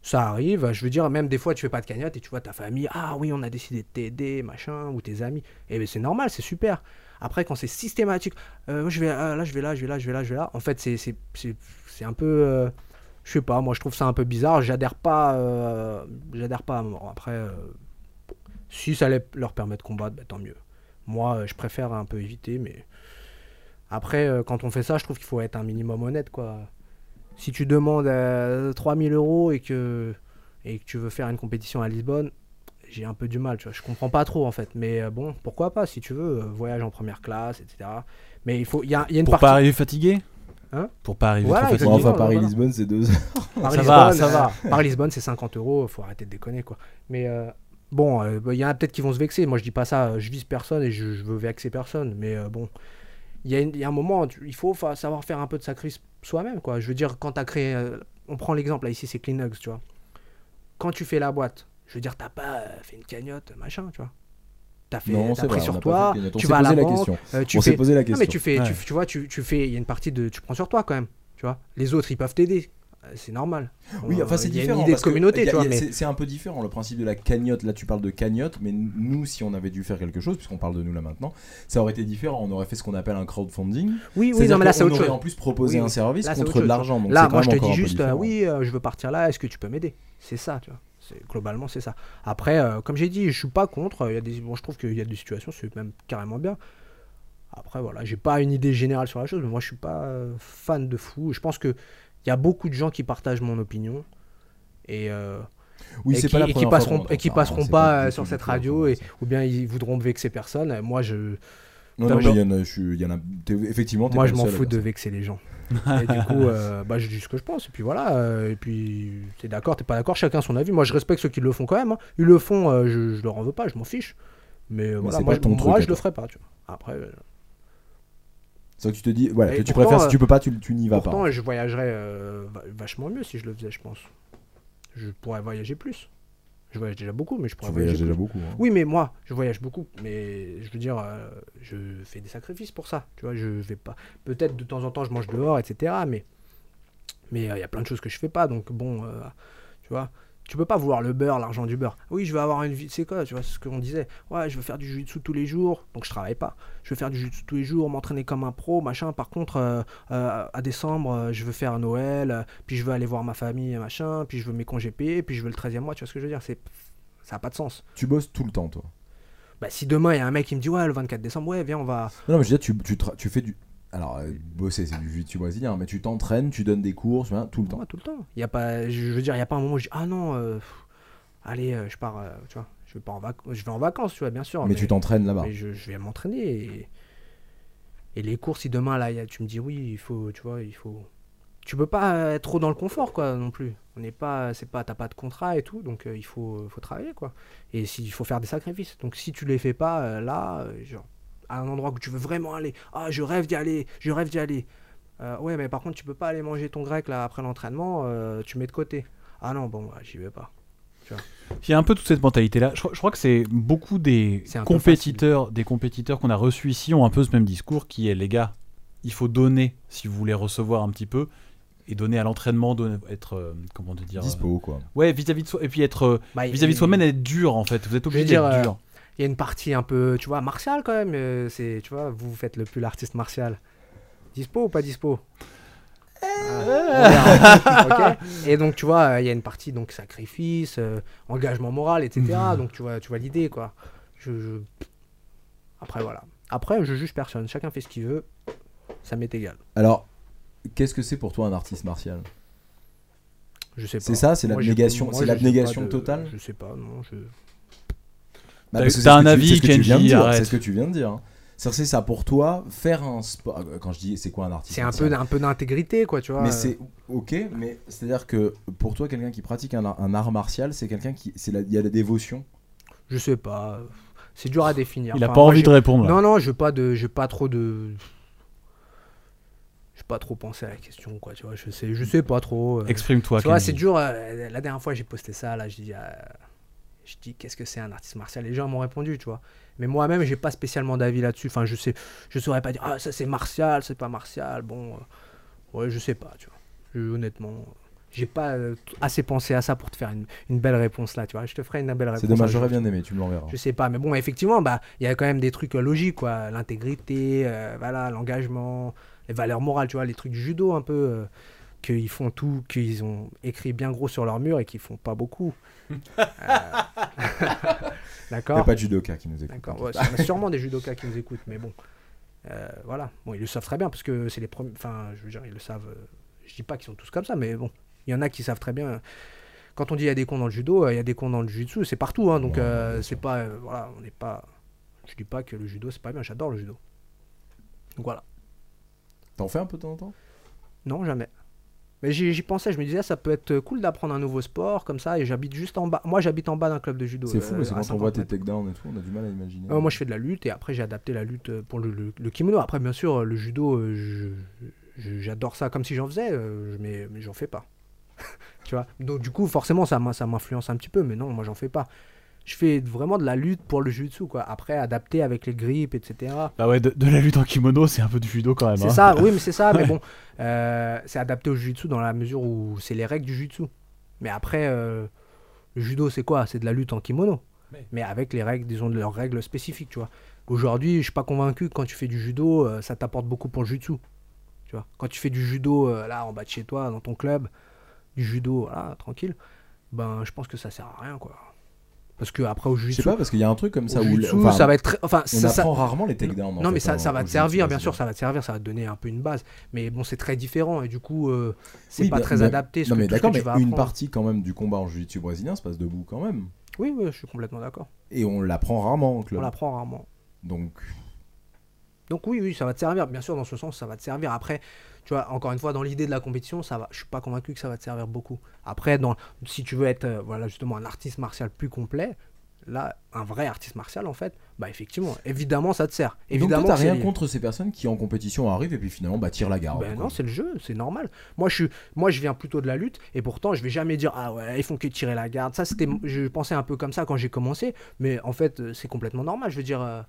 Speaker 6: Ça arrive, je veux dire, même des fois, tu fais pas de cagnotte et tu vois ta famille, ah oui, on a décidé de t'aider, machin, ou tes amis, et ben, c'est normal, c'est super. Après, quand c'est systématique, euh, je vais euh, là, je vais là, je vais là, je vais là, je vais là. En fait, c'est c'est- c'est- c'est un peu. euh, je sais pas, moi je trouve ça un peu bizarre. J'adhère pas, euh, j'adhère pas à mort. Après, euh, si ça allait leur permettre de combattre, bah, tant mieux. Moi, euh, je préfère un peu éviter, mais. Après, euh, quand on fait ça, je trouve qu'il faut être un minimum honnête, quoi. Si tu demandes euh, 3000 euros et que, et que tu veux faire une compétition à Lisbonne, j'ai un peu du mal, tu vois. Je comprends pas trop, en fait. Mais euh, bon, pourquoi pas, si tu veux, euh, voyage en première classe, etc. Mais il faut, il y a, il y a une
Speaker 5: Pour
Speaker 6: partie.
Speaker 5: pas arriver fatigué
Speaker 6: Hein
Speaker 5: Pour pas arriver
Speaker 6: Voilà,
Speaker 5: trop
Speaker 4: Bon,
Speaker 5: fatigué.
Speaker 4: enfin,
Speaker 6: voilà,
Speaker 4: Paris-Lisbonne, c'est deux heures.
Speaker 6: Paris,
Speaker 5: Ça
Speaker 6: Lisbonne,
Speaker 5: va, ça
Speaker 6: euh,
Speaker 5: va.
Speaker 6: Paris, Lisbonne, c'est 50 euros, faut arrêter de déconner quoi. Mais euh, bon, euh, bah, il y en a peut-être qui vont se vexer. Moi, je dis pas ça, euh, je vise personne et je, je veux vexer personne. Mais euh, bon, il y, a une- il y a un moment, tu- il faut fa- savoir faire un peu de sacrifice soi-même quoi. Je veux dire, quand t'as créé, euh, on prend l'exemple là ici, c'est Clean Hugs, tu vois. Quand tu fais la boîte, je veux dire, t'as pas euh, fait une cagnotte, machin, tu vois. T'as fait,
Speaker 4: Non,
Speaker 6: t'as
Speaker 4: c'est vrai.
Speaker 6: pris
Speaker 4: on
Speaker 6: sur
Speaker 4: a pas
Speaker 6: toi,
Speaker 4: fait de cagnotte.
Speaker 6: tu
Speaker 4: on s'est
Speaker 6: vas à la
Speaker 4: posé la
Speaker 6: banque,
Speaker 4: question.
Speaker 6: euh, tu
Speaker 4: On
Speaker 6: fais
Speaker 4: s'est posé la
Speaker 6: non,
Speaker 4: question.
Speaker 6: mais tu fais, tu,
Speaker 5: Ouais.
Speaker 6: tu vois, tu, tu fais, il y a une partie de, tu prends sur toi quand même, tu vois. Les autres, ils peuvent t'aider, Euh, c'est normal.
Speaker 4: Oui,
Speaker 6: On-
Speaker 4: enfin c'est
Speaker 6: il y a
Speaker 4: différent.
Speaker 6: Une idée de
Speaker 4: parce que
Speaker 6: communauté,
Speaker 4: y a-
Speaker 6: tu vois,
Speaker 4: y a-
Speaker 6: mais
Speaker 4: c'est- C'est un peu différent. Le principe de la cagnotte, là tu parles de cagnotte, mais nous, si on avait dû faire quelque chose, puisqu'on parle de nous là maintenant, ça aurait été différent. On aurait fait ce qu'on appelle un crowdfunding.
Speaker 6: oui, oui,
Speaker 4: C'est-à-dire
Speaker 6: non, mais là,
Speaker 4: qu'on
Speaker 6: c'est autre
Speaker 4: aurait
Speaker 6: chose.
Speaker 4: en plus proposé
Speaker 6: Oui,
Speaker 4: un
Speaker 6: oui.
Speaker 4: service
Speaker 6: Là, c'est autre
Speaker 4: contre de
Speaker 6: chose.
Speaker 4: l'argent. donc
Speaker 6: Là,
Speaker 4: c'est
Speaker 6: moi,
Speaker 4: quand
Speaker 6: je
Speaker 4: même
Speaker 6: te
Speaker 4: encore
Speaker 6: dis
Speaker 4: un peu
Speaker 6: juste, euh,
Speaker 4: différent.
Speaker 6: oui, euh, je veux partir là, est-ce que tu peux m'aider C'est ça, tu vois. C'est- Globalement, c'est ça. Après, euh, comme j'ai dit, je suis pas contre. Il y a des, bon, je trouve qu'il y a des situations, c'est même carrément bien. Après, voilà, j'ai pas une idée générale sur la chose, mais moi, je suis pas euh, fan de fou. Je pense que il y a beaucoup de gens qui partagent mon opinion. Et euh,
Speaker 4: Oui,
Speaker 6: et
Speaker 4: c'est
Speaker 6: qui,
Speaker 4: pas la
Speaker 6: et qui
Speaker 4: première fois
Speaker 6: passeront,
Speaker 4: qu'on
Speaker 6: et qui
Speaker 4: entend ça, hein,
Speaker 6: passeront
Speaker 4: c'est
Speaker 6: pas,
Speaker 4: du
Speaker 6: euh,
Speaker 4: tout,
Speaker 6: sur
Speaker 4: du
Speaker 6: cette
Speaker 4: tout la
Speaker 6: radio
Speaker 4: première
Speaker 6: et, ou bien ils voudront me vexer personne. Euh, Moi, je,
Speaker 4: Non, non,
Speaker 6: Comme
Speaker 4: mais il y en a, je suis- il y en a- t'es- effectivement, t'es
Speaker 6: moi,
Speaker 4: pas
Speaker 6: je
Speaker 4: le
Speaker 6: m'en
Speaker 4: seul à
Speaker 6: fous
Speaker 4: faire
Speaker 6: de vexer les gens. et du coup, euh, bah, je dis ce que je pense. Et puis voilà. euh, et puis, t'es d'accord, t'es pas d'accord, chacun son avis. Moi, je respecte ceux qui le font quand même. hein. Ils le font, euh, je, je leur en veux pas, je m'en fiche. Mais, euh, voilà,
Speaker 4: c'est
Speaker 6: moi,
Speaker 4: pas
Speaker 6: je-
Speaker 4: ton
Speaker 6: moi,
Speaker 4: truc à
Speaker 6: je le
Speaker 4: toi.
Speaker 6: ferai pas. Tu vois. Après, euh,
Speaker 4: C'est vrai que tu te dis, voilà,
Speaker 6: Et
Speaker 4: que tu
Speaker 6: pourtant,
Speaker 4: préfères,
Speaker 6: euh,
Speaker 4: si tu peux pas, tu, tu n'y vas
Speaker 6: pourtant,
Speaker 4: pas.
Speaker 6: je euh, voyagerais euh, va- vachement mieux si je le faisais, je pense. Je pourrais voyager plus. Je voyage déjà beaucoup, mais je pourrais
Speaker 4: Tu voyages
Speaker 6: voyager
Speaker 4: déjà
Speaker 6: plus.
Speaker 4: beaucoup. hein.
Speaker 6: Oui, mais moi, je voyage beaucoup, mais je veux dire, euh, je fais des sacrifices pour ça. Tu vois, je vais pas. Peut-être de temps en temps, je mange dehors, etc. Mais mais euh, il y a plein de choses que je fais pas, donc bon, euh, tu vois. Tu peux pas vouloir le beurre, l'argent du beurre. Oui, je veux avoir une vie, c'est quoi, tu vois, c'est ce qu'on disait. Ouais, je veux faire du jiu-jitsu tous les jours, donc je travaille pas. Je veux faire du jiu-jitsu tous les jours, m'entraîner comme un pro, machin. Par contre, euh, euh, à décembre, euh, je veux faire Noël, euh, puis je veux aller voir ma famille, machin, puis je veux mes congés payés, puis je veux le 13e mois, tu vois ce que je veux dire C'est ça a pas de sens.
Speaker 4: Tu bosses tout le temps, toi.
Speaker 6: Bah, si demain il y a un mec qui me dit ouais le 24 décembre ouais viens on va
Speaker 4: Non, non, mais je veux dire, tu, tu, tra- tu fais du. Alors, euh, bosser, c'est du jiu-jitsu brésilien, mais tu t'entraînes, tu donnes des courses, hein, tout le temps.
Speaker 6: Ouais, tout le temps. Il y a pas je je veux dire il y a pas un moment où je dis ah non euh, pff, allez euh, je pars euh, tu vois je vais pas en vacances je vais en vacances tu vois bien sûr
Speaker 4: mais, tu t'entraînes là-bas.
Speaker 6: mais je, je vais m'entraîner et... et les cours si demain là il y a- tu me dis oui il faut tu vois il faut tu peux pas euh, être trop dans le confort quoi non plus on n'est pas c'est pas t'as pas de contrat et tout donc euh, il faut faut travailler quoi et s'il faut faire des sacrifices donc si tu les fais pas euh, là euh, genre à un endroit où tu veux vraiment aller ah je rêve d'y aller je rêve d'y aller Euh, ouais mais par contre tu peux pas aller manger ton grec là après l'entraînement euh, tu mets de côté ah non bon bah, j'y vais pas
Speaker 5: Il y a un peu toute cette mentalité-là. Je, crois- je crois que c'est beaucoup des
Speaker 6: C'est un peu
Speaker 5: compétiteurs, des compétiteurs qu'on a reçus ici ont un peu ce même discours qui est les gars, il faut donner si vous voulez recevoir un petit peu et donner à l'entraînement, donner- être euh, comment te dire, euh,
Speaker 4: Dispo, quoi.
Speaker 5: ouais vis-à-vis de soi et puis être euh,
Speaker 6: Bah, il-
Speaker 5: vis-à-vis de soi-même être dur en fait. Vous êtes obligé
Speaker 6: dire,
Speaker 5: d'être
Speaker 6: euh,
Speaker 5: dur.
Speaker 6: Il y a une partie un peu, tu vois, martiale quand même. euh, c'est, tu vois, vous faites le pull artiste martial. Dispo ou pas dispo
Speaker 4: Euh.
Speaker 6: Voilà. On verra. Ok. Et donc, tu vois, euh, il y a une partie donc sacrifice, euh, engagement moral, etc.
Speaker 4: Mhm.
Speaker 6: Donc, tu vois, tu vois l'idée, quoi. Je, je- Après, voilà. Après, je juge personne. Chacun fait ce qu'il veut. Ça m'est égal.
Speaker 4: Alors, qu'est-ce que c'est pour toi un artiste martial
Speaker 6: Je sais pas.
Speaker 4: C'est ça, c'est
Speaker 6: Moi, j'ai-
Speaker 4: l'abnégation-
Speaker 6: moi,
Speaker 4: c'est
Speaker 6: je sais pas
Speaker 4: l'abnégation
Speaker 6: de-
Speaker 4: totale
Speaker 6: Je sais pas, non. Je...
Speaker 4: Bah,
Speaker 5: T'as-
Speaker 4: parce que c'est
Speaker 5: t'as
Speaker 4: ce
Speaker 5: un
Speaker 4: que tu-
Speaker 5: avis,
Speaker 4: c'est ce que tu
Speaker 5: Kenji,
Speaker 4: viens de dire,
Speaker 5: arrête.
Speaker 4: C'est ce que tu viens de dire. hein. C'est c'est ça pour toi, faire un sport. euh, Quand je dis c'est quoi un artiste
Speaker 6: C'est un
Speaker 4: martial
Speaker 6: peu, un peu d'intégrité, quoi, tu vois.
Speaker 4: Mais c'est ok, mais c'est-à-dire que pour toi, quelqu'un qui pratique un, ar- un art martial, c'est quelqu'un qui, c'est la- il y a la dévotion.
Speaker 6: Je sais pas. C'est dur à définir.
Speaker 5: Il a
Speaker 6: Enfin,
Speaker 5: pas
Speaker 6: moi,
Speaker 5: envie de répondre. là.
Speaker 6: Non, non, j'ai pas de, j'ai pas trop de, j'ai pas trop pensé à la question, quoi. Tu vois, je sais, je sais pas trop. euh.
Speaker 5: Exprime-toi.
Speaker 6: tu vois,
Speaker 5: Kenji.
Speaker 6: c'est dur. euh, la dernière fois, j'ai posté ça. Là, je dis, euh, je dis, qu'est-ce que c'est un artiste martial Les gens m'ont répondu, tu vois. Mais moi-même, j'ai pas spécialement d'avis là-dessus. Enfin, je sais, je saurais pas dire, ah, ça c'est martial, c'est pas martial. Bon, euh, ouais, je sais pas, tu vois. Je- honnêtement. euh, J'ai pas euh, t- assez pensé à ça pour te faire une, une belle réponse là, tu vois. Je te ferai une belle réponse.
Speaker 4: C'est
Speaker 6: un
Speaker 4: dommage,
Speaker 6: jour,
Speaker 4: j'aurais
Speaker 6: tu
Speaker 4: bien aimé, tu me l'enverras.
Speaker 6: je sais pas, mais bon, effectivement, bah, il y a quand même des trucs euh, logiques, quoi. L'intégrité, euh, voilà, l'engagement, les valeurs morales, tu vois, les trucs du judo un peu, euh, qu'ils font tout, qu'ils ont écrit bien gros sur leur mur et qu'ils font pas beaucoup. Euh,
Speaker 4: Il n'y a
Speaker 6: D'accord
Speaker 4: pas de judoka qui nous écoute.
Speaker 6: D'accord, ouais, il y a sûrement des judokas qui nous écoutent, mais bon. Euh, voilà, bon, ils le savent très bien parce que c'est les premiers. Enfin, je veux dire, ils le savent. euh, Je dis pas qu'ils sont tous comme ça, mais bon, il y en a qui savent très bien. Quand on dit il y a des cons dans le judo, euh, il y a des cons dans le jiu-jitsu, c'est partout, hein, donc
Speaker 4: Ouais,
Speaker 6: euh,
Speaker 4: bien
Speaker 6: c'est
Speaker 4: sûr.
Speaker 6: pas. euh, voilà, on n'est pas. Je dis pas que le judo c'est pas bien, j'adore le judo. Donc voilà.
Speaker 4: T'en fais un peu de temps en temps
Speaker 6: Non, jamais. Mais j'y j'y pensais, je me disais, ah, ça peut être cool d'apprendre un nouveau sport comme ça, et j'habite juste en bas. Moi, j'habite en bas d'un club de judo.
Speaker 4: C'est fou,
Speaker 6: euh,
Speaker 4: parce que
Speaker 6: à
Speaker 4: quand on
Speaker 6: 50
Speaker 4: voit tes
Speaker 6: mètres.
Speaker 4: takedowns et tout, on a du mal à imaginer.
Speaker 6: Euh, moi, je fais de la lutte et après, j'ai adapté la lutte euh, pour le, le- le kimono. Après, bien sûr, euh, le judo, euh, je- je- j'adore ça comme si j'en faisais, euh, je- mais, mais j'en fais pas. tu vois Donc, du coup, forcément, ça m'in- ça m'influence un petit peu, mais non, moi, j'en fais pas. Je fais vraiment de la lutte pour le jiu-jitsu, quoi. Après, adapté avec les grippes, etc.
Speaker 5: Bah ouais, de, de la lutte en kimono, c'est un peu du judo quand même.
Speaker 6: C'est
Speaker 5: hein.
Speaker 6: ça, oui, mais c'est ça, mais bon, euh, c'est adapté au jiu-jitsu dans la mesure où c'est les règles du jiu-jitsu. Mais après, euh, le judo, c'est quoi C'est de la lutte en kimono,
Speaker 5: Mais-
Speaker 6: mais avec les règles, disons, de leurs règles spécifiques, tu vois. Aujourd'hui, je suis pas convaincu que quand tu fais du judo, euh, ça t'apporte beaucoup pour le jiu-jitsu. Tu vois, quand tu fais du judo euh, là en bas de chez toi, dans ton club, du judo, voilà, tranquille, ben je pense que ça sert à rien, quoi. Parce que après au
Speaker 4: Je sais
Speaker 6: jiu-jitsu,
Speaker 4: pas, parce qu'il y a un truc comme ça
Speaker 6: au
Speaker 4: où.
Speaker 6: jiu-jitsu,
Speaker 4: enfin,
Speaker 6: ça va être, très- enfin,
Speaker 4: On
Speaker 6: ça, ça-
Speaker 4: apprend rarement les takedowns. en
Speaker 6: non, mais
Speaker 4: fait, hein,
Speaker 6: ça,
Speaker 4: en-
Speaker 6: ça va
Speaker 4: en
Speaker 6: te servir, bien
Speaker 4: jiu-jitsu
Speaker 6: sûr, ça va te servir, ça va te donner un peu une base. Mais bon, c'est très différent et du coup, euh, c'est
Speaker 4: Oui,
Speaker 6: pas
Speaker 4: bah,
Speaker 6: très
Speaker 4: bah,
Speaker 6: adapté. Ce
Speaker 4: Non,
Speaker 6: que,
Speaker 4: mais
Speaker 6: tout ce que
Speaker 4: d'accord,
Speaker 6: tu
Speaker 4: mais
Speaker 6: vas
Speaker 4: une
Speaker 6: apprendre.
Speaker 4: partie quand même du combat en jiu-jitsu brésilien se passe debout quand même.
Speaker 6: Oui, oui, je suis complètement d'accord.
Speaker 4: Et on l'apprend rarement en
Speaker 6: On
Speaker 4: club.
Speaker 6: l'apprend rarement.
Speaker 4: Donc,
Speaker 6: Donc oui, oui, ça va te servir. Bien sûr, dans ce sens, ça va te servir. Après, tu vois, encore une fois, dans l'idée de la compétition, ça va. Je suis pas convaincu que ça va te servir beaucoup. Après, dans, si tu veux être, euh, voilà, justement, un artiste martial plus complet, Là, un vrai artiste martial, en fait, bah effectivement, évidemment, ça te sert.
Speaker 4: Évidemment,
Speaker 6: Évidemment,
Speaker 4: t'as
Speaker 6: que
Speaker 4: rien
Speaker 6: c'est-
Speaker 4: contre ces personnes qui en compétition arrivent et puis finalement bah, tirent la garde.
Speaker 6: Ben
Speaker 4: quoi.
Speaker 6: non, c'est le jeu, c'est normal. Moi je, suis, moi, je viens plutôt de la lutte, et pourtant, je vais jamais dire Ah ouais, ils font que tirer la garde. Ça, c'était, je pensais un peu comme ça quand j'ai commencé, mais en fait, euh, c'est complètement normal. Je veux dire, euh,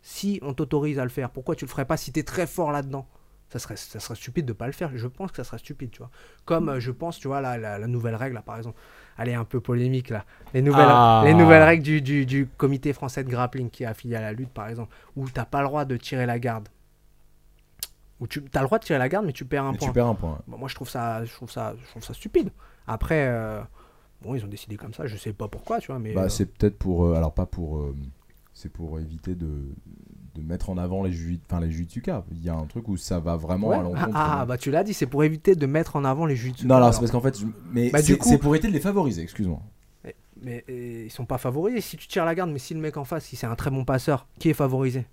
Speaker 6: si on t'autorise à le faire, pourquoi tu le ferais pas si t'es très fort là-dedans ça serait, ça serait stupide de pas le faire. Je pense que ça serait stupide, tu vois. Comme euh, je pense, tu vois, la, la, la nouvelle règle, là, par exemple. Elle est un peu polémique, là. Les nouvelles,
Speaker 5: Ah.
Speaker 6: les nouvelles règles du, du- du comité français de grappling qui est affilié à la lutte, par exemple, où t'as pas le droit de tirer la garde. Où tu as le droit de tirer la garde, mais tu perds un
Speaker 4: Mais
Speaker 6: point.
Speaker 4: tu perds un point.
Speaker 6: Bon, moi, je trouve ça, je trouve ça, je trouve ça stupide. Après, euh, bon, ils ont décidé comme ça. Je sais pas pourquoi, tu vois, mais
Speaker 4: Bah,
Speaker 6: euh,
Speaker 4: c'est peut-être pour. euh, alors, pas pour. euh, c'est pour éviter de, de mettre en avant les juifs. Enfin, les Jujutsuka. Il y a un truc où ça va vraiment
Speaker 6: ouais.
Speaker 4: à l'encontre.
Speaker 6: ah, ah, bah tu l'as dit, c'est pour éviter de mettre en avant les jujitsu.
Speaker 4: non, alors, c'est
Speaker 6: Alors,
Speaker 4: parce qu'en fait. je- Mais
Speaker 6: Bah, du
Speaker 4: c'est
Speaker 6: coup-
Speaker 4: c'est pour éviter de les favoriser, excuse-moi.
Speaker 6: mais euh, ils sont pas favorisés. Si tu tires la garde, mais si le mec en face, si c'est un très bon passeur, qui est favorisé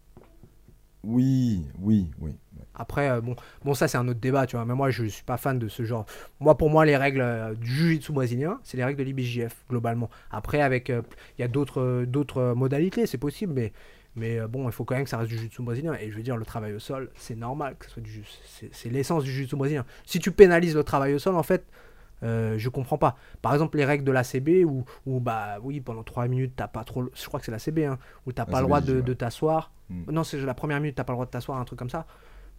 Speaker 4: Oui, oui, oui.
Speaker 6: Après, euh, bon, bon, ça c'est un autre débat, tu vois. Mais moi, je suis pas fan de ce genre. Moi, pour moi, les règles euh, du jiu-jitsu brésilien, c'est les règles de l'IBJF globalement. Après, avec, euh, il y a d'autres, euh, d'autres euh, modalités, c'est possible, mais, mais euh, bon, il faut quand même que ça reste du jiu-jitsu brésilien. Et je veux dire, le travail au sol, c'est normal que ce soit du, jiu- c'est, c'est l'essence du jiu-jitsu brésilien. Si tu pénalises le travail au sol, en fait. euh, je comprends pas. Par exemple, les règles de l'ACB où, où bah oui, pendant 3 minutes, t'as pas trop. le- Je crois que c'est l'ACB, hein, où t'as pas
Speaker 4: ACB,
Speaker 6: le droit
Speaker 4: je dis,
Speaker 6: de,
Speaker 4: ouais.
Speaker 6: de t'asseoir.
Speaker 4: Mm.
Speaker 6: Non, c'est la première minute, t'as pas le droit de t'asseoir, un truc comme ça.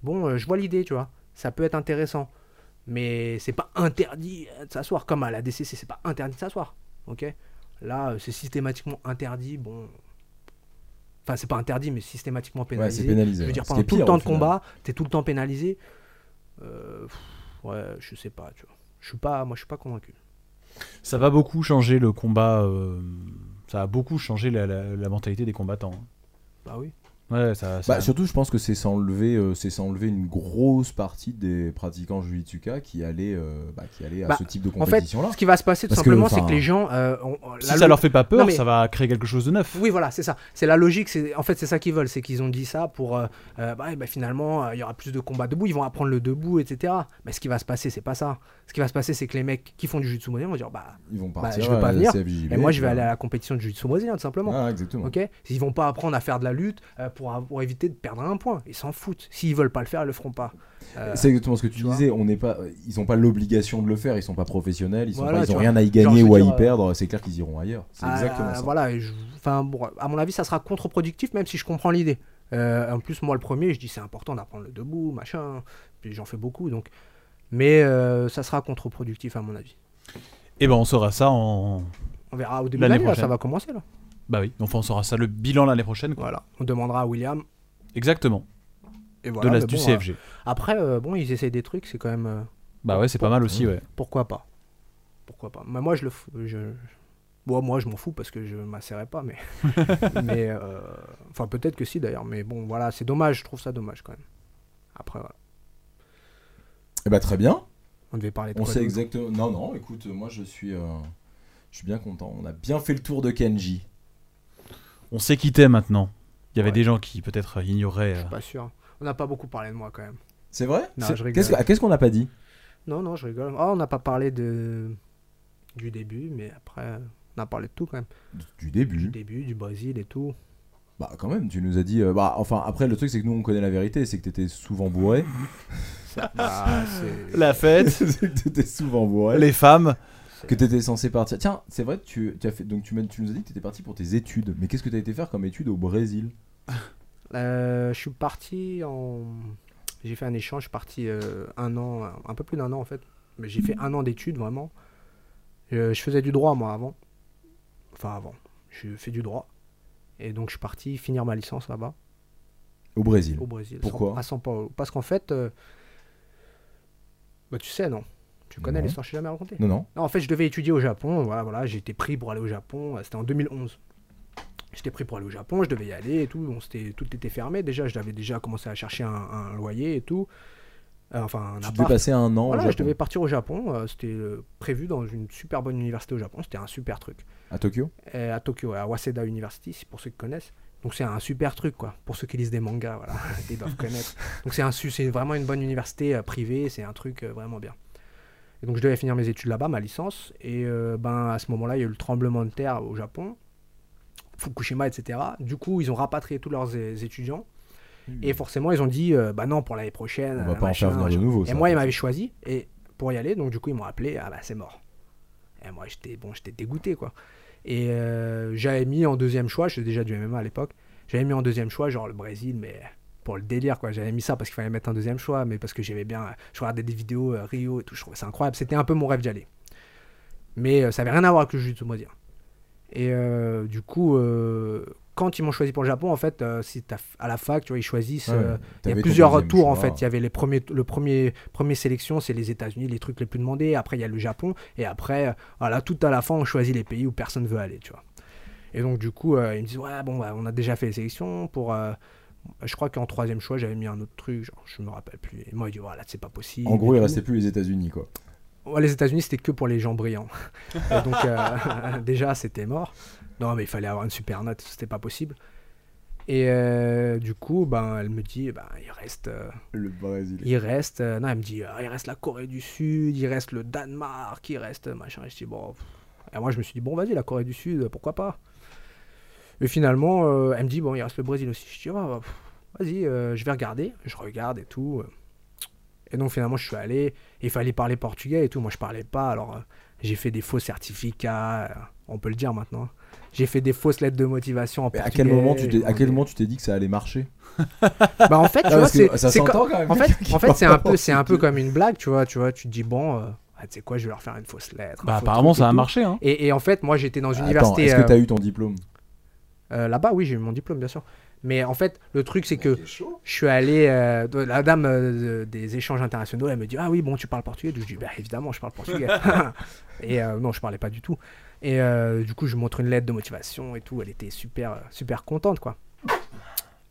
Speaker 6: Bon, euh, je vois l'idée, tu vois. Ça peut être intéressant. Mais c'est pas interdit euh, de s'asseoir. Comme à la DCC, c'est pas interdit de s'asseoir. Ok Là, euh, c'est systématiquement interdit. Bon. Enfin, c'est pas interdit, mais systématiquement
Speaker 4: Ouais, c'est
Speaker 6: pénalisé.
Speaker 4: pénalisé.
Speaker 6: je veux dire,
Speaker 4: Ce qui
Speaker 6: pendant
Speaker 4: est
Speaker 6: tout le
Speaker 4: pire,
Speaker 6: temps
Speaker 4: au
Speaker 6: de
Speaker 4: final.
Speaker 6: combat, t'es tout le temps pénalisé. Euh, pff, ouais, je sais pas, tu vois. Je suis pas, moi, je suis pas convaincu.
Speaker 5: Ça va beaucoup changer le combat. euh, ça a beaucoup changé la, la- la mentalité des combattants.
Speaker 6: Bah oui.
Speaker 5: Ouais, ça. ça-
Speaker 4: Bah, surtout, je pense que c'est s'enlever, euh, c'est s'enlever une grosse partie des pratiquants jujitsuka qui allaient, euh, bah, qui allaient à
Speaker 6: Bah,
Speaker 4: ce type de
Speaker 6: En fait,
Speaker 4: compétition-là.
Speaker 6: ce qui va se passer, tout
Speaker 4: Parce que,
Speaker 6: simplement, c'est
Speaker 4: enfin,
Speaker 6: que les gens. euh, ont- ont-
Speaker 5: si
Speaker 6: la
Speaker 5: ça
Speaker 6: lo-
Speaker 5: leur fait pas peur,
Speaker 6: Non, mais-
Speaker 5: ça va créer quelque chose de neuf.
Speaker 6: Oui, voilà, c'est ça. C'est la logique. C'est en fait c'est ça qu'ils veulent, c'est qu'ils ont dit ça pour euh, euh, bah, eh ben, finalement euh, il y aura plus de combats debout, ils vont apprendre le debout, etc. Mais ce qui va se passer, c'est pas ça. Ce qui va se passer, c'est que les mecs qui font du jiu-jitsu brésilien vont dire bah
Speaker 4: Ils vont
Speaker 6: bah,
Speaker 4: partir.
Speaker 6: je veux pas
Speaker 4: à la
Speaker 6: venir,
Speaker 4: CFJB,
Speaker 6: et moi
Speaker 4: tu
Speaker 6: je vais
Speaker 4: vois.
Speaker 6: aller à la compétition de jiu-jitsu brésilien tout simplement.
Speaker 4: Ah, exactement.
Speaker 6: Ok, ils vont pas apprendre à faire de la lutte euh, pour, av- pour éviter de perdre un point. Ils s'en foutent. S'ils veulent pas le faire, ils le feront pas. Euh,
Speaker 4: C'est exactement ce que tu,
Speaker 6: tu vois.
Speaker 4: disais. On n'est pas, ils n'ont pas l'obligation de le faire. Ils sont pas professionnels. Ils n'ont
Speaker 6: Voilà, tu vois.
Speaker 4: rien à y
Speaker 6: Genre,
Speaker 4: gagner
Speaker 6: je
Speaker 4: ou à
Speaker 6: veux
Speaker 4: y
Speaker 6: dire, euh,
Speaker 4: perdre. C'est clair qu'ils iront ailleurs. C'est
Speaker 6: Ah,
Speaker 4: exactement ça.
Speaker 6: Voilà, et je- enfin, bon, à mon avis, ça sera contre-productif, même si je comprends l'idée. Euh, en plus, moi, le premier, je dis c'est important d'apprendre le debout, machin. Puis j'en fais beaucoup, donc. Mais euh, ça sera contre-productif, à mon avis.
Speaker 5: Et ben on saura ça en.
Speaker 6: On verra au début de
Speaker 5: L'année
Speaker 6: l'année, là,
Speaker 5: prochaine.
Speaker 6: ça va commencer, là.
Speaker 5: Bah oui. Enfin on saura ça le bilan l'année prochaine. Quoi.
Speaker 6: Voilà. On demandera à William.
Speaker 5: Exactement.
Speaker 6: Et
Speaker 5: De
Speaker 6: voilà,
Speaker 5: la-
Speaker 6: mais
Speaker 5: du
Speaker 6: bon,
Speaker 5: CFG.
Speaker 6: euh, après, euh, bon, ils essayent des trucs, c'est quand même. euh,
Speaker 5: Bah ouais, c'est pas mal aussi, ouais.
Speaker 6: pourquoi pas Pourquoi pas Mais moi, je le. f- Je... Bon, moi, je m'en fous parce que je m'asserrais pas, mais. mais euh, Enfin, peut-être que si d'ailleurs, mais bon, voilà, c'est dommage, je trouve ça dommage quand même. Après, voilà.
Speaker 4: Eh ben, très bien.
Speaker 6: On devait parler de
Speaker 4: On
Speaker 6: quoi
Speaker 4: sait
Speaker 6: d'autre
Speaker 4: exactement. Non, non. Écoute, moi je suis, euh, je suis bien content. On a bien fait le tour de Kenji.
Speaker 5: On sait qui t'es maintenant. Il y avait
Speaker 6: Ouais.
Speaker 5: des gens qui peut-être euh, ignoraient.
Speaker 6: Je
Speaker 5: euh,
Speaker 6: suis pas sûr. On n'a pas beaucoup parlé de moi quand même.
Speaker 4: C'est vrai
Speaker 6: Non,
Speaker 4: C'est-
Speaker 6: je rigole.
Speaker 4: Qu'est-ce que- ah, qu'est-ce qu'on n'a pas dit
Speaker 6: Non, non, je rigole. Ah, on n'a pas parlé de... du début, mais après, euh, on a parlé de tout quand même.
Speaker 4: Du début.
Speaker 6: Du début, du Brésil et tout.
Speaker 4: Bah quand même, tu nous as dit. euh, bah enfin après le truc c'est que nous on connaît la vérité, c'est que t'étais souvent bourré.
Speaker 6: Ça, bah, c'est-
Speaker 5: La fête,
Speaker 4: c'est que t'étais souvent bourré.
Speaker 5: les femmes.
Speaker 4: Que t'étais censé partir. Tiens, c'est vrai, tu, tu as fait. Donc tu, m'as- tu nous as dit que t'étais parti pour tes études. Mais qu'est-ce que t'as été faire comme études au Brésil
Speaker 6: Euh, je suis parti en. J'ai fait un échange, je suis parti euh, un an, un- un peu plus d'un an en fait. Mais j'ai fait un an d'études vraiment. Euh, je faisais du droit moi avant. Enfin avant. Je fais du droit. Et donc je suis parti finir ma licence là-bas,
Speaker 4: Au Brésil.
Speaker 6: au Brésil.
Speaker 4: Pourquoi
Speaker 6: San- À São Paulo. Parce qu'en fait. euh, Bah tu sais, non Tu connais
Speaker 4: Non.
Speaker 6: l'histoire, je t'ai jamais racontée.
Speaker 4: Non, non.
Speaker 6: Non, en fait, je devais étudier au Japon. Voilà, voilà, j'ai été pris pour aller au Japon. euh, C'était en 2011. J'étais pris pour aller au Japon, je devais y aller et tout. On s'était- tout était fermé déjà. Je l'avais déjà commencé à chercher un, un loyer et tout. Euh, enfin, un
Speaker 4: Tu devais
Speaker 6: appart.
Speaker 4: passer un an. au
Speaker 6: Voilà, je
Speaker 4: Japon.
Speaker 6: devais partir au Japon. euh, C'était euh, prévu dans une super bonne université au Japon. C'était un super truc.
Speaker 4: À Tokyo
Speaker 6: Euh, à Tokyo, à Waseda University, si pour ceux qui connaissent. Donc c'est un super truc, quoi. Pour ceux qui lisent des mangas, voilà, ils doivent connaître. Donc c'est un su- c'est vraiment une bonne université euh, privée, c'est un truc euh, vraiment bien. Et donc je devais finir mes études là-bas, ma licence. Et euh, ben à ce moment-là, il y a eu le tremblement de terre au Japon. Fukushima, etc. Du coup, ils ont rapatrié tous leurs é- étudiants. Et forcément, ils ont dit, euh, bah non, pour l'année prochaine.
Speaker 4: Mmh. On va
Speaker 6: euh,
Speaker 4: pas en
Speaker 6: machin,
Speaker 4: faire venir de
Speaker 6: machin.
Speaker 4: nouveau.
Speaker 6: Et
Speaker 4: ça.
Speaker 6: moi, ils m'avaient choisi et pour y aller, donc du coup, ils m'ont appelé, ah bah c'est mort. Et moi, j'étais bon, j'étais dégoûté quoi. Et euh, j'avais mis en deuxième choix, j'étais déjà du MMA à l'époque, j'avais mis en deuxième choix genre le Brésil, mais pour le délire quoi. J'avais mis ça parce qu'il fallait mettre un deuxième choix, mais parce que j'aimais bien, je regardais des vidéos euh, Rio et tout, je trouvais ça incroyable. C'était un peu mon rêve d'y aller. Mais euh, ça avait rien à voir avec le jiu-jitsu, moi dire. Et euh, du coup, euh, quand ils m'ont choisi pour le Japon, en fait, euh, si t'as- à la fac, tu vois, ils choisissent.
Speaker 4: Ah Ouais,
Speaker 6: euh, il y
Speaker 4: t'avais
Speaker 6: a
Speaker 4: ton
Speaker 6: plusieurs
Speaker 4: deuxième
Speaker 6: tours en
Speaker 4: choix.
Speaker 6: fait. Il y avait les premiers, le premier, première sélection, c'est les États-Unis, les trucs les plus demandés. Après, il y a le Japon. Et après, euh, voilà, tout à la fin, on choisit les pays où personne veut aller, tu vois. Et donc, du coup, euh, ils me disent, ouais, bon, bah, on a déjà fait les sélections pour. euh, je crois qu'en troisième choix, j'avais mis un autre truc, genre, je me rappelle plus. Et moi, il dit, voilà, c'est pas possible.
Speaker 4: En gros,
Speaker 6: et
Speaker 4: il
Speaker 6: tout.
Speaker 4: restait plus les États-Unis quoi.
Speaker 6: Ouais, les États-Unis, c'était que pour les gens brillants. Et donc, euh, déjà, c'était mort. Non, mais il fallait avoir une super note, c'était pas possible. Et euh, du coup, ben, elle me dit, ben, il reste. euh,
Speaker 4: Le Brésil.
Speaker 6: il reste, euh, non, elle me dit, euh, il reste la Corée du Sud, il reste le Danemark, il reste euh, machin. Et je dis, bon, pff. et moi je me suis dit, bon, vas-y, la Corée du Sud, euh, pourquoi pas. Et finalement, euh, elle me dit, bon, il reste le Brésil aussi. Je dis, Ah, bah, pff, vas-y, euh, je vais regarder, je regarde et tout. euh. Et donc finalement, je suis allé, il fallait parler portugais et tout. Moi, je parlais pas, alors euh, j'ai fait des faux certificats, euh, on peut le dire maintenant. J'ai fait des fausses lettres de motivation en
Speaker 4: Mais
Speaker 6: portugais.
Speaker 4: à quel moment tu t'es,
Speaker 6: j'ai
Speaker 4: à quel
Speaker 6: demandé-
Speaker 4: moment tu t'es dit que ça allait marcher
Speaker 6: Bah, en fait, tu
Speaker 4: Ah,
Speaker 6: vois,
Speaker 4: parce que
Speaker 6: c'est-
Speaker 4: ça
Speaker 6: c'est quand-
Speaker 4: s'entend quand même.
Speaker 6: en fait, en fait,
Speaker 4: parle
Speaker 6: c'est un
Speaker 4: pas
Speaker 6: peu, c'est un peu
Speaker 4: portugais.
Speaker 6: comme une blague, tu vois. Tu vois, tu te dis bon, euh, ah, tu sais quoi, je vais leur faire une fausse lettre.
Speaker 5: Bah,
Speaker 6: un faux
Speaker 5: apparemment,
Speaker 6: truc
Speaker 5: ça
Speaker 6: et
Speaker 5: a
Speaker 6: tout.
Speaker 5: marché. Hein.
Speaker 6: Et, et en fait, moi, j'étais dans
Speaker 4: Attends,
Speaker 6: une université
Speaker 4: est-ce que
Speaker 6: euh,
Speaker 4: t'as eu ton diplôme
Speaker 6: euh, là-bas. Oui, j'ai eu mon diplôme, bien sûr. Mais en fait, le truc, c'est que je suis allé. euh, de- la dame euh, de- des échanges internationaux, elle me dit Ah oui, bon, tu parles portugais. Donc, je dis Bah évidemment, je parle portugais. et euh, non, je parlais pas du tout. Et euh, du coup, je lui montre une lettre de motivation et tout. Elle était super, euh, super contente, quoi.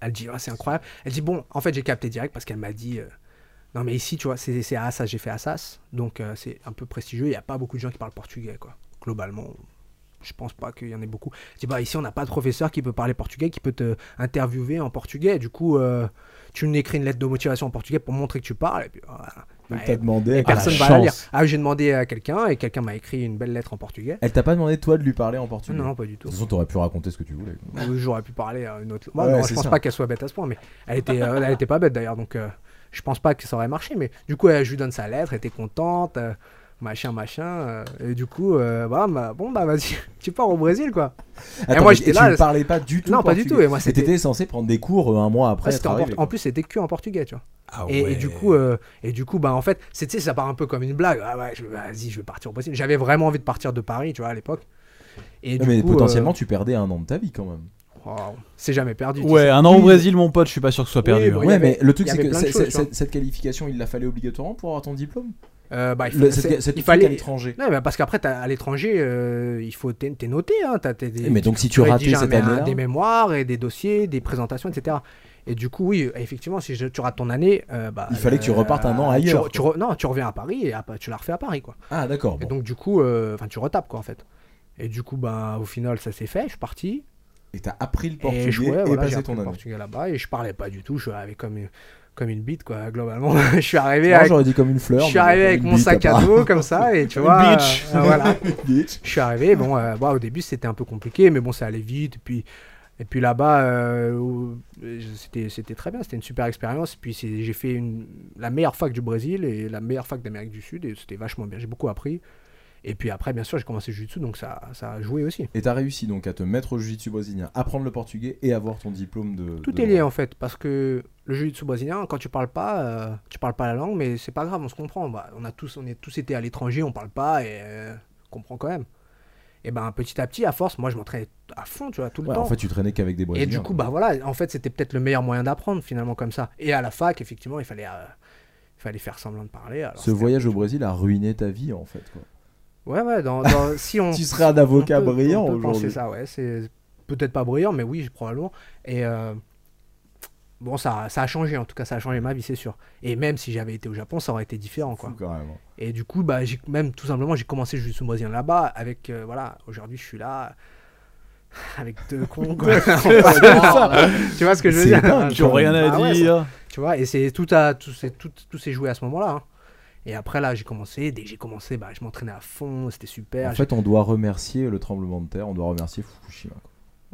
Speaker 6: Elle dit Ah, c'est incroyable. Elle dit Bon, en fait, j'ai capté direct parce qu'elle m'a dit euh, Non, mais ici, tu vois, c'est c'est à Assas, j'ai fait Assas. Donc, euh, c'est un peu prestigieux. Il n'y a pas beaucoup de gens qui parlent portugais, quoi. Globalement, je pense pas qu'il y en ait beaucoup. Je dis, bah, ici, on n'a pas de professeur qui peut parler portugais, qui peut te interviewer en portugais. Du coup, euh, tu nous écris une lettre de motivation en portugais pour montrer que tu parles. Et puis, voilà. Bah,
Speaker 4: Donc
Speaker 6: Ouais,
Speaker 4: t'as demandé. à
Speaker 6: et
Speaker 4: quel-
Speaker 6: personne
Speaker 5: la
Speaker 6: va la lire.
Speaker 5: chance.
Speaker 6: Ah, j'ai demandé à quelqu'un et quelqu'un m'a écrit une belle lettre en portugais.
Speaker 4: Elle t'a pas demandé toi de lui parler en portugais.
Speaker 6: Non,
Speaker 4: De
Speaker 6: non, pas du tout.
Speaker 4: toute façon, t'aurais pu raconter ce que tu voulais. quoi.
Speaker 6: Ou J'aurais pu parler à une autre. Bah,
Speaker 4: Ouais,
Speaker 6: non,
Speaker 4: c'est
Speaker 6: je pense
Speaker 4: ça.
Speaker 6: pas qu'elle soit bête à ce point, mais elle était, euh, elle était pas bête d'ailleurs, donc euh, je pense pas que ça aurait marché. Mais du coup, euh, je lui donne sa lettre, elle était contente, euh, machin, machin. euh, et du coup, euh, voilà, bah, bon, bah vas-y, tu pars au Brésil quoi.
Speaker 4: Attends,
Speaker 6: moi,
Speaker 4: mais-
Speaker 6: j'étais
Speaker 4: et
Speaker 6: là,
Speaker 4: Tu ne
Speaker 6: là,
Speaker 4: parlais pas du tout.
Speaker 6: Non, pas du
Speaker 4: portugais.
Speaker 6: tout, et moi, c'était-
Speaker 4: t'étais censé prendre des cours euh, un mois après.
Speaker 6: Parce qu'en
Speaker 4: être
Speaker 6: por-
Speaker 4: arrivé,
Speaker 6: en
Speaker 4: quoi.
Speaker 6: plus, c'était que en portugais, tu vois.
Speaker 5: Ah
Speaker 6: Et, et du coup, euh, et du coup, bah en fait, c'est tu sais, ça part un peu comme une blague. Ah ouais, je- vas-y, je vais partir au Brésil. J'avais vraiment envie de partir de Paris, tu vois, à l'époque. Et
Speaker 4: Ouais,
Speaker 6: du
Speaker 4: mais
Speaker 6: coup,
Speaker 4: potentiellement, tu perdais un an de ta vie quand même.
Speaker 6: euh, oh, c'est jamais perdu. tu
Speaker 5: Ouais,
Speaker 4: hein.
Speaker 6: sais.
Speaker 5: un an au Brésil, mon pote, je suis pas sûr que ce soit
Speaker 6: Oui,
Speaker 5: perdu.
Speaker 6: bon,
Speaker 5: hein.
Speaker 6: il y
Speaker 4: Ouais,
Speaker 6: avait-
Speaker 4: mais le truc,
Speaker 6: il y
Speaker 4: c'est
Speaker 6: avait
Speaker 4: que
Speaker 6: plein de
Speaker 4: c'est-
Speaker 6: choses,
Speaker 4: c'est-
Speaker 6: tu vois.
Speaker 4: cette, qualification, il la fallait obligatoirement pour avoir ton diplôme.
Speaker 6: Euh, bah, il
Speaker 4: Le-
Speaker 6: faut-
Speaker 4: cette
Speaker 6: c'est-
Speaker 4: cette
Speaker 6: il
Speaker 4: truc
Speaker 6: fallait.
Speaker 4: à l'étranger.
Speaker 6: Ouais, bah, parce qu'après, t'as- à l'étranger, euh, il faut t'es t'es noté, hein, t'as t'es des-
Speaker 4: Eh, Mais donc, si tu ratais
Speaker 6: rédiges un-
Speaker 4: cette
Speaker 6: un-
Speaker 4: année-là,
Speaker 6: des mémoires et des dossiers, des présentations, etc. Et du coup, oui, effectivement, si je- tu rates ton année, euh, bah, euh,
Speaker 4: Il fallait que tu repartes un an
Speaker 6: tu
Speaker 4: ailleurs,
Speaker 6: re- tu re- non, tu reviens à Paris et à- tu la refais à Paris, quoi.
Speaker 4: ah d'accord.
Speaker 6: Et
Speaker 4: bon.
Speaker 6: donc du coup, euh, enfin tu retapes quoi en fait. Et du coup, bah, au final, ça s'est fait. Je suis parti.
Speaker 4: Et t'as appris le
Speaker 6: et je
Speaker 4: portugais
Speaker 6: ouais,
Speaker 4: et
Speaker 6: voilà, j'ai
Speaker 4: passé
Speaker 6: appris
Speaker 4: ton
Speaker 6: le
Speaker 4: année.
Speaker 6: portugais là-bas. Et je parlais pas du tout. Je suis arrivé comme une, comme une bite quoi. Globalement, je suis arrivé,
Speaker 4: Non,
Speaker 6: avec,
Speaker 4: j'aurais dit comme une fleur.
Speaker 6: je suis
Speaker 4: mais
Speaker 6: arrivé
Speaker 4: comme
Speaker 6: avec
Speaker 4: une
Speaker 6: mon
Speaker 4: bite,
Speaker 6: sac à dos comme ça. Et tu
Speaker 5: Une
Speaker 6: vois,
Speaker 5: bitch.
Speaker 6: euh, voilà.
Speaker 4: apparemment. Bitch.
Speaker 6: Je suis arrivé. Bon, euh, bah, au début, c'était un peu compliqué, mais bon, ça allait vite. Et puis, et puis là-bas, euh, où- je- c'était c'était très bien. C'était une super expérience. Puis c'est- j'ai fait une, la meilleure fac du Brésil et la meilleure fac d'Amérique du Sud. Et c'était vachement bien. J'ai beaucoup appris. Et puis après, bien sûr, j'ai commencé le jiu-jitsu, donc ça, ça a joué aussi.
Speaker 4: Et t'as réussi donc à te mettre au jiu-jitsu brésilien, apprendre le portugais et avoir ton diplôme de.
Speaker 6: Tout
Speaker 4: de-
Speaker 6: est lié en fait, parce que le jiu-jitsu brésilien, quand tu parles pas, euh, tu parles pas la langue, mais c'est pas grave, on se comprend. Bah, on a tous, on est tous été à l'étranger, on parle pas et euh, on comprend quand même. Et ben petit à petit, à force, moi je m'entraînais à fond, tu vois, tout le
Speaker 4: Ouais,
Speaker 6: temps.
Speaker 4: en fait, tu traînais qu'avec des brésiliens.
Speaker 6: Et du coup,
Speaker 4: quoi.
Speaker 6: bah voilà, en fait, c'était peut-être le meilleur moyen d'apprendre finalement comme ça. Et à la fac, effectivement, il fallait, euh, il fallait faire semblant de parler. alors
Speaker 4: Ce
Speaker 6: c'était-
Speaker 4: voyage au Brésil a ruiné ta vie en fait. Quoi.
Speaker 6: Ouais, ouais, dans, dans- si on.
Speaker 4: Tu serais un
Speaker 6: on
Speaker 4: avocat
Speaker 6: peut- on
Speaker 4: brillant
Speaker 6: peut penser
Speaker 4: aujourd'hui.
Speaker 6: ça, ouais. C'est peut-être pas brillant, mais oui, probablement. Et euh, bon, ça, ça a changé, en tout cas, ça a changé ma vie, c'est sûr. Et même si j'avais été au Japon, ça aurait été différent, quoi.
Speaker 4: Fou, carrément.
Speaker 6: Et du coup, bah, j'ai même tout simplement, j'ai commencé juste sous brésilien là-bas. Avec, euh, voilà, aujourd'hui, je suis là. Avec deux cons, quoi. tu vois ce que je veux
Speaker 4: C'est
Speaker 6: dire
Speaker 4: dingue,
Speaker 5: Ils ont rien
Speaker 6: Ah ouais,
Speaker 5: à
Speaker 6: ça-
Speaker 5: dire.
Speaker 6: tu vois, et c'est tout à tout s'est tout, tout s'est joué à ce moment-là. hein. Et après là, j'ai commencé. Dès que j'ai commencé, bah, je m'entraînais à fond, c'était super.
Speaker 4: En fait, on doit remercier le tremblement de terre, on doit remercier Fukushima. quoi.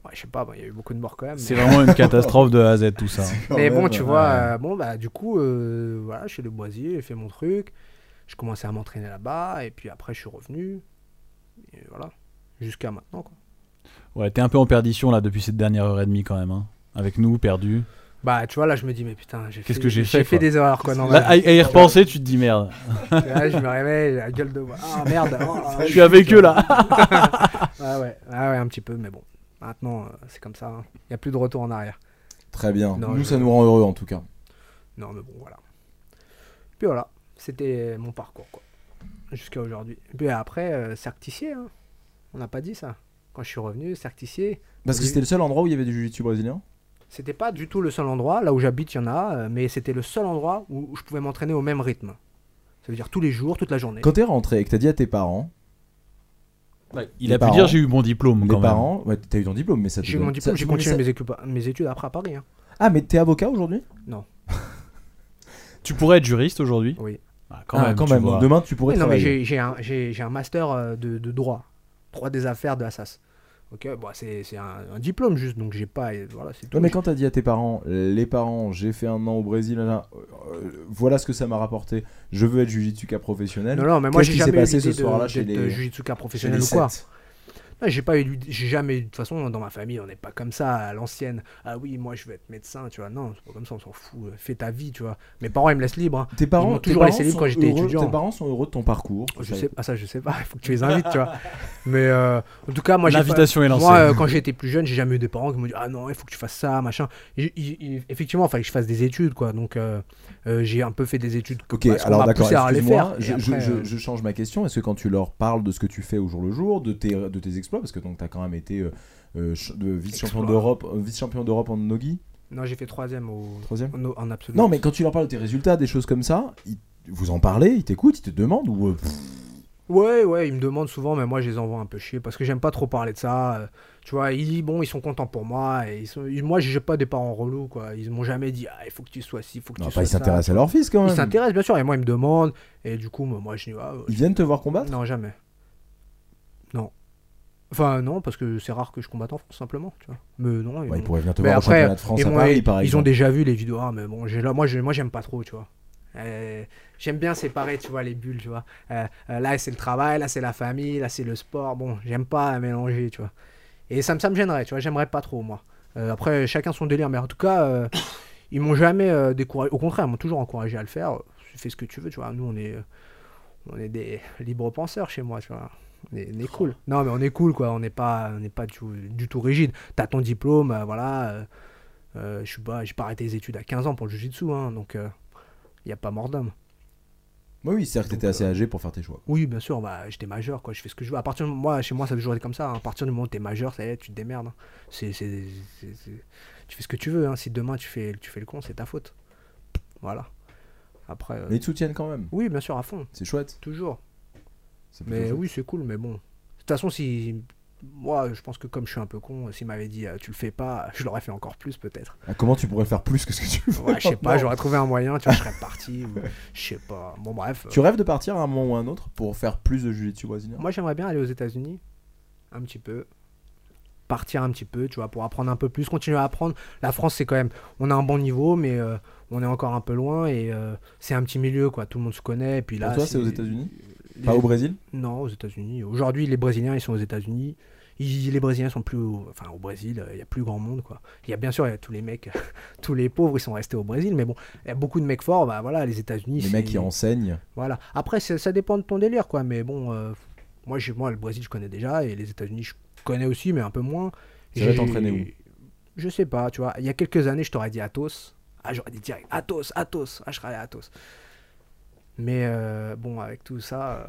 Speaker 6: Ouais, je sais pas, bon, il y a eu beaucoup de morts quand même.
Speaker 5: C'est Ah vraiment une catastrophe de A à Z tout ça.
Speaker 4: C'est quand
Speaker 6: Mais
Speaker 4: même,
Speaker 6: bon, tu
Speaker 4: euh,
Speaker 6: vois, euh, bon, bah, du coup, euh, voilà, chez le boisier, j'ai fait mon truc. Je commençais à m'entraîner là-bas, et puis après, je suis revenu. Et voilà, jusqu'à maintenant. Quoi.
Speaker 5: Ouais, t'es un peu en perdition là depuis cette dernière heure et demie quand même. hein. Avec nous, perdu.
Speaker 6: Bah, tu vois, là, je me dis, mais putain, j'ai
Speaker 5: Qu'est-ce
Speaker 6: fait-
Speaker 5: que j'ai fait, quoi
Speaker 6: des erreurs, quoi.
Speaker 2: Qu'est-ce
Speaker 6: Non,
Speaker 2: que-
Speaker 5: Là,
Speaker 6: mais-
Speaker 5: à à y repenser, tu te dis merde.
Speaker 6: Là, Ah, je me réveille, la gueule de bois. Ah merde. oh, ah,
Speaker 5: Je suis avec eux là.
Speaker 6: ah, ouais, ah, ouais, un petit peu, mais bon. Maintenant, euh, c'est comme ça. Il n'y a plus de retour en arrière.
Speaker 4: Très bien.
Speaker 6: Non,
Speaker 4: nous,
Speaker 6: je-
Speaker 4: ça nous rend heureux en tout cas.
Speaker 6: Non, mais bon, voilà. Puis voilà, c'était mon parcours, quoi. Jusqu'à aujourd'hui. Puis après, euh, Cercticier, hein. on n'a pas dit ça. Quand je suis revenu, Cercticier,
Speaker 4: Parce que
Speaker 6: Oui.
Speaker 4: c'était le seul endroit où il y avait du jiu-jitsu brésilien.
Speaker 6: c'était pas du tout le seul endroit. Là où j'habite, il y en a, euh, mais c'était le seul endroit où je pouvais m'entraîner au même rythme. Ça veut dire tous les jours, toute la journée.
Speaker 4: Quand t'es rentré et que t'as dit à tes parents,
Speaker 5: Il
Speaker 4: Les
Speaker 5: a pu
Speaker 4: parents.
Speaker 5: dire j'ai eu mon diplôme quand
Speaker 4: les
Speaker 5: même.
Speaker 4: parents, ouais, t'as eu ton diplôme, mais ça te
Speaker 6: J'ai eu
Speaker 4: donne-
Speaker 6: mon
Speaker 4: ça-
Speaker 6: diplôme, j'ai
Speaker 4: mais
Speaker 6: continué
Speaker 4: ça-
Speaker 6: mes, écu- mes études après à Paris. hein.
Speaker 4: Ah, mais t'es avocat aujourd'hui
Speaker 5: Tu pourrais être juriste aujourd'hui
Speaker 6: Oui.
Speaker 5: Ah, quand
Speaker 4: Ah,
Speaker 5: même.
Speaker 4: quand
Speaker 5: tu
Speaker 4: même.
Speaker 5: vois.
Speaker 4: Demain, tu pourrais
Speaker 6: Oui, non, mais
Speaker 4: travailler.
Speaker 6: j'ai- j'ai un, j'ai- j'ai un master euh, de, de droit, droit des affaires de Assas. Ok, bon, c'est c'est un, un diplôme juste, donc j'ai pas. et Voilà, c'est tout.
Speaker 4: Ouais, mais quand t'as dit à tes parents, les parents, j'ai fait un an au Brésil, là, là, euh, euh, voilà ce que ça m'a rapporté, je veux être jujitsuka professionnel.
Speaker 6: Non, non, mais moi
Speaker 4: Qu'est-ce
Speaker 6: j'ai
Speaker 4: qui s'est
Speaker 6: jamais eu
Speaker 4: passé ce
Speaker 6: l'idée de-
Speaker 4: soir-là chez
Speaker 6: d'être
Speaker 4: les-
Speaker 6: jujitsuka
Speaker 4: Chez
Speaker 6: professionnel
Speaker 4: les
Speaker 6: ou quoi.
Speaker 4: sept.
Speaker 6: Non, J'ai pas eu, l'idée- j'ai jamais eu. De toute façon, dans ma famille, on n'est pas comme ça à l'ancienne. Ah oui, moi je veux être médecin, tu vois. Non, c'est pas comme ça, on s'en fout. euh, Fais ta vie, tu vois. Mes parents ils me laissent libre. hein.
Speaker 4: Tes
Speaker 6: Ils
Speaker 4: parents,
Speaker 6: m'ont
Speaker 4: tes
Speaker 6: toujours laissé
Speaker 4: parents
Speaker 6: libre quand
Speaker 4: sont
Speaker 6: j'étais
Speaker 4: heureux-
Speaker 6: étudiant.
Speaker 4: Tes parents sont heureux de ton parcours.
Speaker 6: Je
Speaker 4: Ça-
Speaker 6: sais, ah ça je sais pas, il faut que tu les invites, tu vois. Mais euh, en tout cas, moi j'ai pas-
Speaker 5: L'invitation est lancée.
Speaker 6: Moi, euh, quand j'étais plus jeune, j'ai jamais eu des parents qui m'ont dit Ah non, il faut que tu fasses ça, machin. Et- et- et- effectivement, il fallait que je fasse des études, quoi. Donc, euh, euh, j'ai un peu fait des études. que-
Speaker 4: Ok,
Speaker 6: parce qu'on
Speaker 4: alors
Speaker 6: m'a
Speaker 4: d'accord,
Speaker 6: poussé à les
Speaker 4: excuse-moi,
Speaker 6: faire. Et
Speaker 4: je, je-
Speaker 6: après,
Speaker 4: je-
Speaker 6: euh,
Speaker 4: je change ma question. Est-ce que quand tu leur parles de ce que tu fais au jour le jour, de tes, de tes exploits, parce que tu as quand même été euh, euh, ch- de vice-champion
Speaker 6: Exploit.
Speaker 4: d'Europe euh, vice-champion d'Europe en Nogi,
Speaker 6: Non, j'ai fait troisième au...
Speaker 4: troisième
Speaker 6: en, en absolu.
Speaker 4: Non, mais quand tu leur parles de tes résultats, des choses comme ça, ils- vous en parlez, ils t'écoutent, ils te demandent ou... euh, pff,
Speaker 6: Ouais, ouais, ils me demandent souvent, mais moi, je les envoie un peu chier parce que j'aime pas trop parler de ça. euh, Tu vois, ils, bon, ils sont contents pour moi. Et ils sont, ils- moi, j'ai pas des parents relous, quoi. Ils m'ont jamais dit Ah, il faut que tu sois ci, il faut que
Speaker 4: non,
Speaker 6: tu
Speaker 4: enfin,
Speaker 6: sois
Speaker 4: ils
Speaker 6: ça.
Speaker 4: s'intéressent à leur fils quand
Speaker 6: Ils
Speaker 4: même.
Speaker 6: s'intéressent, bien sûr. Et moi, ils me demandent. Et du coup, moi, moi, je dis Ah, euh,
Speaker 4: Ils viennent te voir combattre
Speaker 6: Non, jamais. Non. Enfin, non, parce que c'est rare que je combatte en France, simplement. Tu vois. Mais non. ils
Speaker 4: Ouais, Ils
Speaker 6: m'ont-
Speaker 4: pourraient venir te
Speaker 6: Mais
Speaker 4: voir au
Speaker 6: après,
Speaker 4: championnat de France
Speaker 6: ils
Speaker 4: à
Speaker 6: m'ont-
Speaker 4: Paris, par
Speaker 6: ils ont
Speaker 4: exemple.
Speaker 6: déjà vu les vidéos. Ah, mais bon, j'ai là, moi, je- moi, j'aime pas trop, tu vois. Euh, j'aime bien séparer, tu vois, les bulles, tu vois. Euh, euh, là, c'est le travail, là, c'est la famille, là, c'est le sport. Bon, j'aime pas mélanger, tu vois. Et ça me, ça me gênerait, tu vois. J'aimerais pas trop, moi. Euh, après, chacun son délire, mais en tout cas, euh, ils m'ont jamais euh, découragé. Au contraire, ils m'ont toujours encouragé à le faire. Euh, Fais ce que tu veux, tu vois. Nous, on est, euh, on est des libres penseurs chez moi, tu vois. On est, on est cool. Non, mais on est cool, quoi. On n'est pas, on n'est pas du, du tout rigide. T'as ton diplôme, euh, voilà. euh, euh, je suis pas, j'ai pas arrêté les études à 15 ans pour le jujitsu, hein, donc il n'y a pas mort d'homme.
Speaker 4: Oui, oui, c'est-à-dire que t'étais
Speaker 6: Donc, euh,
Speaker 4: assez âgé pour faire tes choix.
Speaker 6: Oui, bien sûr, bah, j'étais majeur, quoi, je fais ce que je veux. À partir de moi, chez moi, ça a toujours été comme ça. hein. À partir du moment où t'es majeur, ça y est, tu te démerdes. hein. C'est, c'est- c'est- c'est- tu fais ce que tu veux. hein. Si demain tu fais, tu fais le con, c'est ta faute. Voilà. Après. euh,
Speaker 4: Mais ils te soutiennent quand même.
Speaker 6: Oui, bien sûr, à fond,
Speaker 4: C'est chouette.
Speaker 6: toujours.
Speaker 4: C'est plutôt
Speaker 6: Mais
Speaker 4: chouette.
Speaker 6: oui, c'est cool, mais bon. De toute façon, si moi, je pense que comme je suis un peu con, s'il m'avait dit euh, tu le fais pas, je l'aurais fait encore plus peut-être.
Speaker 4: Ah, Comment tu pourrais faire plus que ce que tu veux
Speaker 6: Ouais, je sais pas,
Speaker 4: maintenant
Speaker 6: j'aurais trouvé un moyen, tu vois, je serais parti ou je sais pas. Bon bref. euh,
Speaker 4: Tu rêves de partir à un moment ou à un autre pour faire plus de jiu-jitsu brésilien
Speaker 6: Moi, j'aimerais bien aller aux États-Unis, un petit peu, partir un petit peu, tu vois, pour apprendre un peu plus, continuer à apprendre. La France, c'est quand même, on a un bon niveau, mais euh, on est encore un peu loin et euh, c'est un petit milieu, quoi. Tout le monde se connaît. Et puis là,
Speaker 4: Pour toi, c'est aux États-Unis
Speaker 6: les-
Speaker 4: Pas au Brésil
Speaker 6: Non, aux États-Unis. Aujourd'hui, les Brésiliens, ils sont aux États-Unis. Ils- Les Brésiliens sont plus, au- enfin, au Brésil, euh, il y a plus grand monde, quoi. Il y a bien sûr, il y a tous les mecs, tous les pauvres, ils sont restés au Brésil, mais bon, il y a beaucoup de mecs forts, bah voilà, les États-Unis.
Speaker 4: Les mecs qui
Speaker 6: c'est-
Speaker 4: enseignent.
Speaker 6: voilà. Après, ça, ça dépend de ton délire, quoi. Mais bon, euh, moi, j'ai- moi, le Brésil, je connais déjà, et les États-Unis, je connais aussi, mais un peu moins.
Speaker 4: Tu vas
Speaker 6: J'ai-
Speaker 4: t'entraîner où
Speaker 6: Je sais pas, tu vois. Il y a quelques années, je t'aurais dit Athos. Ah, j'aurais dit direct Athos, Athos. Ah, je serais allé à Athos. Mais euh, bon, avec tout ça. euh,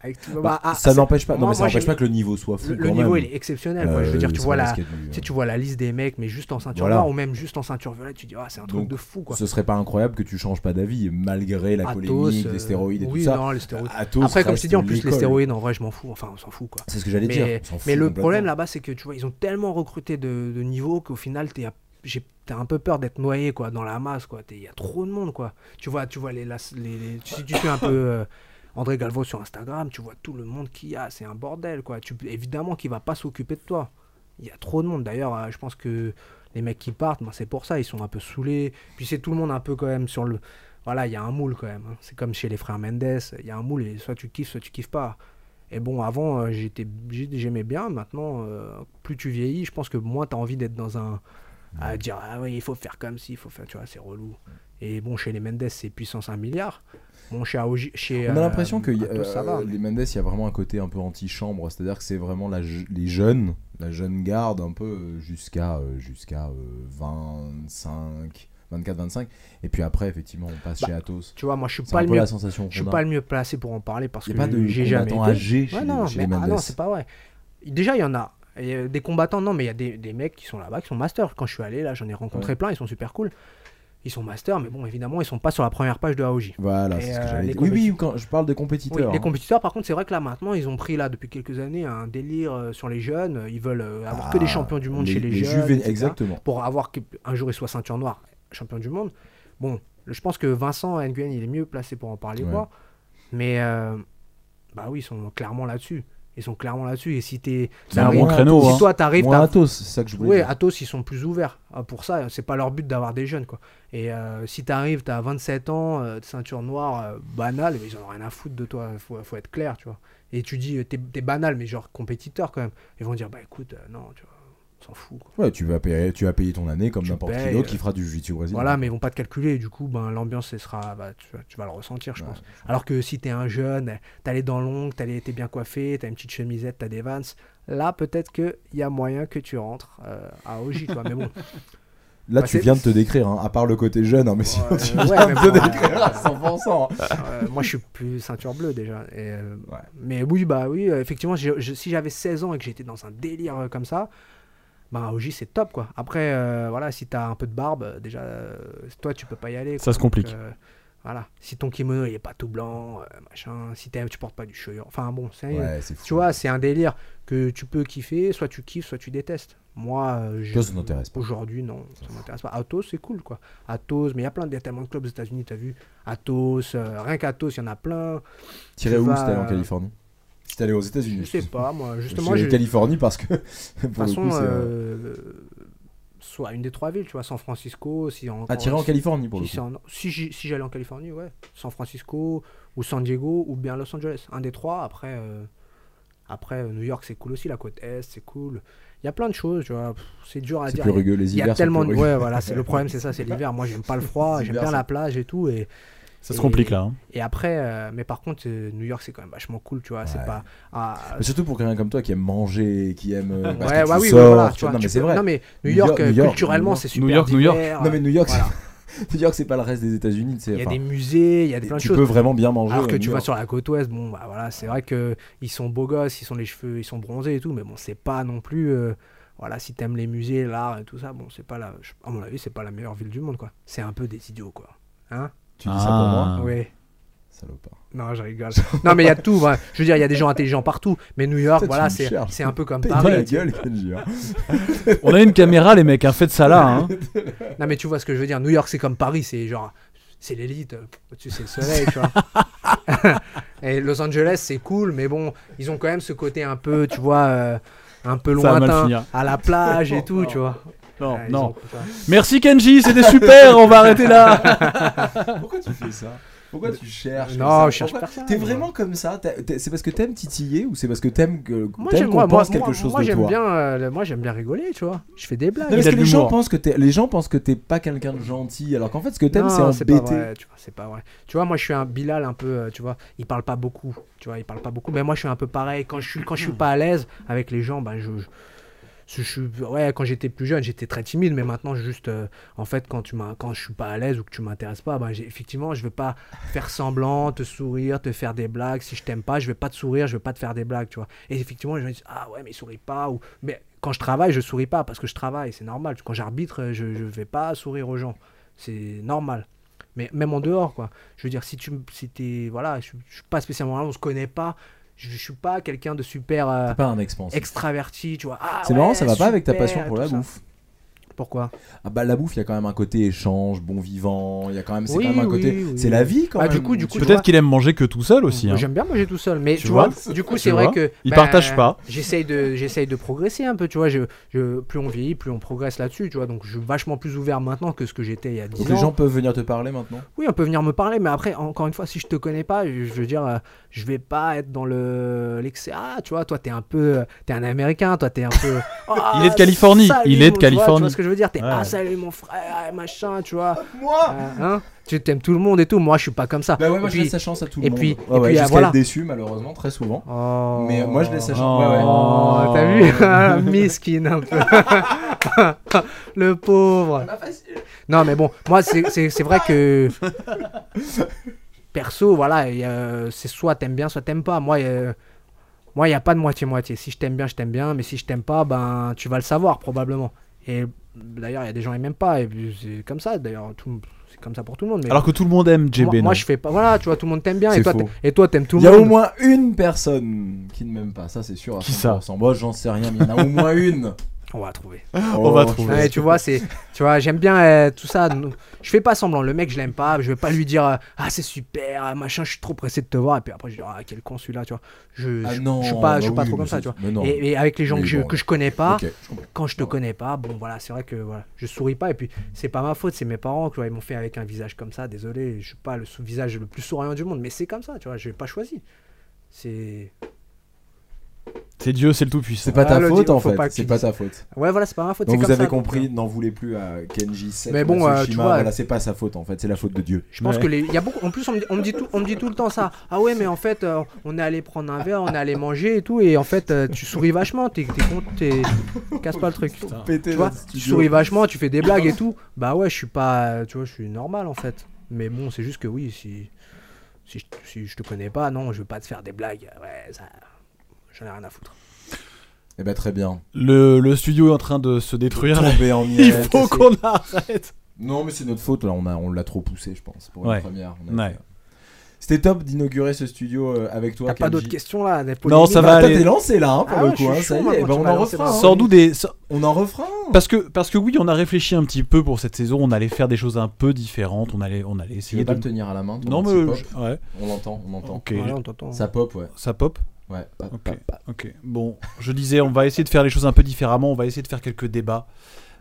Speaker 6: avec tout- bah, ah,
Speaker 4: ça
Speaker 6: c'est-
Speaker 4: n'empêche pas. Non,
Speaker 6: moi-
Speaker 4: mais ça
Speaker 6: moi, j'ai-
Speaker 4: n'empêche pas que le niveau soit fou.
Speaker 6: Le, le
Speaker 4: quand
Speaker 6: niveau,
Speaker 4: même.
Speaker 6: il est exceptionnel, quoi. Je veux dire,
Speaker 4: Euh,
Speaker 6: tu
Speaker 4: c'est
Speaker 6: vois,
Speaker 4: pas
Speaker 6: la,
Speaker 4: parce qu'il y a du-
Speaker 6: tu sais, tu vois la liste des mecs, mais juste en ceinture
Speaker 4: Voilà.
Speaker 6: noire ou même juste en ceinture violette, tu dis, ah, c'est un truc
Speaker 4: Donc,
Speaker 6: de fou, quoi.
Speaker 4: Ce serait pas incroyable que tu changes pas d'avis malgré la
Speaker 6: Athos,
Speaker 4: polémique,
Speaker 6: euh,
Speaker 4: les stéroïdes et
Speaker 6: oui,
Speaker 4: tout ça.
Speaker 6: non, les stéroïdes.
Speaker 4: Athos
Speaker 6: Après, comme je
Speaker 4: reste
Speaker 6: t'ai dit, en plus, les
Speaker 4: l'école.
Speaker 6: stéroïdes, en vrai, je m'en fous. Enfin, on s'en fout, quoi.
Speaker 4: C'est ce que j'allais
Speaker 6: Mais,
Speaker 4: dire. on s'en fout
Speaker 6: mais le
Speaker 4: complètement.
Speaker 6: problème là-bas, c'est que tu vois, ils ont tellement recruté de, de niveaux qu'au final, t'es à- j'ai- t'as un peu peur d'être noyé quoi, dans la masse. quoi. T'es- Il y a trop de monde. quoi. Tu vois, tu vois les, las- les, les- si tu suis un peu euh, André Galvo ah, sur Instagram, tu vois tout le monde qu'il y a. C'est un bordel. quoi. Tu, évidemment qu'il va pas s'occuper de toi. Il y a trop de monde. D'ailleurs, euh, je pense que les mecs qui partent, ben, c'est pour ça, ils sont un peu saoulés. Puis c'est tout le monde un peu quand même sur le. Voilà, il y a un moule quand même. hein. C'est comme chez les frères Mendes, il y a un moule et soit tu kiffes, soit tu kiffes pas. Et bon, avant, euh, j'étais, j'ai- j'aimais bien. Maintenant, euh, plus tu vieillis, je pense que moins t'as envie d'être dans un. à dire, ah oui, il faut faire comme si, il faut faire. Tu vois, c'est relou. Et bon, chez les Mendes, c'est puissance un milliard. Bon, chez AOJ. Chez,
Speaker 4: On a
Speaker 6: euh,
Speaker 4: l'impression que y a-
Speaker 6: Atos, ça
Speaker 4: euh,
Speaker 6: va, mais-
Speaker 4: les Mendes, il y a vraiment un côté un peu anti-chambre, c'est-à-dire que c'est vraiment la je- les jeunes, la jeune garde, un peu euh, jusqu'à euh, jusqu'à euh, 25, 24, 25. Et puis après, effectivement, on passe
Speaker 6: Bah,
Speaker 4: chez Atos.
Speaker 6: Tu vois, moi, je suis
Speaker 4: C'est
Speaker 6: pas
Speaker 4: un
Speaker 6: le
Speaker 4: peu la
Speaker 6: mieux.
Speaker 4: sensation.
Speaker 6: Je suis
Speaker 4: qu'on a.
Speaker 6: pas le mieux placé pour en parler parce
Speaker 4: Il
Speaker 6: que
Speaker 4: n'y Eh ben. a pas de
Speaker 6: j'ai jamais
Speaker 4: combattant
Speaker 6: été.
Speaker 4: âgé chez,
Speaker 6: Ouais, non,
Speaker 4: les- chez
Speaker 6: mais-
Speaker 4: les Mendes.
Speaker 6: ah non, c'est pas vrai. Déjà, il y en a. Et, euh, des combattants, non, mais il y a des, des mecs qui sont là-bas, qui sont masters. Quand je suis allé, là, j'en ai rencontré plein, ils sont super cool. Ils sont masters, mais bon, évidemment, ils sont pas sur la première page de AOJ.
Speaker 4: Voilà,
Speaker 6: Et,
Speaker 4: c'est ce
Speaker 6: euh,
Speaker 4: que j'allais
Speaker 6: les
Speaker 4: dire. Oui, oui,
Speaker 6: compétiteurs.
Speaker 4: quand je parle de compétiteurs.
Speaker 6: Oui, les
Speaker 4: hein.
Speaker 6: compétiteurs, par contre, c'est vrai que là, maintenant, ils ont pris, là, depuis quelques années, un délire euh, sur les jeunes. Ils veulent euh, avoir que
Speaker 4: Ah,
Speaker 6: des champions du monde chez les, jeunes.
Speaker 4: juvéniles,
Speaker 6: etc.
Speaker 4: Exactement.
Speaker 6: pour avoir que- un jour il soit ceinture noire, champion du monde. Bon, je pense que Vincent Nguyen, il est mieux placé pour en parler que
Speaker 4: Ouais.
Speaker 6: moi. Mais euh, bah oui, ils sont clairement là-dessus. Ils sont clairement là-dessus. Et si t'es,
Speaker 5: C'est un
Speaker 6: t'arrives-
Speaker 5: bon
Speaker 4: Moins
Speaker 5: créneau.
Speaker 4: Atos.
Speaker 5: hein.
Speaker 6: si toi t'arrives,
Speaker 4: Moi,
Speaker 6: t'as-
Speaker 4: Atos, c'est ça que je voulais
Speaker 6: ouais,
Speaker 4: dire.
Speaker 6: Atos, ils sont plus ouverts Ah, pour ça. C'est pas leur but d'avoir des jeunes quoi. Et euh, si t'arrives, t'as 27 ans, euh, ceinture noire, euh, banale, mais ils en ont rien à foutre de toi. Faut, faut être clair, tu vois. Et tu dis, euh, t'es, t'es banal, mais genre compétiteur quand même. Ils vont dire, bah écoute, euh, non, tu vois, on s'en fout. quoi.
Speaker 4: Ouais, tu vas payer, tu vas payer ton année comme
Speaker 6: Tu
Speaker 4: n'importe qui
Speaker 6: payes,
Speaker 4: d'autre
Speaker 6: euh,
Speaker 4: qui fera du jiu-jitsu au Brésil.
Speaker 6: Voilà, mais ils vont pas te calculer. et Du coup, ben, l'ambiance, ce sera, bah, tu, vas- tu vas le ressentir, je
Speaker 4: Ouais,
Speaker 6: pense. Alors que si t'es un jeune, t'as les dents longues, t'as les- t'es bien coiffé, t'as une petite chemisette, t'as des vans, là, peut-être qu'il y a moyen que tu rentres euh, à OJ, toi. Mais bon.
Speaker 4: Là,
Speaker 6: Bah,
Speaker 4: tu
Speaker 6: c'est-
Speaker 4: viens de te décrire, hein, à part le côté jeune, hein, mais sinon
Speaker 6: Euh,
Speaker 4: tu
Speaker 6: ouais,
Speaker 4: viens
Speaker 6: mais
Speaker 4: de te
Speaker 6: bon, euh,
Speaker 4: décrire à 100%. hein.
Speaker 6: euh, moi, je suis plus ceinture bleue déjà. Et, euh,
Speaker 4: Ouais.
Speaker 6: Mais oui, bah oui, euh, effectivement, j'ai- je- si j'avais 16 ans et que j'étais dans un délire euh, comme ça, ben, à OJ, c'est top, quoi. Après, euh, voilà, si t'as un peu de barbe, euh, déjà, euh, toi, tu peux pas y aller.
Speaker 5: Ça se complique.
Speaker 6: Donc, euh, voilà. Si ton kimono il est pas tout blanc, euh, machin, si t'es- tu portes pas du cheveu, enfin bon, c'est
Speaker 4: Ouais, c'est fou.
Speaker 6: tu vois, c'est un délire que tu peux kiffer, soit tu kiffes, soit tu détestes. Moi, euh, je-
Speaker 4: Toi, ça t'intéresse pas.
Speaker 6: Aujourd'hui, non, ça m'intéresse pas. Athos, c'est cool, quoi. Athos, mais il y a plein, de- il y a tellement de clubs aux États-Unis, t'as vu. Athos, euh, rien qu'Athos, il y en a plein.
Speaker 4: Tirer
Speaker 6: tu
Speaker 4: où
Speaker 6: vas-
Speaker 4: si t'allais en Californie Si t'allais aux États-Unis.
Speaker 6: Je sais pas, moi, justement,
Speaker 4: Chez
Speaker 6: je-
Speaker 4: les Californie parce que.
Speaker 6: de
Speaker 4: pour
Speaker 6: toute
Speaker 4: le
Speaker 6: façon,
Speaker 4: coup, c'est. euh,
Speaker 6: euh, soit une des trois villes, tu vois, San Francisco, si en.
Speaker 4: Ah, tirer en Californie pour le
Speaker 6: Si,
Speaker 4: coup.
Speaker 6: c'est en- si j'y- si j'allais en Californie, ouais. San Francisco ou San Diego ou bien Los Angeles. Un des trois. Après, euh, après euh, New York, c'est cool aussi. La côte Est, c'est cool. Il y a plein de choses, tu vois. Pff, C'est dur à
Speaker 4: C'est
Speaker 6: dire.
Speaker 4: plus
Speaker 6: Il y a-
Speaker 4: rugueux, les
Speaker 6: Il y a
Speaker 4: hivers. sont
Speaker 6: tellement
Speaker 4: plus
Speaker 6: de.
Speaker 4: rugueux.
Speaker 6: Ouais, voilà, c'est le problème, c'est ça, c'est l'hiver. Moi, j'aime pas le froid,
Speaker 4: Les
Speaker 6: j'aime
Speaker 4: hivers
Speaker 6: bien la
Speaker 4: sont-
Speaker 6: plage et tout. Et,
Speaker 5: Ça se
Speaker 6: et-
Speaker 5: complique là. hein.
Speaker 6: et après, euh, mais par contre, euh, New York, c'est quand même vachement cool, tu vois. C'est
Speaker 4: Ouais.
Speaker 6: pas. ah,
Speaker 4: Mais surtout pour quelqu'un comme toi qui aime manger, qui aime. euh, parce
Speaker 6: ouais,
Speaker 4: que
Speaker 6: ouais,
Speaker 4: tu
Speaker 6: oui,
Speaker 4: sors,
Speaker 6: voilà,
Speaker 4: tu
Speaker 6: tu
Speaker 4: vois.
Speaker 6: vois.
Speaker 4: Non,
Speaker 6: tu
Speaker 4: mais c'est
Speaker 6: peux-
Speaker 4: vrai.
Speaker 6: Non, mais New
Speaker 4: New
Speaker 6: York,
Speaker 4: York,
Speaker 6: euh,
Speaker 4: New York,
Speaker 6: culturellement,
Speaker 4: New
Speaker 6: c'est super.
Speaker 5: York. New York, New York.
Speaker 6: divers,
Speaker 4: Non, mais New York,
Speaker 6: voilà.
Speaker 4: c'est- New York, c'est pas le reste des États-Unis. tu sais,
Speaker 6: Il y a
Speaker 4: enfin,
Speaker 6: des musées, il y a
Speaker 4: et
Speaker 6: plein de
Speaker 4: Tu
Speaker 6: choses.
Speaker 4: peux vraiment bien manger.
Speaker 6: Alors que
Speaker 4: à
Speaker 6: tu
Speaker 4: New
Speaker 6: vas
Speaker 4: York.
Speaker 6: sur la côte ouest, bon, bah voilà, c'est vrai que ils sont beaux gosses, ils sont les cheveux, ils sont bronzés et tout, mais bon, c'est pas non plus. euh, voilà, si t'aimes les musées, l'art et tout ça, bon, c'est pas la. je- À mon avis, c'est pas la meilleure ville du monde, quoi. C'est un peu des idiots, quoi. Hein
Speaker 4: Tu dis ça pour moi
Speaker 5: Ah.
Speaker 6: Oui.
Speaker 4: Salopard.
Speaker 6: Non, je rigole. non, mais il y a de tout. voilà. Je veux dire, il y a des gens intelligents partout, mais New York,
Speaker 4: Putain, tu
Speaker 6: voilà,
Speaker 4: me
Speaker 6: c'est
Speaker 4: cherches.
Speaker 6: c'est un peu comme
Speaker 4: T'es dans la
Speaker 6: Paris. tu
Speaker 4: gueule, Kenji. hein.
Speaker 5: On a une caméra, les mecs, hein, faites ça là. hein.
Speaker 6: vois. Non, mais tu vois ce que je veux dire. New York, c'est comme Paris, c'est genre. C'est l'élite, euh, au-dessus c'est le soleil, tu vois. Et Los Angeles, c'est cool, mais bon, ils ont quand même ce côté un peu, tu vois, euh, un peu
Speaker 5: Ça va mal
Speaker 6: lointain,
Speaker 5: finir.
Speaker 6: à la plage et tout, tu vois.
Speaker 5: Non,
Speaker 6: Ouais, ils
Speaker 5: non.
Speaker 6: ont- tu vois.
Speaker 5: Merci Kenji, c'était super, on va arrêter là.
Speaker 4: Pourquoi tu fais ça Pourquoi tu cherches
Speaker 6: Non,
Speaker 4: comme ça
Speaker 6: je cherche
Speaker 4: Pourquoi-
Speaker 6: personne,
Speaker 4: T'es
Speaker 6: moi.
Speaker 4: vraiment comme ça T'as- t'es- C'est parce que t'aimes titiller ou c'est parce que t'aimes que-
Speaker 6: Moi,
Speaker 4: t'aimes
Speaker 6: j'aime-
Speaker 4: qu'on
Speaker 6: moi, moi,
Speaker 4: pense quelque
Speaker 6: moi,
Speaker 4: chose
Speaker 6: moi,
Speaker 4: de
Speaker 6: j'aime
Speaker 4: toi
Speaker 6: bien, euh, le- moi, j'aime bien rigoler, tu vois. Je fais des blagues.
Speaker 4: Non, parce
Speaker 5: Il a
Speaker 4: que
Speaker 5: de
Speaker 4: les gens,
Speaker 5: l'humour.
Speaker 4: pensent que t'es- les gens pensent que t'es pas quelqu'un de gentil, alors qu'en fait ce que t'aimes c'est
Speaker 6: Non, pas
Speaker 4: embêter.
Speaker 6: vrai, tu vois, c'est pas vrai. Tu vois, moi je suis un Bilal un peu, euh, tu vois, il parle pas beaucoup, tu vois, il parle pas beaucoup, mais moi je suis un peu pareil. Quand je suis, quand je suis pas à l'aise avec les gens, ben je, je, je suis- ouais, quand j'étais plus jeune, j'étais très timide, mais maintenant juste, euh, en fait, quand tu m'as, quand je suis pas à l'aise ou que tu m'intéresses pas, ben j'ai- effectivement, je vais pas faire semblant, te sourire, te faire des blagues. Si je t'aime pas, je vais pas te sourire, je vais pas te faire des blagues, tu vois. Et effectivement, les gens disent ah ouais, mais il sourit pas ou mais quand je travaille, je souris pas parce que je travaille, c'est normal. Quand j'arbitre, euh, je, je vais pas sourire aux gens, c'est normal. Mais même en dehors, quoi. Je veux dire, si tu m- si t'es- voilà, je, je suis pas spécialement là, on se connaît pas. Je, je suis pas quelqu'un de super euh,
Speaker 4: T'es pas un expansif.
Speaker 6: extraverti, tu vois. Ah
Speaker 4: C'est marrant,
Speaker 6: ouais,
Speaker 4: ça va pas avec ta
Speaker 6: super,
Speaker 4: passion pour
Speaker 6: tout
Speaker 4: la
Speaker 6: ça.
Speaker 4: bouffe.
Speaker 6: Pourquoi
Speaker 4: Ah bah la bouffe, il y a quand même un côté échange, bon vivant, il y a quand même, c'est
Speaker 6: Oui,
Speaker 4: quand même un
Speaker 6: oui,
Speaker 4: côté,
Speaker 6: oui.
Speaker 4: c'est la vie quand
Speaker 6: Ah,
Speaker 4: même.
Speaker 6: du coup, du coup, tu vois,
Speaker 5: Peut-être qu'il aime manger que tout seul aussi. hein.
Speaker 6: J'aime bien manger tout seul, mais
Speaker 5: Tu
Speaker 6: tu,
Speaker 5: vois,
Speaker 6: vois, du coup,
Speaker 5: tu
Speaker 6: c'est vrai
Speaker 5: vois,
Speaker 6: que.
Speaker 5: il
Speaker 6: bah,
Speaker 5: partage pas.
Speaker 6: J'essaye de, j'essaye de progresser un peu, tu vois. Je, je- plus on vieillit, plus on progresse là-dessus, tu vois. Donc, je suis vachement plus ouvert maintenant que ce que j'étais il y a 10
Speaker 4: Donc
Speaker 6: ans.
Speaker 4: les gens peuvent venir te parler maintenant.
Speaker 6: Oui, on peut venir me parler, mais après, encore une fois, si je te connais pas, je je veux dire, euh, je vais pas être dans le l'excès. Ah, tu vois, toi, t'es un peu, t'es un Américain, toi, t'es un peu. Ah,
Speaker 5: Il est de Californie,
Speaker 6: salut,
Speaker 5: il est de
Speaker 6: tu vois, Tu
Speaker 5: Californie.
Speaker 6: vois ce que je veux dire T'es
Speaker 5: Ouais.
Speaker 6: ah salut mon frère, machin, tu vois.
Speaker 4: Moi
Speaker 6: euh, hein tu t'aimes tout le monde et tout. Moi, je suis pas comme ça.
Speaker 4: Bah ouais,
Speaker 6: Et
Speaker 4: moi je
Speaker 6: puis-
Speaker 4: laisse sa chance à tout le
Speaker 6: et
Speaker 4: monde.
Speaker 6: puis-
Speaker 4: ouais,
Speaker 6: et
Speaker 4: ouais,
Speaker 6: puis, ah,
Speaker 4: jusqu'à
Speaker 6: voilà.
Speaker 4: être déçu malheureusement très souvent.
Speaker 6: Oh.
Speaker 4: Mais moi je laisse sa chance. Ouais, ouais.
Speaker 5: Oh.
Speaker 6: Oh, t'as vu Ah, Miskin un peu. le pauvre. Non, mais bon, moi, c'est- c'est c'est vrai que. Perso, voilà, il y a- c'est soit t'aimes bien, soit t'aimes pas. Moi, euh, moi, il n'y a pas de moitié-moitié. Si je t'aime bien, je t'aime bien. Mais si je t'aime pas, ben, tu vas le savoir probablement. Et d'ailleurs, il y a des gens qui m'aiment pas. Et puis, c'est comme ça, d'ailleurs. tout- C'est comme ça pour tout le monde. Mais
Speaker 5: Alors que tout le monde aime JB.
Speaker 6: moi, moi,
Speaker 5: non.
Speaker 6: je fais pas. Voilà, tu vois, tout le monde t'aime bien.
Speaker 4: C'est
Speaker 6: Et toi,
Speaker 4: faux.
Speaker 6: t'aimes- et toi, t'aimes tout
Speaker 4: Il
Speaker 6: le
Speaker 4: y a
Speaker 6: monde.
Speaker 4: au moins une personne qui ne m'aime pas, ça c'est sûr. À
Speaker 5: Qui ça
Speaker 4: 100%. Moi j'en sais rien, mais il y en a au moins une. Oh,
Speaker 6: On va trouver.
Speaker 5: On va trouver.
Speaker 6: Ouais, tu vois, c'est, tu vois, j'aime bien euh, tout ça. Donc, Je fais pas semblant. Le mec, je l'aime pas. Je vais pas lui dire euh, ah c'est super, ah, machin. Je suis trop pressé de te voir. Et puis après, je dis ah quel con celui-là, tu vois. Je,
Speaker 4: Ah
Speaker 6: je,
Speaker 4: non,
Speaker 6: je suis pas, je suis
Speaker 4: bah
Speaker 6: pas
Speaker 4: oui,
Speaker 6: trop comme
Speaker 4: mais
Speaker 6: ça,
Speaker 4: ça,
Speaker 6: tu vois.
Speaker 4: mais non.
Speaker 6: Et, et avec les gens
Speaker 4: Mais
Speaker 6: que je,
Speaker 4: bon.
Speaker 6: que je connais pas,
Speaker 4: Ok, je comprends.
Speaker 6: quand je te connais pas, bon voilà, c'est vrai que voilà, je souris pas. Et puis c'est pas ma faute, c'est mes parents tu vois, ils m'ont fait avec un visage comme ça. Désolé, je suis pas le sou- visage le plus souriant du monde, mais c'est comme ça, tu vois. J'ai pas choisi. C'est
Speaker 5: C'est Dieu, c'est le Tout-Puissant.
Speaker 4: C'est pas ta
Speaker 6: Ah, le
Speaker 4: faute
Speaker 6: dire,
Speaker 4: en
Speaker 6: faut
Speaker 4: fait,
Speaker 6: pas que
Speaker 4: c'est
Speaker 6: tu
Speaker 4: pas
Speaker 6: dises.
Speaker 4: ta faute.
Speaker 6: ouais, voilà, c'est pas ma faute.
Speaker 4: Donc
Speaker 6: c'est
Speaker 4: vous
Speaker 6: comme
Speaker 4: avez
Speaker 6: ça, donc, euh,
Speaker 4: compris, n'en voulez plus à Kenji 7.
Speaker 6: Mais bon, euh, tu vois-
Speaker 4: voilà, c'est pas sa faute en fait, c'est la faute de Dieu.
Speaker 6: Je pense
Speaker 5: Ouais.
Speaker 6: que les, il y a beaucoup. En plus, on me, dit, on me dit tout, on me dit tout le temps ça. Ah ouais, mais en fait, euh, on est allé prendre un verre, on est allé manger et tout, et en fait, euh, tu souris vachement, t'es, t'es content, t'es- casse pas le truc.
Speaker 4: Pété
Speaker 6: Tu vois, tu souris vachement, tu fais des blagues et tout. Bah ouais, je suis pas, euh, tu vois, je suis normal en fait. Mais bon, c'est juste que oui, si, si, je- si je te connais pas, non, je veux pas te faire des blagues. Ouais, ça, j'en ai rien à foutre.
Speaker 4: Eh ben très bien.
Speaker 5: Le, le studio est en train de se détruire. là.
Speaker 4: Tombé en
Speaker 5: Il
Speaker 4: miettes,
Speaker 5: faut
Speaker 4: c'est-
Speaker 5: qu'on arrête.
Speaker 4: Non, mais c'est notre faute. Là, on a, on l'a trop poussé, je pense, pour
Speaker 5: Ouais.
Speaker 4: la première. On a
Speaker 5: Ouais.
Speaker 4: fait- euh, C'était top d'inaugurer ce studio euh, avec toi.
Speaker 6: T'as pas
Speaker 4: Kenji.
Speaker 6: d'autres questions là des
Speaker 5: Non, ça
Speaker 4: Bah,
Speaker 5: va
Speaker 6: polémiques
Speaker 4: toi,
Speaker 5: aller.
Speaker 4: T'es lancé là, hein, pour
Speaker 6: Ah
Speaker 4: le
Speaker 6: ouais,
Speaker 4: coup.
Speaker 6: je
Speaker 4: hein,
Speaker 6: suis
Speaker 4: ça y
Speaker 6: chaud,
Speaker 4: est.
Speaker 6: moi,
Speaker 4: Eh
Speaker 6: quand
Speaker 4: ben,
Speaker 6: tu
Speaker 4: on
Speaker 6: m'as
Speaker 4: en
Speaker 6: lancé
Speaker 4: refera.
Speaker 6: là.
Speaker 4: hein.
Speaker 5: Sans doute des. sans-
Speaker 4: On en refera. hein.
Speaker 5: Parce que, parce que oui, on a réfléchi un petit peu pour cette saison, on allait faire des choses un peu différentes, on allez on allait
Speaker 4: Tu
Speaker 5: essayer
Speaker 4: veux pas
Speaker 5: de...
Speaker 4: le tenir à la main. ton
Speaker 5: Non
Speaker 4: petit
Speaker 5: mais... euh,
Speaker 4: pop
Speaker 5: je- Ouais,
Speaker 4: on l'entend, on l'entend.
Speaker 5: ok.
Speaker 6: Ouais, on t'entend.
Speaker 4: Ça pop, ouais.
Speaker 5: Ça pop
Speaker 4: Ouais. pop,
Speaker 5: Ok.
Speaker 4: pop, pop.
Speaker 5: Ok. Bon, je disais, on va essayer de faire les choses un peu différemment, on va essayer de faire quelques débats.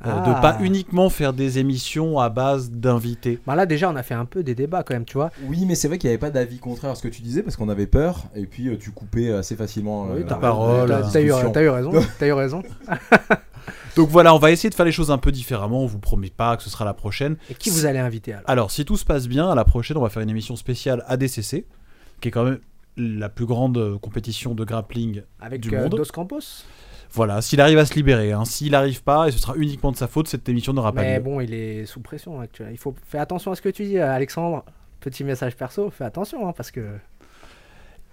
Speaker 5: euh, De
Speaker 6: Ah.
Speaker 5: pas uniquement faire des émissions à base d'invités.
Speaker 6: Bah là, déjà, on a fait un peu des débats quand même, tu vois.
Speaker 4: Oui, mais c'est vrai qu'il n'y avait pas d'avis contraire à ce que tu disais parce qu'on avait peur et puis euh, tu coupais assez facilement euh,
Speaker 6: Oui, t'as-
Speaker 5: parole,
Speaker 6: t'as-
Speaker 5: la
Speaker 6: T'as eu,
Speaker 4: discussion.
Speaker 6: t'as eu raison. T'as eu raison.
Speaker 5: Donc voilà, on va essayer de faire les choses un peu différemment, on vous promet pas que ce sera la prochaine.
Speaker 6: Et qui vous allez inviter alors
Speaker 5: Alors, si tout se passe bien, à la prochaine, on va faire une émission spéciale ADCC, qui est quand même la plus grande euh, compétition de grappling
Speaker 4: Ah,
Speaker 6: Avec
Speaker 5: du
Speaker 6: euh,
Speaker 5: monde.
Speaker 6: Dos Campos
Speaker 5: Voilà, s'il arrive à se libérer, hein. s'il arrive pas, et ce sera uniquement de sa faute, cette émission
Speaker 4: Ah,
Speaker 5: n'aura pas
Speaker 6: Mais
Speaker 5: lieu.
Speaker 6: bon, il est sous pression hein, actuellement. Il faut faire attention à ce que tu dis, euh, Alexandre. Petit message perso, fais attention, hein, parce que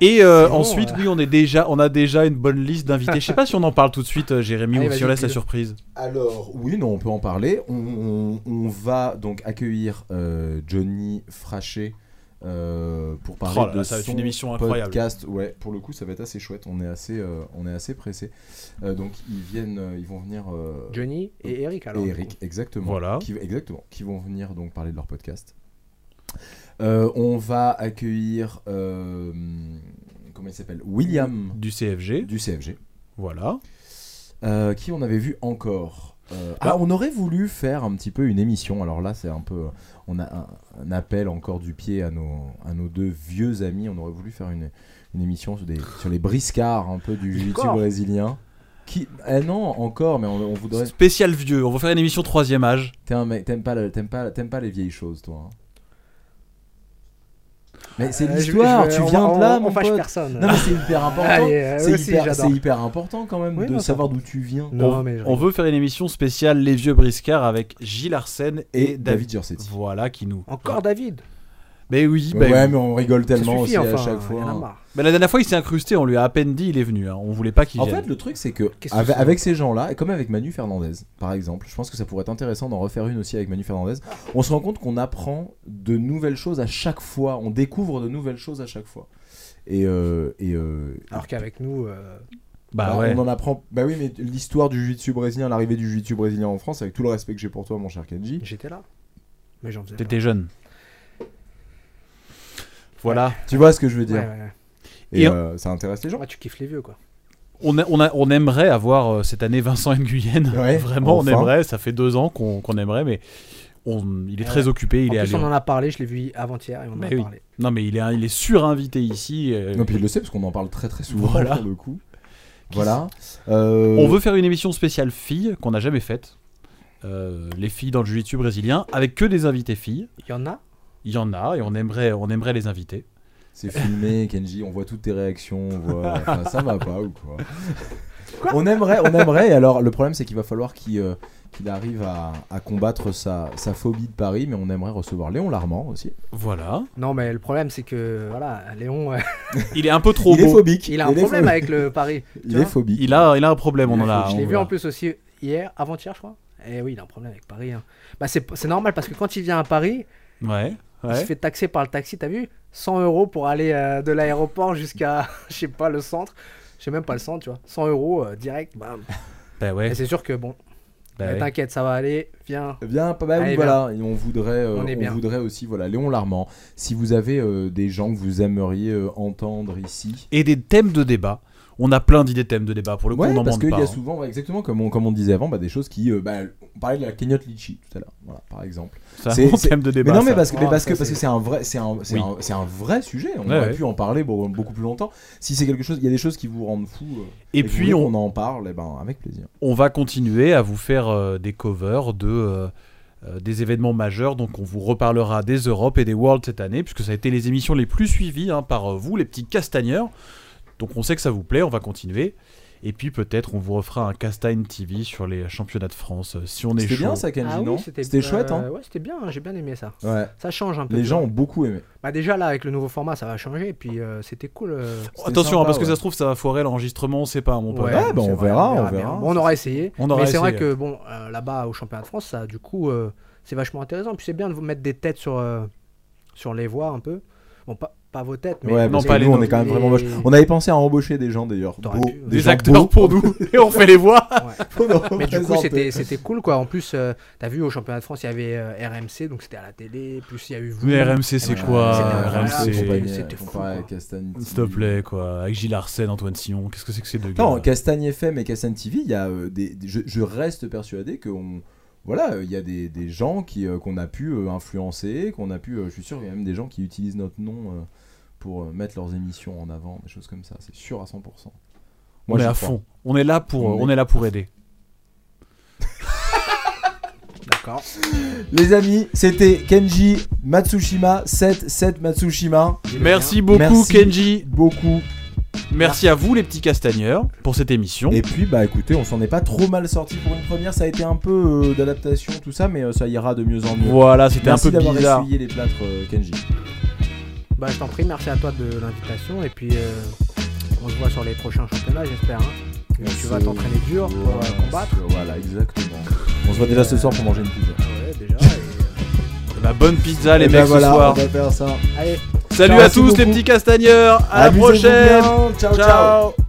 Speaker 5: Et euh,
Speaker 6: C'est bon,
Speaker 5: ensuite,
Speaker 6: euh.
Speaker 5: oui, on, est déjà, on a déjà une bonne liste d'invités. Je sais pas si on en parle tout de suite, euh, Jérémy,
Speaker 6: Allez,
Speaker 5: ou si
Speaker 6: vas-y,
Speaker 5: on laisse la
Speaker 6: dis-le.
Speaker 5: surprise.
Speaker 4: Alors, oui, non, on peut en parler. On, on- on va donc accueillir euh, Johnny Frachet euh, pour parler
Speaker 5: Oh là
Speaker 4: de
Speaker 5: là, ça va être
Speaker 4: son
Speaker 5: une émission incroyable.
Speaker 4: podcast. Ouais, pour le coup, ça va être assez chouette. On est assez, euh, on est assez pressé. donc, ils viennent, euh, ils vont venir. euh,
Speaker 6: Johnny et Eric, alors. Euh,
Speaker 4: et Eric, exactement.
Speaker 5: Voilà.
Speaker 4: Qui, exactement. Qui vont venir donc parler de leur podcast. Euh, on va accueillir euh, comment il s'appelle William
Speaker 5: Du CFG,
Speaker 4: du CFG.
Speaker 5: voilà.
Speaker 4: Euh, qui on avait vu encore Euh, ah, on aurait voulu faire un petit peu une émission. Alors là, c'est un peu. On a un, un appel encore du pied à nos, à nos deux vieux amis. On aurait voulu faire une, une émission sur, des, sur les briscards un peu du jiu
Speaker 6: Encore
Speaker 4: brésilien. Qui, eh non, encore, mais on, on voudrait.
Speaker 5: Spécial vieux, on va faire une émission troisième âge.
Speaker 4: T'es un mec, t'aimes pas, le- t'aimes pas, t'aimes pas les vieilles choses, toi. hein. Mais c'est
Speaker 6: Euh, je vais-
Speaker 4: l'histoire,
Speaker 6: je vais-
Speaker 4: tu
Speaker 6: on va-
Speaker 4: viens
Speaker 6: on-
Speaker 4: de là,
Speaker 6: on
Speaker 4: mon
Speaker 6: fâche
Speaker 4: pote.
Speaker 6: personne.
Speaker 4: Non, mais c'est hyper important.
Speaker 6: Allez, euh,
Speaker 4: C'est
Speaker 6: aussi,
Speaker 4: hyper,
Speaker 6: j'adore.
Speaker 4: c'est hyper important quand même
Speaker 6: Oui,
Speaker 4: de
Speaker 6: non, ça-
Speaker 4: savoir d'où tu viens.
Speaker 6: Non,
Speaker 5: on,
Speaker 6: mais je
Speaker 5: on veut faire une émission spéciale Les Vieux Briscards avec Gilles Arsène
Speaker 4: Et David Giorsetti.
Speaker 5: Voilà qui nous.
Speaker 6: Encore David
Speaker 5: Mais oui, bah
Speaker 4: Ouais,
Speaker 5: oui.
Speaker 4: mais on rigole
Speaker 6: Ça
Speaker 4: tellement aussi
Speaker 6: suffit,
Speaker 4: à
Speaker 6: enfin,
Speaker 4: chaque
Speaker 6: il y
Speaker 4: fois.
Speaker 6: en a
Speaker 4: hein.
Speaker 6: marre.
Speaker 5: Mais la dernière fois, il s'est incrusté, on lui a à peine dit, il est venu. hein. On voulait pas qu'il
Speaker 4: En
Speaker 5: vienne.
Speaker 4: fait, le truc, c'est que
Speaker 6: Qu'est-ce que
Speaker 4: avec,
Speaker 6: c'est
Speaker 4: avec ces gens-là, et comme avec Manu Fernandez, par exemple, je pense que ça pourrait être intéressant d'en refaire une aussi avec Manu Fernandez. On se rend compte qu'on apprend de nouvelles choses à chaque fois. On découvre de nouvelles choses à chaque fois. Et, euh, et, euh,
Speaker 6: Alors qu'avec nous, euh,
Speaker 5: Bah
Speaker 4: Alors,
Speaker 5: ouais.
Speaker 4: On en apprend. Bah oui, mais l'histoire du jiu-jitsu brésilien, l'arrivée du jiu-jitsu brésilien en France, avec tout le respect que j'ai pour toi, mon cher Kenji.
Speaker 6: J'étais là. Mais j'en faisais.
Speaker 5: T'étais jeune. Voilà.
Speaker 4: Tu vois ce que je veux
Speaker 6: rien.
Speaker 4: dire
Speaker 6: Ouais, ouais, ouais.
Speaker 4: Et,
Speaker 5: Et en-
Speaker 4: euh, ça intéresse les gens.
Speaker 6: Ouais, tu kiffes les vieux, quoi.
Speaker 5: On, a- on, a- on aimerait avoir euh, cette année Vincent Nguyen.
Speaker 4: Ouais,
Speaker 5: Vraiment,
Speaker 4: enfin.
Speaker 5: on aimerait. Ça fait deux ans qu'on qu'on aimerait, mais on- il est
Speaker 6: Ouais.
Speaker 5: très occupé. Il
Speaker 6: en
Speaker 5: est à
Speaker 6: plus, on
Speaker 5: Lyon.
Speaker 6: en a parlé, je l'ai vu avant-hier et on en
Speaker 4: Bah
Speaker 5: Mais
Speaker 6: a
Speaker 5: oui.
Speaker 6: parlé.
Speaker 5: Non, mais il est, il est surinvité ici. euh,
Speaker 4: Non, puis il le sait parce qu'on en parle très très souvent
Speaker 5: Voilà.
Speaker 4: pour le coup. Voilà. Euh,
Speaker 5: On veut faire une émission spéciale filles qu'on n'a jamais faite. Euh, les filles dans le jiu-jitsu brésilien, avec que des invités filles.
Speaker 6: Il y en a
Speaker 5: Il y en a et on aimerait, on aimerait les inviter.
Speaker 4: C'est filmé, Kenji. On voit toutes tes réactions. On voit. Enfin, ça va pas ou quoi,
Speaker 6: Quoi
Speaker 4: On aimerait, on aimerait. Et alors, le problème, c'est qu'il va falloir qu'il euh, qu'il arrive à, à combattre sa, sa phobie de Paris, mais on aimerait recevoir Léon Larmand aussi.
Speaker 5: Voilà.
Speaker 6: Non, mais le problème, c'est que, voilà, Léon, euh,
Speaker 5: Il est un peu trop
Speaker 4: il est
Speaker 5: beau.
Speaker 4: phobique.
Speaker 6: il a un
Speaker 4: est
Speaker 6: problème
Speaker 4: phobique.
Speaker 6: avec le Paris.
Speaker 4: Il
Speaker 6: tu
Speaker 4: est
Speaker 6: vois.
Speaker 4: phobique.
Speaker 5: Il a, il a un problème. On en a.
Speaker 6: Je
Speaker 5: on
Speaker 6: l'ai vu
Speaker 5: l'a.
Speaker 6: en plus aussi hier, avant-hier, je crois. Et oui, il a un problème avec Paris. hein. Bah, c'est c'est normal parce que quand il vient à Paris,
Speaker 5: Ouais.
Speaker 6: il se
Speaker 5: ouais.
Speaker 6: fait taxer par le taxi, t'as vu 100 euros pour aller euh, de l'aéroport jusqu'à, je sais pas, le centre. Je sais même pas le centre, tu vois. 100 euros euh, direct, bam.
Speaker 5: Bah
Speaker 6: Et
Speaker 5: ouais.
Speaker 6: c'est sûr que bon,
Speaker 5: bah
Speaker 6: mais
Speaker 5: ouais.
Speaker 6: t'inquiète, ça va aller, viens.
Speaker 4: Eh Bien, bah oui,
Speaker 6: Allez,
Speaker 4: voilà, Et on voudrait, euh,
Speaker 6: On est
Speaker 4: on,
Speaker 6: bien.
Speaker 4: voudrait aussi, voilà, Léon Larmand. Si vous avez euh, des gens que vous aimeriez euh, entendre ici,
Speaker 5: Et des thèmes de débat. On a plein d'idées de thèmes de débat pour le coup.
Speaker 4: ouais,
Speaker 5: on en
Speaker 4: parce
Speaker 5: manque
Speaker 4: qu'il y
Speaker 5: pas.
Speaker 4: a
Speaker 5: hein.
Speaker 4: souvent, ouais, exactement comme on, comme on disait avant, bah, des choses qui, euh, bah, on parlait de la cagnotte litchi tout à l'heure, voilà, par exemple.
Speaker 5: C'est un
Speaker 4: c'est-
Speaker 5: bon
Speaker 4: c'est-
Speaker 5: thème de
Speaker 4: Mais
Speaker 5: débat.
Speaker 4: non, mais
Speaker 5: Eh bah,
Speaker 4: parce
Speaker 5: ça.
Speaker 4: que, mais
Speaker 6: Ah,
Speaker 4: parce
Speaker 6: ça,
Speaker 4: que, parce
Speaker 6: c'est-
Speaker 4: que c'est un vrai, c'est un, c'est
Speaker 5: Oui.
Speaker 4: un, c'est un vrai sujet. On
Speaker 5: Ouais,
Speaker 4: aurait
Speaker 5: ouais.
Speaker 4: pu en parler beau- beaucoup plus longtemps. Si c'est quelque chose, il y a des choses qui vous rendent fou. euh,
Speaker 5: Et
Speaker 4: que vous
Speaker 5: puis
Speaker 4: voulez
Speaker 5: on,
Speaker 4: qu'on en parle, eh ben avec plaisir.
Speaker 5: on va continuer à vous faire euh, des covers de euh, euh, des événements majeurs. Donc on vous reparlera des Europes et des Worlds cette année, puisque ça a été les émissions les plus suivies hein, par euh, vous, les petits castagneurs. Donc on sait que ça vous plaît, on va continuer. Et puis peut-être on vous refera un Castagne TV sur les championnats de France euh, si on est
Speaker 4: C'était
Speaker 5: chaud.
Speaker 4: bien ça, Kenji,
Speaker 6: Ah oui,
Speaker 4: non C'était chouette, hein
Speaker 6: euh, Ouais, c'était bien, hein, j'ai bien aimé ça.
Speaker 4: Ouais.
Speaker 6: Ça change un peu.
Speaker 4: Les
Speaker 6: tu
Speaker 4: gens
Speaker 6: vois.
Speaker 4: ont beaucoup aimé.
Speaker 6: Bah, déjà là, avec le nouveau format, ça va changer. Et puis, euh, c'était cool. euh,
Speaker 5: Oh, Attention,
Speaker 4: sympa,
Speaker 5: hein, parce que
Speaker 4: ouais.
Speaker 5: ça se trouve ça va foirer l'enregistrement, on sait pas, mon pote.
Speaker 4: Ouais, bah,
Speaker 6: c'est
Speaker 4: on verra, on
Speaker 6: mais
Speaker 4: verra.
Speaker 6: Bon, on aura essayé.
Speaker 5: On aura
Speaker 6: mais c'est vrai
Speaker 5: essayé.
Speaker 6: que bon, euh, là-bas au championnat de France, ça, du coup, euh, c'est vachement intéressant. Puis c'est bien de vous mettre des têtes sur, euh, sur les voies un peu. Bon, pas, pas vos têtes, mais
Speaker 4: ouais,
Speaker 5: non,
Speaker 4: parce
Speaker 5: pas
Speaker 4: que
Speaker 5: les
Speaker 4: nous, on
Speaker 5: nôtres.
Speaker 4: est quand même
Speaker 6: Les-
Speaker 4: vraiment moche. On avait pensé à embaucher des gens d'ailleurs.
Speaker 6: T'aurais
Speaker 4: Beaux,
Speaker 6: pu-
Speaker 5: Des,
Speaker 4: gens
Speaker 5: acteurs
Speaker 4: beaux
Speaker 5: pour nous et on fait les voix.
Speaker 4: pour nous
Speaker 6: Mais du coup,
Speaker 4: représenter.
Speaker 6: c'était c'était cool quoi. En plus, euh, t'as vu au championnat de France, il y avait euh, RMC, donc c'était à la télé. Plus il y a eu vous.
Speaker 5: Mais RMC, c'est
Speaker 6: C'était
Speaker 5: quoi euh,
Speaker 6: incroyable,
Speaker 5: RMC
Speaker 6: c'était- c'était fou,
Speaker 4: comparé à
Speaker 6: quoi.
Speaker 4: Castagne
Speaker 5: S'il te
Speaker 4: TV.
Speaker 5: plaît, quoi. Avec Gilles Arsène, Antoine Sion, qu'est-ce que c'est que ces deux
Speaker 4: Non,
Speaker 5: gars
Speaker 4: Castagne FM et Castagne TV, il y a euh, des, des- je, je reste persuadé que on- voilà, euh, il y a des, des gens qui euh, qu'on a pu euh, influencer, qu'on a pu, euh, je suis sûr, il y a même des gens qui utilisent notre nom euh, pour euh, mettre leurs émissions en avant, des choses comme ça. C'est sûr à 100%.
Speaker 5: on est
Speaker 4: j'y crois.
Speaker 5: à fond. On est là pour,
Speaker 4: On
Speaker 5: on est là pour aider.
Speaker 6: D'accord.
Speaker 4: Les amis, c'était Kenji Matsushima 7 7 Matsushima.
Speaker 5: Merci beaucoup
Speaker 4: Merci.
Speaker 5: Kenji.
Speaker 4: Beaucoup.
Speaker 5: Merci à vous les petits castagneurs pour cette émission.
Speaker 4: Et puis bah écoutez, on s'en est pas trop mal sorti pour une première. Ça a été un peu euh, d'adaptation tout ça, mais euh, ça ira de mieux en mieux.
Speaker 5: Voilà, c'était un
Speaker 4: Merci
Speaker 5: peu
Speaker 4: d'avoir
Speaker 5: bizarre.
Speaker 4: essuyé les plâtres, euh, Kenji.
Speaker 6: Bah, je t'en prie, merci à toi de l'invitation. Et puis, euh, on se voit sur les prochains championnats, j'espère. hein. Et tu vas t'entraîner dur pour euh,
Speaker 4: Voilà,
Speaker 6: combattre.
Speaker 4: Voilà, exactement. On se voit déjà ce soir pour manger une pizza.
Speaker 6: Ouais, déjà. et,
Speaker 5: Bah, bonne pizza les
Speaker 4: Et ben
Speaker 5: mecs
Speaker 4: voilà,
Speaker 5: ce soir.
Speaker 4: On va faire ça.
Speaker 6: euh, Allez.
Speaker 5: Salut à
Speaker 4: Merci
Speaker 5: tous les
Speaker 4: beaucoup.
Speaker 5: petits castagneurs. À la
Speaker 4: Amusez-vous
Speaker 5: prochaine.
Speaker 4: bien. ciao. ciao.
Speaker 5: Ciao.